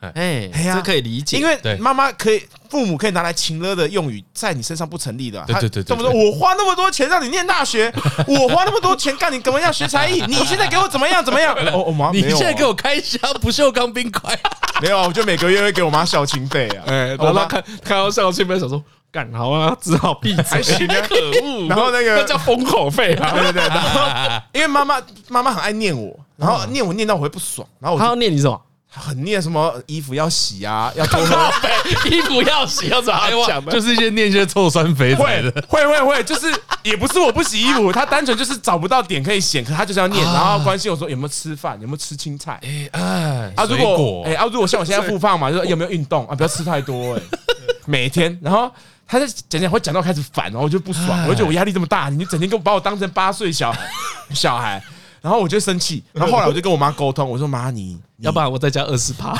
A: 哎，
C: 哎呀
A: 这可以理解，
C: 因
B: 对
C: 为妈妈可以，父母可以拿来情勒的用语，在你身上不成立的、啊。
B: 对
C: 她
B: 对对
C: 这
B: 对
C: 么说，我花那么多钱让你念大学，我花那么多钱干你怎么样学才艺，你现在给我怎么样怎么样？ 哦，我妈
B: 你
C: 没有啊
B: 现在给我开箱不锈钢冰块，
C: 没有啊，我就每个月会给我妈孝亲费啊。
A: 哎，
C: 我
A: 然后
C: 妈
A: 看看到校庆，没想说，干好啊，只好闭嘴，可恶。
C: 然后那个
A: 那叫封口费啊，
C: 对对对，然嗯后因为妈妈妈妈很爱念我，然后念我念到我会不爽，然后我
A: 他
C: 就
A: 要念你什么？
C: 很念什么衣服要洗啊，要多喝。
A: 衣服要洗要怎么
B: 哎哇
A: 讲，呢？
B: 就是一些念一些臭酸肥
C: 会
B: 仔的，
C: 会会会，就是也不是我不洗衣服，他单纯就是找不到点可以显，可他就是要念，然后关心我说有没有吃饭，有没有吃青菜
B: 哎
C: 啊？如
B: 水
C: 果
B: 果
C: 哎啊，如果像我现在复胖嘛，就说有没有运动啊？不要吃太多哎，每天。然后他在讲讲会讲到开始烦，然后我就不爽，我就觉得我压力这么大，你就整天跟我把我当成八岁小孩小孩，然后我就生气。然后后来我就跟我妈沟通，我说妈你你
A: 要不然我再加二十趴。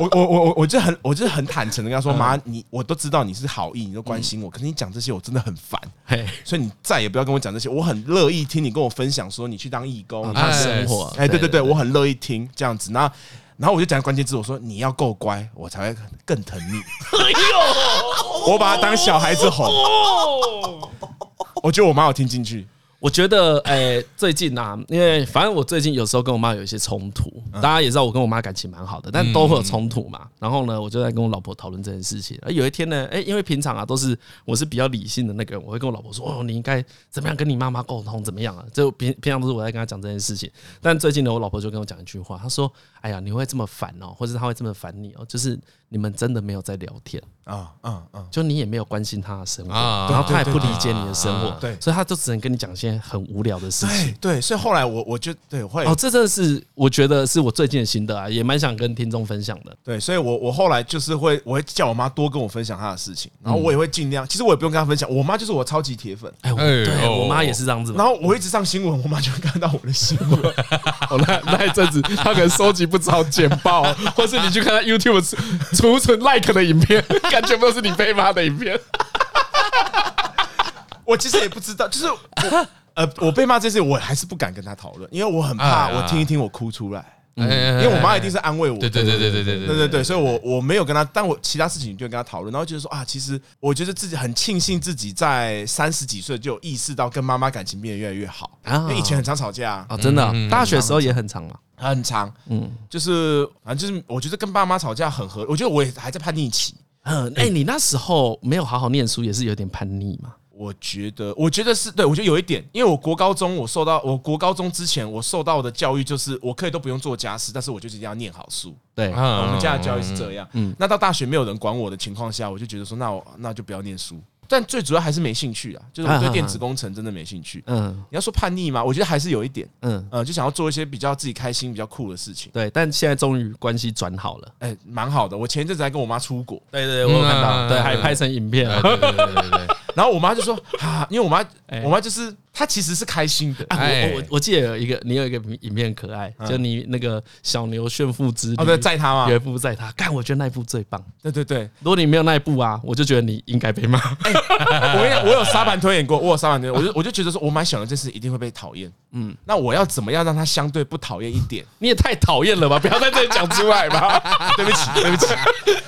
C: 我我我我我就很我就很坦诚的跟他说，妈，你我都知道你是好意，你都关心我，可是你讲这些我真的很烦，
A: 嘿，
C: 所以你再也不要跟我讲这些。我很乐意听你跟我分享说你去当义工，你去
A: 他的
B: 哎
A: 生活，
C: 哎，对对对，我很乐意听这样子。那然后我就讲关键字，我说你要够乖，我才会更疼你。我把他当小孩子哄。我觉得我妈有听进去，
A: 我觉得，诶、最近啊，因为反正我最近有时候跟我妈有一些冲突，大家也知道我跟我妈感情蛮好的，但都会有冲突嘛。然后呢，我就在跟我老婆讨论这件事情。而哎有一天呢，诶、因为平常啊都是我是比较理性的那个人，我会跟我老婆说，哦，你应该怎么样跟你妈妈沟通，怎么样啊？就平平常都是我在跟她讲这件事情。但最近呢，我老婆就跟我讲一句话，她说：“哎呀，你会这么烦哦，或者她会这么烦你哦，就是你们真的没有在聊天。”
C: 啊嗯嗯，
A: 就你也没有关心他的生活，
B: 啊
A: 然后他也不理解你的生活，
C: 对对对
A: 所以他就只能跟你讲一些很无聊的事
C: 对
A: 情。
C: 对，所以后来我我就对我后来
A: 哦，这真的是我觉得是我最近的心得啊，也蛮想跟听众分享的。
C: 对，所以我我后来就是会，我会叫我妈多跟我分享她的事情，然后我也会尽量，其实我也不用跟她分享，我妈就是我超级铁粉，
A: 哎，我
B: 哎
A: 对
B: 哦
A: 我妈也是这样子嘛
C: 然。后我一直上新闻，我妈就会看到我的新闻，
D: 哦，那那一阵子他可能收集不少简报，或是你去看他 YouTube 储存 like 的影片，感觉都是你被骂的影片。
C: 我其实也不知道， 就是我呃，我被骂这些，我还是不敢跟她讨论，因为我很怕
B: 哎
C: 我听一听我哭出来，
B: 因
C: 因为我妈一定是安慰我，
B: 哎对对对对对对
C: 对对对，所以我我没有跟他，但我其他事情就跟他讨论，然后就是说啊，其实我觉得自己很庆幸自己在三十几岁就有意识到跟妈妈感情变得越来越好，
A: 啊
C: 因为以前很常吵架啊
A: 啊，真的啊、
B: 嗯
A: 大学时候也很长嘛。
C: 很长，嗯，就是反正就是我觉得跟爸妈吵架很合，我觉得我也还在叛逆期，
A: 嗯，哎，你那时候没有好好念书，也是有点叛逆嘛。
C: 我觉得，我觉得是对，我觉得有一点，因为我国高中我受到，我国高中之前我受到的教育就是我可以都不用做家事，但是我就一定要念好书，
A: 对，
B: 我
C: 我们家的教育是这样。那到大学没有人管我的情况下，我就觉得说，那我那就不要念书。但最主要还是没兴趣啊，就是我对电子工程真的没兴趣。
A: 嗯
C: 你要说叛逆吗？我觉得还是有一点，
A: 嗯，
C: 呃，就想要做一些比较自己开心、比较酷的事情。
A: 对。但现在终于关系转好了。
C: 哎，蛮好的。我前一阵子还跟我妈出国，
A: 对对，
B: 我有看到
A: 对，
B: 嗯
A: 还拍成影片了。
B: 对对对对对，
C: 然后我妈就说啊，因为我妈，我妈就是她其实是开心的。
A: 啊
B: 哎
A: 我我我记得有一个，你有一个影片可爱，就你那个小牛炫富之旅，
C: 哦，对，载她嘛
A: 有，一部在他，干，我觉得那一部最棒。
C: 对对对，
A: 如果你没有那一部啊，我就觉得你应该被骂。
C: 我也我有沙盘推演过，我有沙盘推演，我就我就觉得说，我买小牛这事一定会被讨厌。嗯，那我要怎么样让她相对不讨厌一点？
A: 你也太讨厌了吧！不要 在这里讲出来吧。
C: 对不起，对不起。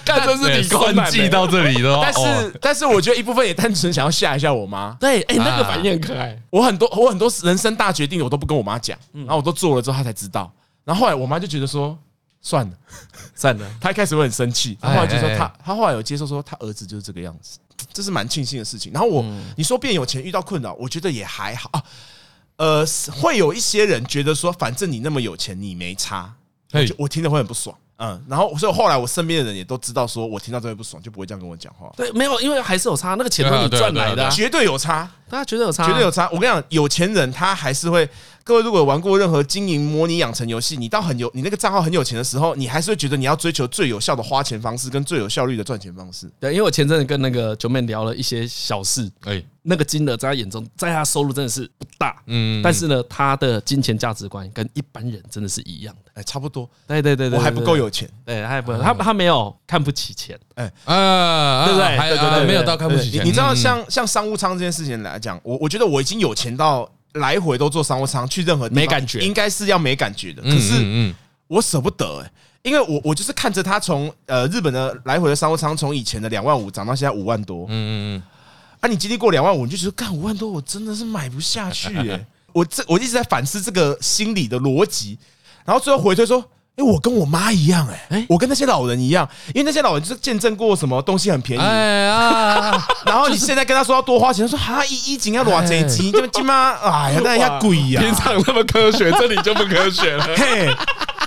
A: 干，这是理工
B: 算
A: 男。
B: 计到这里了哦，
C: 但是，但是我觉得一部分也单纯想要吓一吓我妈。
A: 对，哎，那个反应很可爱。
C: 我很多我很多人生大决定我都不跟我妈讲，然后我都做了之后她才知道。然后后来我妈就觉得说算了，
A: 算了，
C: 她一开始会很生气，她后来就说
B: 哎哎
C: 她她后来有接受说她儿子就是这个样子，这是蛮庆幸的事情。然后我你说变有钱遇到困扰，我觉得也还好啊。呃，是会有一些人觉得说，反正你那么有钱，你没差，
B: 嘿
C: 就我听着会很不爽。嗯，然后所以后来我身边的人也都知道，说我听到这会不爽，就不会这样跟我讲话，
A: 对，没有，因为还是有差，那个钱都是你赚来的啊，
C: 绝对有差。
A: 大家觉得有差，
C: 绝对有差。我跟你讲，有钱人他还是会，各位如果有玩过任何经营模拟养成游戏，你到很有你那个账号很有钱的时候，你还是会觉得你要追求最有效的花钱方式跟最有效率的赚钱方式。
A: 对，因为我前阵子跟那个九妹聊了一些小事，
B: 哎，
A: 那个金额在她眼中，在她收入真的是不大，
B: 嗯，
A: 但是呢，她的金钱价值观跟一般人真的是一样的。
C: 哎，差不多，
A: 对对对对，
C: 我还不够
A: 有，
C: 有钱。
A: 对，她还不，她她没有看不起钱，
B: 啊，
A: 对不对
B: 还
A: 对对对
B: 啊
A: 对
B: 没有到看不起
C: 你
B: 钱，
C: 你知道，
B: 嗯
C: 像像商务舱这件事情来讲，我我觉得我已经有钱到来回都坐商务舱去任何地方
A: 没感觉
C: 应该是要没感觉的。
B: 嗯
C: 可是
B: 嗯
C: 我舍不得、欸，因为我我就是看着他从呃日本的来回的商务舱从以前的两万五涨到现在五万多，
B: 嗯嗯
C: 啊，你经历过两万五，你就觉得干五万多，我真的是买不下去耶、 我这我一直在反思这个心理的逻辑，然后最后回推说，哎、我跟我妈一样、诶，哎、我跟那些老人一样，因为那些老人就是见证过什么东西很便
B: 嗯，
C: 宜，
B: 哎啊，
C: 然后你现在跟他说要多花钱，他说哈一一斤要多少钱？金哎这么金妈，哎呀，那要贵呀，
D: 平常那么科学，这里就不科学了。
C: 嘿，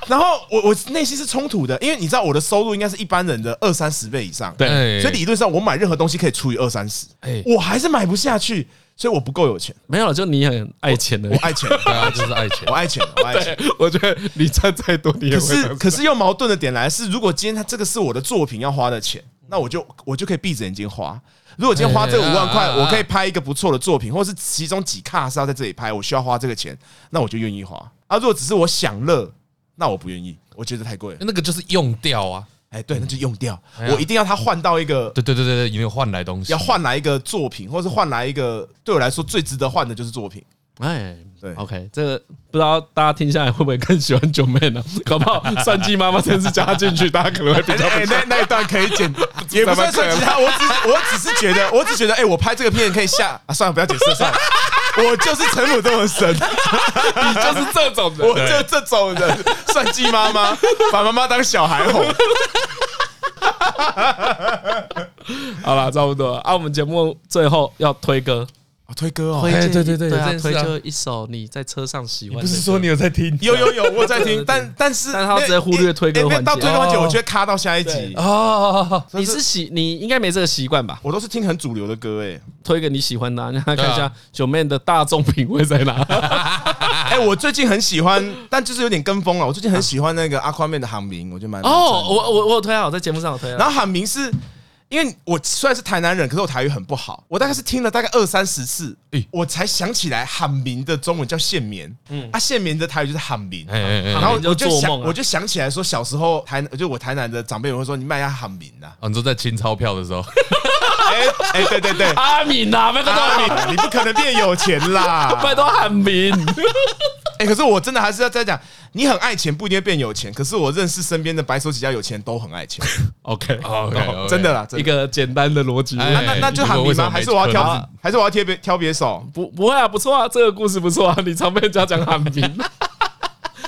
C: 然后我我内心是冲突的，因为你知道我的收入应该是一般人的二三十倍以上，
B: 哎
C: 所以理论上我买任何东西可以除以二三十
A: 哎，
C: 我还是买不下去，所以我不够有钱，
A: 没有，就你很爱钱的
C: 我，爱钱，
B: 对啊，就是爱钱
C: 我。爱 钱， 我爱钱。
D: 我觉得你赚再多，你也
C: 可
D: 会
C: 是
D: 这样
C: 可是又矛盾的点来是，如果今天他这个是我的作品要花的钱，那我就我就可以闭着眼睛花。如果今天花这
B: 哎
C: 五万块，
B: 啊
C: 我可以拍一个不错的作品，或是其中几卡是要在这里拍，我需要花这个钱，那我就愿意花。啊，如果只是我享乐，那我不愿意，我觉得太贵了。
B: 那个就是用掉啊，
C: 哎，
A: 嗯
C: 对，那就用掉，
B: 哎呀
C: 我一定要他换到一个。
B: 对对对对对，一定要换来东西，
C: 要换来一个作品，或是换来一个对我来说最值得换的就是作品。
A: 哎，
C: 对
A: ，OK，这个不知道大家听下来会不会更喜欢九妹呢？ 搞不好算计妈妈真 是加进去，大家可能会比较
C: 哎、那那一段可以 剪，也不算算其他，我只我只是觉得，我只觉得，哎、我拍这个片可以下啊，算了，不要解释 了，算了。我就是城府这么深，
D: 你就是这种人。
C: 我就这种人，算计妈 妈，把妈妈当小孩哄。
A: 好了，差不多了啊。我们节目最后要推歌，
C: 哦、推歌哦，
A: 推
B: 哎
A: 荐
B: 对对对
A: 对啊，
B: 有这件事
A: 推
B: 啊
A: 荐一首你在车上喜欢的歌。
B: 有在听
C: 有有有，我有在
A: 对对
C: 听
A: 对，
C: 但但是
A: 但他直接忽略推歌
C: 哎
A: 环节
C: 哎到推歌环节，
B: 哦
C: 我觉得卡到下一集。
B: 哦？
A: 你是喜你应该没这个习惯吧？
C: 我都是听很主流的歌、哎
A: 推一个你喜欢的、啊，让他看一
B: 对
A: 下
B: 啊
A: 九妹的大众品味在哪。
C: 哎，哎，我最近很喜欢，但就是有点跟风了。啊我最近很喜欢那个阿宽面的喊名，我觉得蛮
A: 哦，我我我有推啊，我在节目上有推啊。
C: 然后喊名是因为我虽然是台南人，可是我台语很不好，我大概是听了大概二三十次，
B: 诶
C: 我才想起来喊名的中文叫线棉，嗯，啊，线棉的台语就是喊名。
B: 哎哎
C: 然
B: 哎，
C: 后我
A: 就
C: 就
A: 做
C: 想，
A: 梦啊
C: 我就想起来说，小时候台，就我台南的长辈我会说，你卖下喊名呐，
B: 哦，你说在清钞票的时候，
C: 哎啊哎，对对对，
A: 阿敏啊，拜托阿敏，
C: 阿敏，你不可能变有钱
A: 拜
C: 啦。
A: 托喊敏。
C: 哎，可是我真的还是要再讲，你很爱钱不一定会变有钱，可是我认识身边的白手起家有钱人都很爱 钱，
A: OK，
B: 哦
C: 真的啦，真
A: 一
C: 的。
A: 个简单的逻辑。
B: 哎
C: 啊那那就喊
B: 如果
C: 名
B: 为什
C: 吗？
B: 么没
C: 还是我要
B: 可
C: 挑
B: 能？
C: 还是我要贴别挑别手？
A: 不不会啊，不错啊，这个故事不错啊，你常被人家讲喊 名。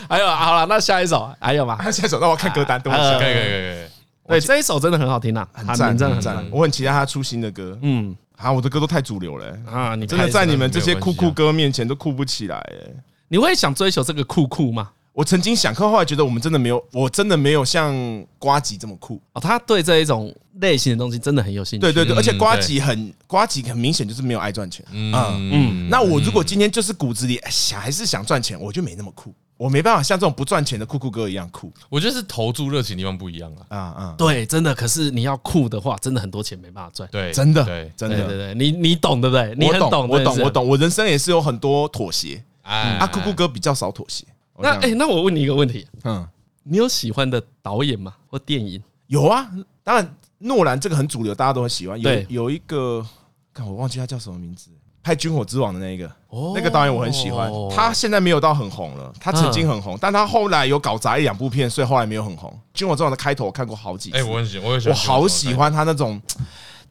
A: 还有啊，好了，那下一首还有吗？
C: 他下手让我看歌单，等我一
A: 呃
C: 下
B: 啊可以可以可以可以，
A: 对，这一首真的很好听啊，
C: 很
A: 喊
C: 赞，
A: 名真的
C: 很
A: 很
C: 赞
A: 赞。，
C: 我很期待他出新的歌。嗯，啊，我的歌都太主流了、欸
A: 啊！你
C: 真的在你们这些
B: 没有
C: 酷
B: 关系啊
C: 酷歌面前都酷不起来、欸。
A: 你会想追求这个酷酷吗？
C: 我曾经想，可后来觉得我们真的没有，我真的没有像瓜吉这么酷。
A: 哦，他对这一种类型的东西真的很有兴趣。
C: 对对对，
B: 嗯
C: 而且瓜吉很瓜吉很明显就是没有爱赚钱。
B: 嗯嗯，
C: 那我如果今天就是骨子里哎想还是想赚钱，我就没那么酷，我没办法像这种不赚钱的酷酷哥一样酷
B: 我觉得是投注热情地方不一样
C: 啊
B: 啊，
C: 啊！
A: 对，真的。可是你要酷的话，真的很多钱没办法赚。
B: 对，
C: 真的
B: 对，，
C: 真
A: 对对对，
C: 的，
A: 你你懂对不对？你
C: 我
A: 很
C: 懂，我
A: 这件
C: 懂，
A: 事
C: 我。懂。我人生也是有很多妥协，
B: 哎
C: 啊，酷酷，哥比较少妥协。
A: 那哎、那我问你一个问题：
C: 嗯。
A: 你有喜欢的导演吗？或电影？
C: 有啊，当然诺兰这个很主流，大家都很喜欢。有
A: 对
C: 有一个，看我忘记他叫什么名字，拍《军火之王》的那一个，
A: 哦
C: 那个导演我很喜欢。他现在没有到很红了，他曾
A: 嗯
C: 经很红，但他后来有搞砸一两部片，所以后来没有很红。《军火之王》的开头我看过好几次，
B: 哎，我很喜，我也喜
C: 我
B: 欢
C: 好喜欢他那种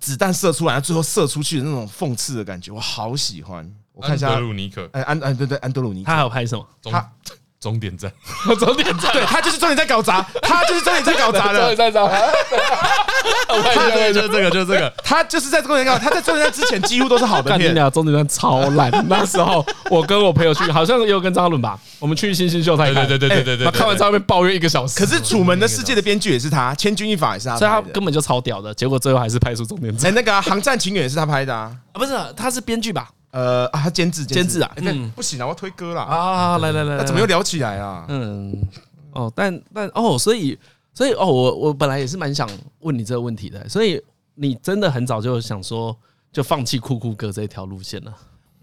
C: 子弹射出来，最后射出去的那种讽刺的感觉，我好喜欢。我
B: 我
C: 看一下
B: 德，鲁尼克，
C: 哎，安安对对，安德鲁尼克
A: 他还有拍什么？
B: 终
C: 他
B: 终点站，
A: 我 早点在，
C: 对他就是重点在搞砸，他就是重点在搞砸了。
D: 在上，
B: 对，就是这个，就是这个，
C: 他就是在中年干嘛？他在中年之前几乎都是好的
A: 干你
C: 片。
A: 俩中间段超烂。 那时候我跟我朋友去，好像也有跟张嘉伦吧，我们去星星秀台
B: 对
A: 看，哎
B: 对对对对对对，
A: 看完在外面抱怨一个小时，
C: 可是《楚门的世界》的编剧也是他，《千钧一发》也是他
A: 所以他
C: 拍的。
A: 根本就超屌的，结果最后还是拍出中年
C: 哎，
A: 站
C: 那个啊《航站情缘》也是他拍的啊。
A: 啊，不是，他是编剧吧？
C: 呃啊，他监制，
A: 监制啊
C: 哎对
A: 嗯
C: 不行啊，我要推歌啦。
A: 啊，来来来，
C: 那
A: 来
C: 怎么又聊起来啊？
A: 嗯，哦，但但哦，所以所以哦，我我本来也是蛮想问你这个问题的，所以你真的很早就想说就放弃酷酷哥这条路线了。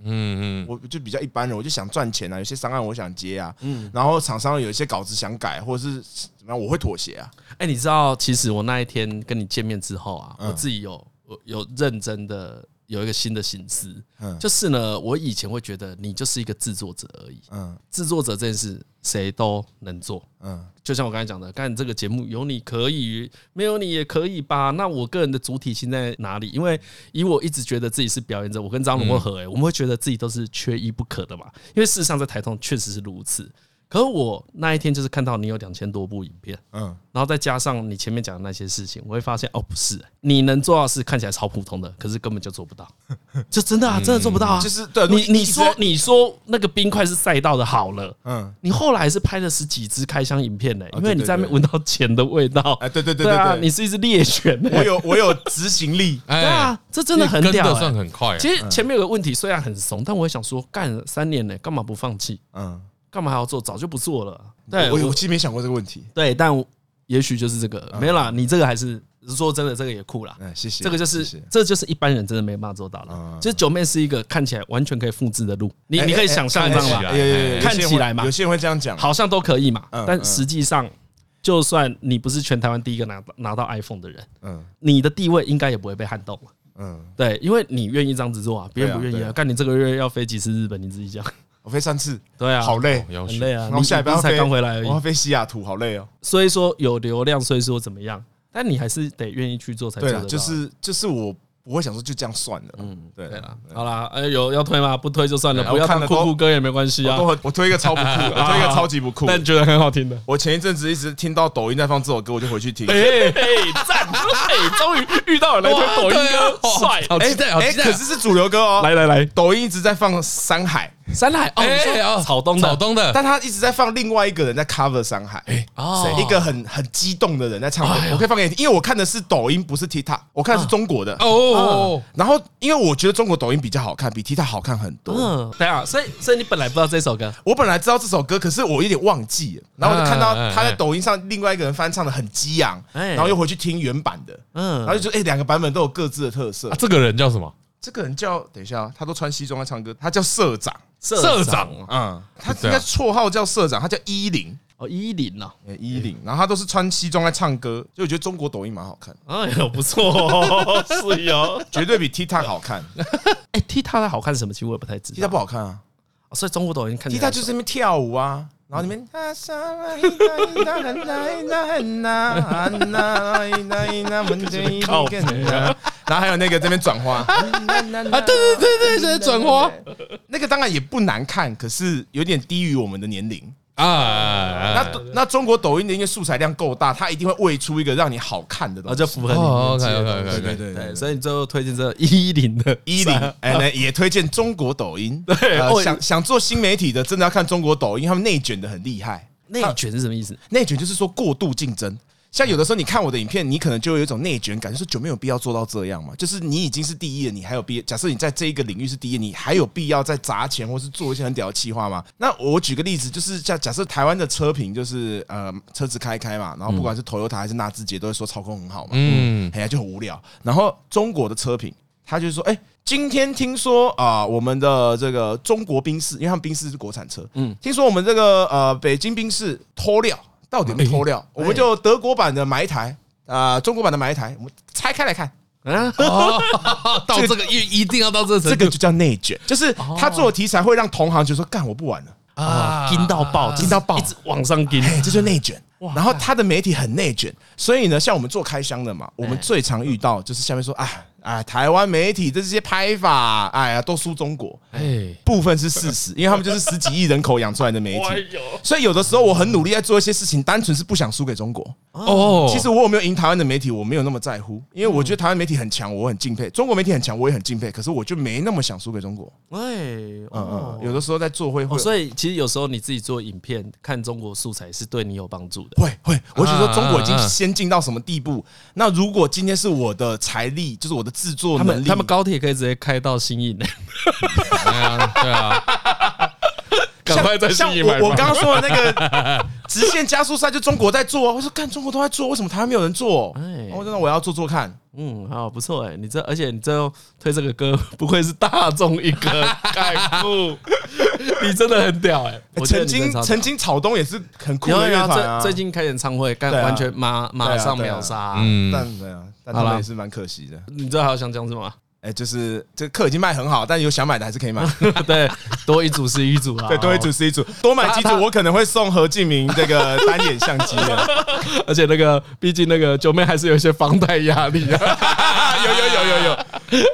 B: 嗯嗯，，
C: 我就比较一般人，我就想赚钱啊，有些商案我想接啊，然后厂商有一些稿子想改，或者是怎么样，我会妥协啊。
A: 哎、你知道，其实我那一天跟你见面之后啊，
C: 嗯
A: 我自己有我有认真的有一个新的心思，
C: 嗯
A: 就是呢，我以前会觉得你就是一个制作者而已，
C: 嗯
A: 制作者这件事谁都能做，
C: 嗯，
A: 就像我刚才讲的，干这个节目有你可以，没有你也可以吧？那我个人的主体性在哪里？因为以我一直觉得自己是表演者，我跟张龙会合、欸，我们会觉得自己都是缺一不可的嘛。因为事实上在台中确实是如此。可是我那一天就是看到你有两千多部影片，
C: 嗯，
A: 然后再加上你前面讲的那些事情，我会发现哦，不是、你能做到的事看起来超普通的，可是根本就做不到， 就真的啊，真的做不到啊。
C: 嗯就是对
A: 你
C: 一
A: 你
C: 直
A: 说你说那个冰块是赛道的好了，
C: 嗯，
A: 你后来是拍了十几支开箱影片呢、因
C: 对
A: 为你
C: 啊对
A: 在那边闻到钱的味道。
C: 哎，对对对
A: 对啊，
C: 对，
A: 你是一只猎犬呢、
C: 我有我有执行力
B: 哎
A: 对啊，这真的很
B: 跟
A: 屌、
B: 得
A: 欸
B: 上。很快啊。
A: 其实
C: 嗯
A: 前面有个问题，虽然很怂，但我也想说，干三年呢、干嘛不放弃？
C: 嗯，
A: 干嘛还要做？早就不做了。对，
C: 我
A: 我
C: 我其实没想过这个问题，
A: 对，但我也许就是这个没有啦。你这个还是说真的，这个也酷啦。
C: 嗯，谢谢，
A: 这个就是
C: 谢谢
A: 这就是一般人真的没办法做到了。
C: 嗯
A: 就是九妹是一个看起来完全可以复制的路，你
C: 哎
A: 你可以
C: 哎哎
A: 想象
C: 看
A: 这样
C: 起
A: 吧
C: 来，哎有有有有
A: 看
C: 些人
A: 起
C: 会
A: 来嘛
C: 有些人会这样讲，
A: 好像都可以嘛
C: 嗯。
A: 但实际上，就算你不是全台湾第一个拿到拿到 iPhone 的人，
C: 嗯
A: 你的地位应该也不会被撼动了。
C: 嗯，
A: 对，因为你愿意这样子做啊，别人不愿意
C: 对啊
A: 啊。干你这个月要飞几次日本，你自己讲。
C: 我飞三次，
A: 对啊，
C: 好累，
B: 要
A: 很
B: 去
A: 累啊。
C: 然
A: 你
C: 后下一
A: 你不是
C: 班要
A: 才
C: 飞
A: 刚回来而已
C: 我要。飞西雅图，好累哦。
A: 所以说有流量，所以说怎么样，但你还是得愿意去做才做啊
C: 对
A: 得到
C: 了，就是就是我不会想说就这样算了，嗯，对
A: 对
C: 了
A: 啦。，好啦，哎，有要推吗？不推就算了，
C: 对啊
A: 不要
C: 我看
A: 当
C: 了
A: 酷
C: 都
A: 酷哥也没关系
C: 我
A: 啊
C: 都。很我推一个超不酷 的，我推一个超级不酷的。
A: 但觉得很好 听的。
C: 我前一阵子一直听到抖音在放这首歌，我就回 去听。
A: 哎， 赞！哎，终于遇到有来推抖音歌，帅！哎
B: 好期待，好期
C: 啊哦哎
B: 待
C: 可。是是主流歌哦。
A: 来来来，
C: 抖音一直在放《山海
A: 山海哦，你
B: 哎哦
A: 说草东
B: 草
A: 的，
B: 东》，的
C: 但他一直在放另外一个人在 cover《山海》。
B: 哦
C: 谁一个很很激动的人在唱歌，我可以放给你听，因为我看的是抖音，不是 TikTok，我看的是中国的。
B: 哦，
C: 然后，因为我觉得中国抖音比较好看，比 TikTok 好看很多。
A: 嗯，对啊，所以所以你本来不知道这首歌，
C: 我本来知道这首歌，可是我有点忘记了。然后我就看到
B: 哎哎哎
C: 他在抖音上另外一个人翻唱的很激昂，
A: 哎
C: 然后又回去听原版的，
A: 嗯
C: 然后就觉得哎，两个版本都有各自的特色
B: 啊。这个人叫什么？
C: 这个人叫，等一下啊，他都穿西装在唱歌，他叫社长，
B: 社长
C: 嗯，他应该绰号叫社长，他叫依林，
A: 哦，依林哦，
C: 呃依林，然后他都是穿西装在唱歌，就我觉得中国抖音蛮好看，
A: 哎呦，不错 哦，是哟。
C: 绝对比 TikTok 好看
A: 哎，T 他的好看是什么？其实我也不太知道
C: ，TikTok。不好看啊
A: 哦所以中国抖音看起
C: ，TikTok
A: 来
C: 就是那边跳舞啊。然后里面啊，沙啦一哒一哒啦啦一哒啦啊啦一哒一哒门对一
A: 靠
C: 个啊然后还有那个这边转花啊，
B: 对对对对，转花
C: 那个当然也不难看，可是有点低于我们的年龄。
B: 啊
C: 那那中国抖音的音乐素材量够大，它一定会喂出一个让你好看的
A: 啊，
C: 东西
A: 就。符合你
B: 哦
A: 年纪
B: ，OK
A: 的
B: OK
A: 东西
B: OK
C: 对
A: 对，所以你最后推荐这一零的
C: 一零哎，那也推荐中国抖音。对
A: 哦
C: 想想做新媒体的，真的要看中国抖音，他们内卷的很厉害。
A: 内卷是什么意思？
C: 内卷就是说过度竞争。像有的时候你看我的影片，你可能就会有一种内卷感，就是久没有必要做到这样嘛。就是你已经是第一了，你还有必假设你在这一个领域是第一，你还有必要再砸钱或是做一些很屌的企划吗？那我举个例子，就是假假设台湾的车评就是呃车子开开嘛，然后不管是 Toyota 还是纳智捷都会说操控很好嘛，
B: 嗯，
C: 哎呀就很无聊。然后中国的车评，他就说，哎、今天听说啊、我们的这个中国宾士，因为他们宾士是国产车，嗯，听说我们这个呃北京宾士偷料，到底有没有偷料？我们就德国版的买一台。啊、中国版的买一台，我们拆开来看，
A: 啊，
B: 到这个一一定要到这
C: 这
B: 这
C: 个哦就叫内卷，就是他做的题材会让同行就说干我不玩了，
B: 啊
A: 盯哦到爆，
C: 盯到爆
A: 一直往上盯。
C: 哎，这就是内卷。然后他的媒体很内卷，所以呢，像我们做开箱的嘛，我们最常遇到就是下面说，哎哎，台湾媒体这些拍法，哎呀，都输中国，
B: 哎，
C: 部分是事 实，因为他们就是十几亿人口养出来的媒
A: 哎
C: 体，
A: 呦，
C: 所以有的时候我很努力在做一些事情，单纯是不想输给中国。
B: 哦，
C: 其实我有没有赢台湾的媒体，我没有那么在乎，因为我觉得台湾媒体很强，我很敬佩；中国媒体很强，我也很敬佩。可是我就没那么想输给中国。
A: 喂，
C: 嗯
A: 哦
C: 嗯，，有的时候在做会会
A: 哦，所以其实有时候你自己做影片看中国素材是对你有帮助的。
C: 会会，我只是说中国已经
B: 啊啊啊
C: 先进到什么地步？那如果今天是我的财力，就是我的制作
A: 他
C: 能
A: 们
C: 力，
A: 他们高铁可以直接开到新印的，
B: 哎呀对啊，
C: 像
D: 赶快在
C: 像
D: 新义买吧
C: 我我刚刚说的 那个直线加速赛，就中国在做啊。我说干，中国都在做，为什么台湾没有人做？哦
A: 哎
C: 我真的我要做做看。
A: 嗯，好不错哎，你这而且你最后推这个歌，不愧是大众一哥，盖酷，你真的很屌哎！我觉得
C: 曾
A: 你真的超屌
C: 经曾经草东也是很酷
A: 有
C: 的乐
A: 有
C: 团
A: 最
C: 啊，
A: 最近开演唱会，干
C: 对啊
A: 完全马马上
C: 对啊
A: 秒杀啊。
B: 嗯，
C: 但对啊，但
A: 好
C: 他
A: 啦
C: 们也是蛮可惜的。
A: 你知道还有想讲什么吗？
C: 哎，就是这课已经卖很好，但有想买的还是可以买。
A: 对，多一组是一组啦。 啊
C: 对，多一组是 一组，多买几组
A: 他他
C: 我可能会送何敬明这个单眼相机啊 的。
D: 而且那个，毕竟那个九妹还是有一些房贷压力啊。有有 有有有，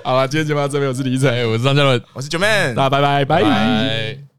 D: 好了，今天节目到这边，我是李晨，
B: 对，我是张嘉伦，
C: 我是九妹，
D: 大家拜拜拜。
B: 嗯拜。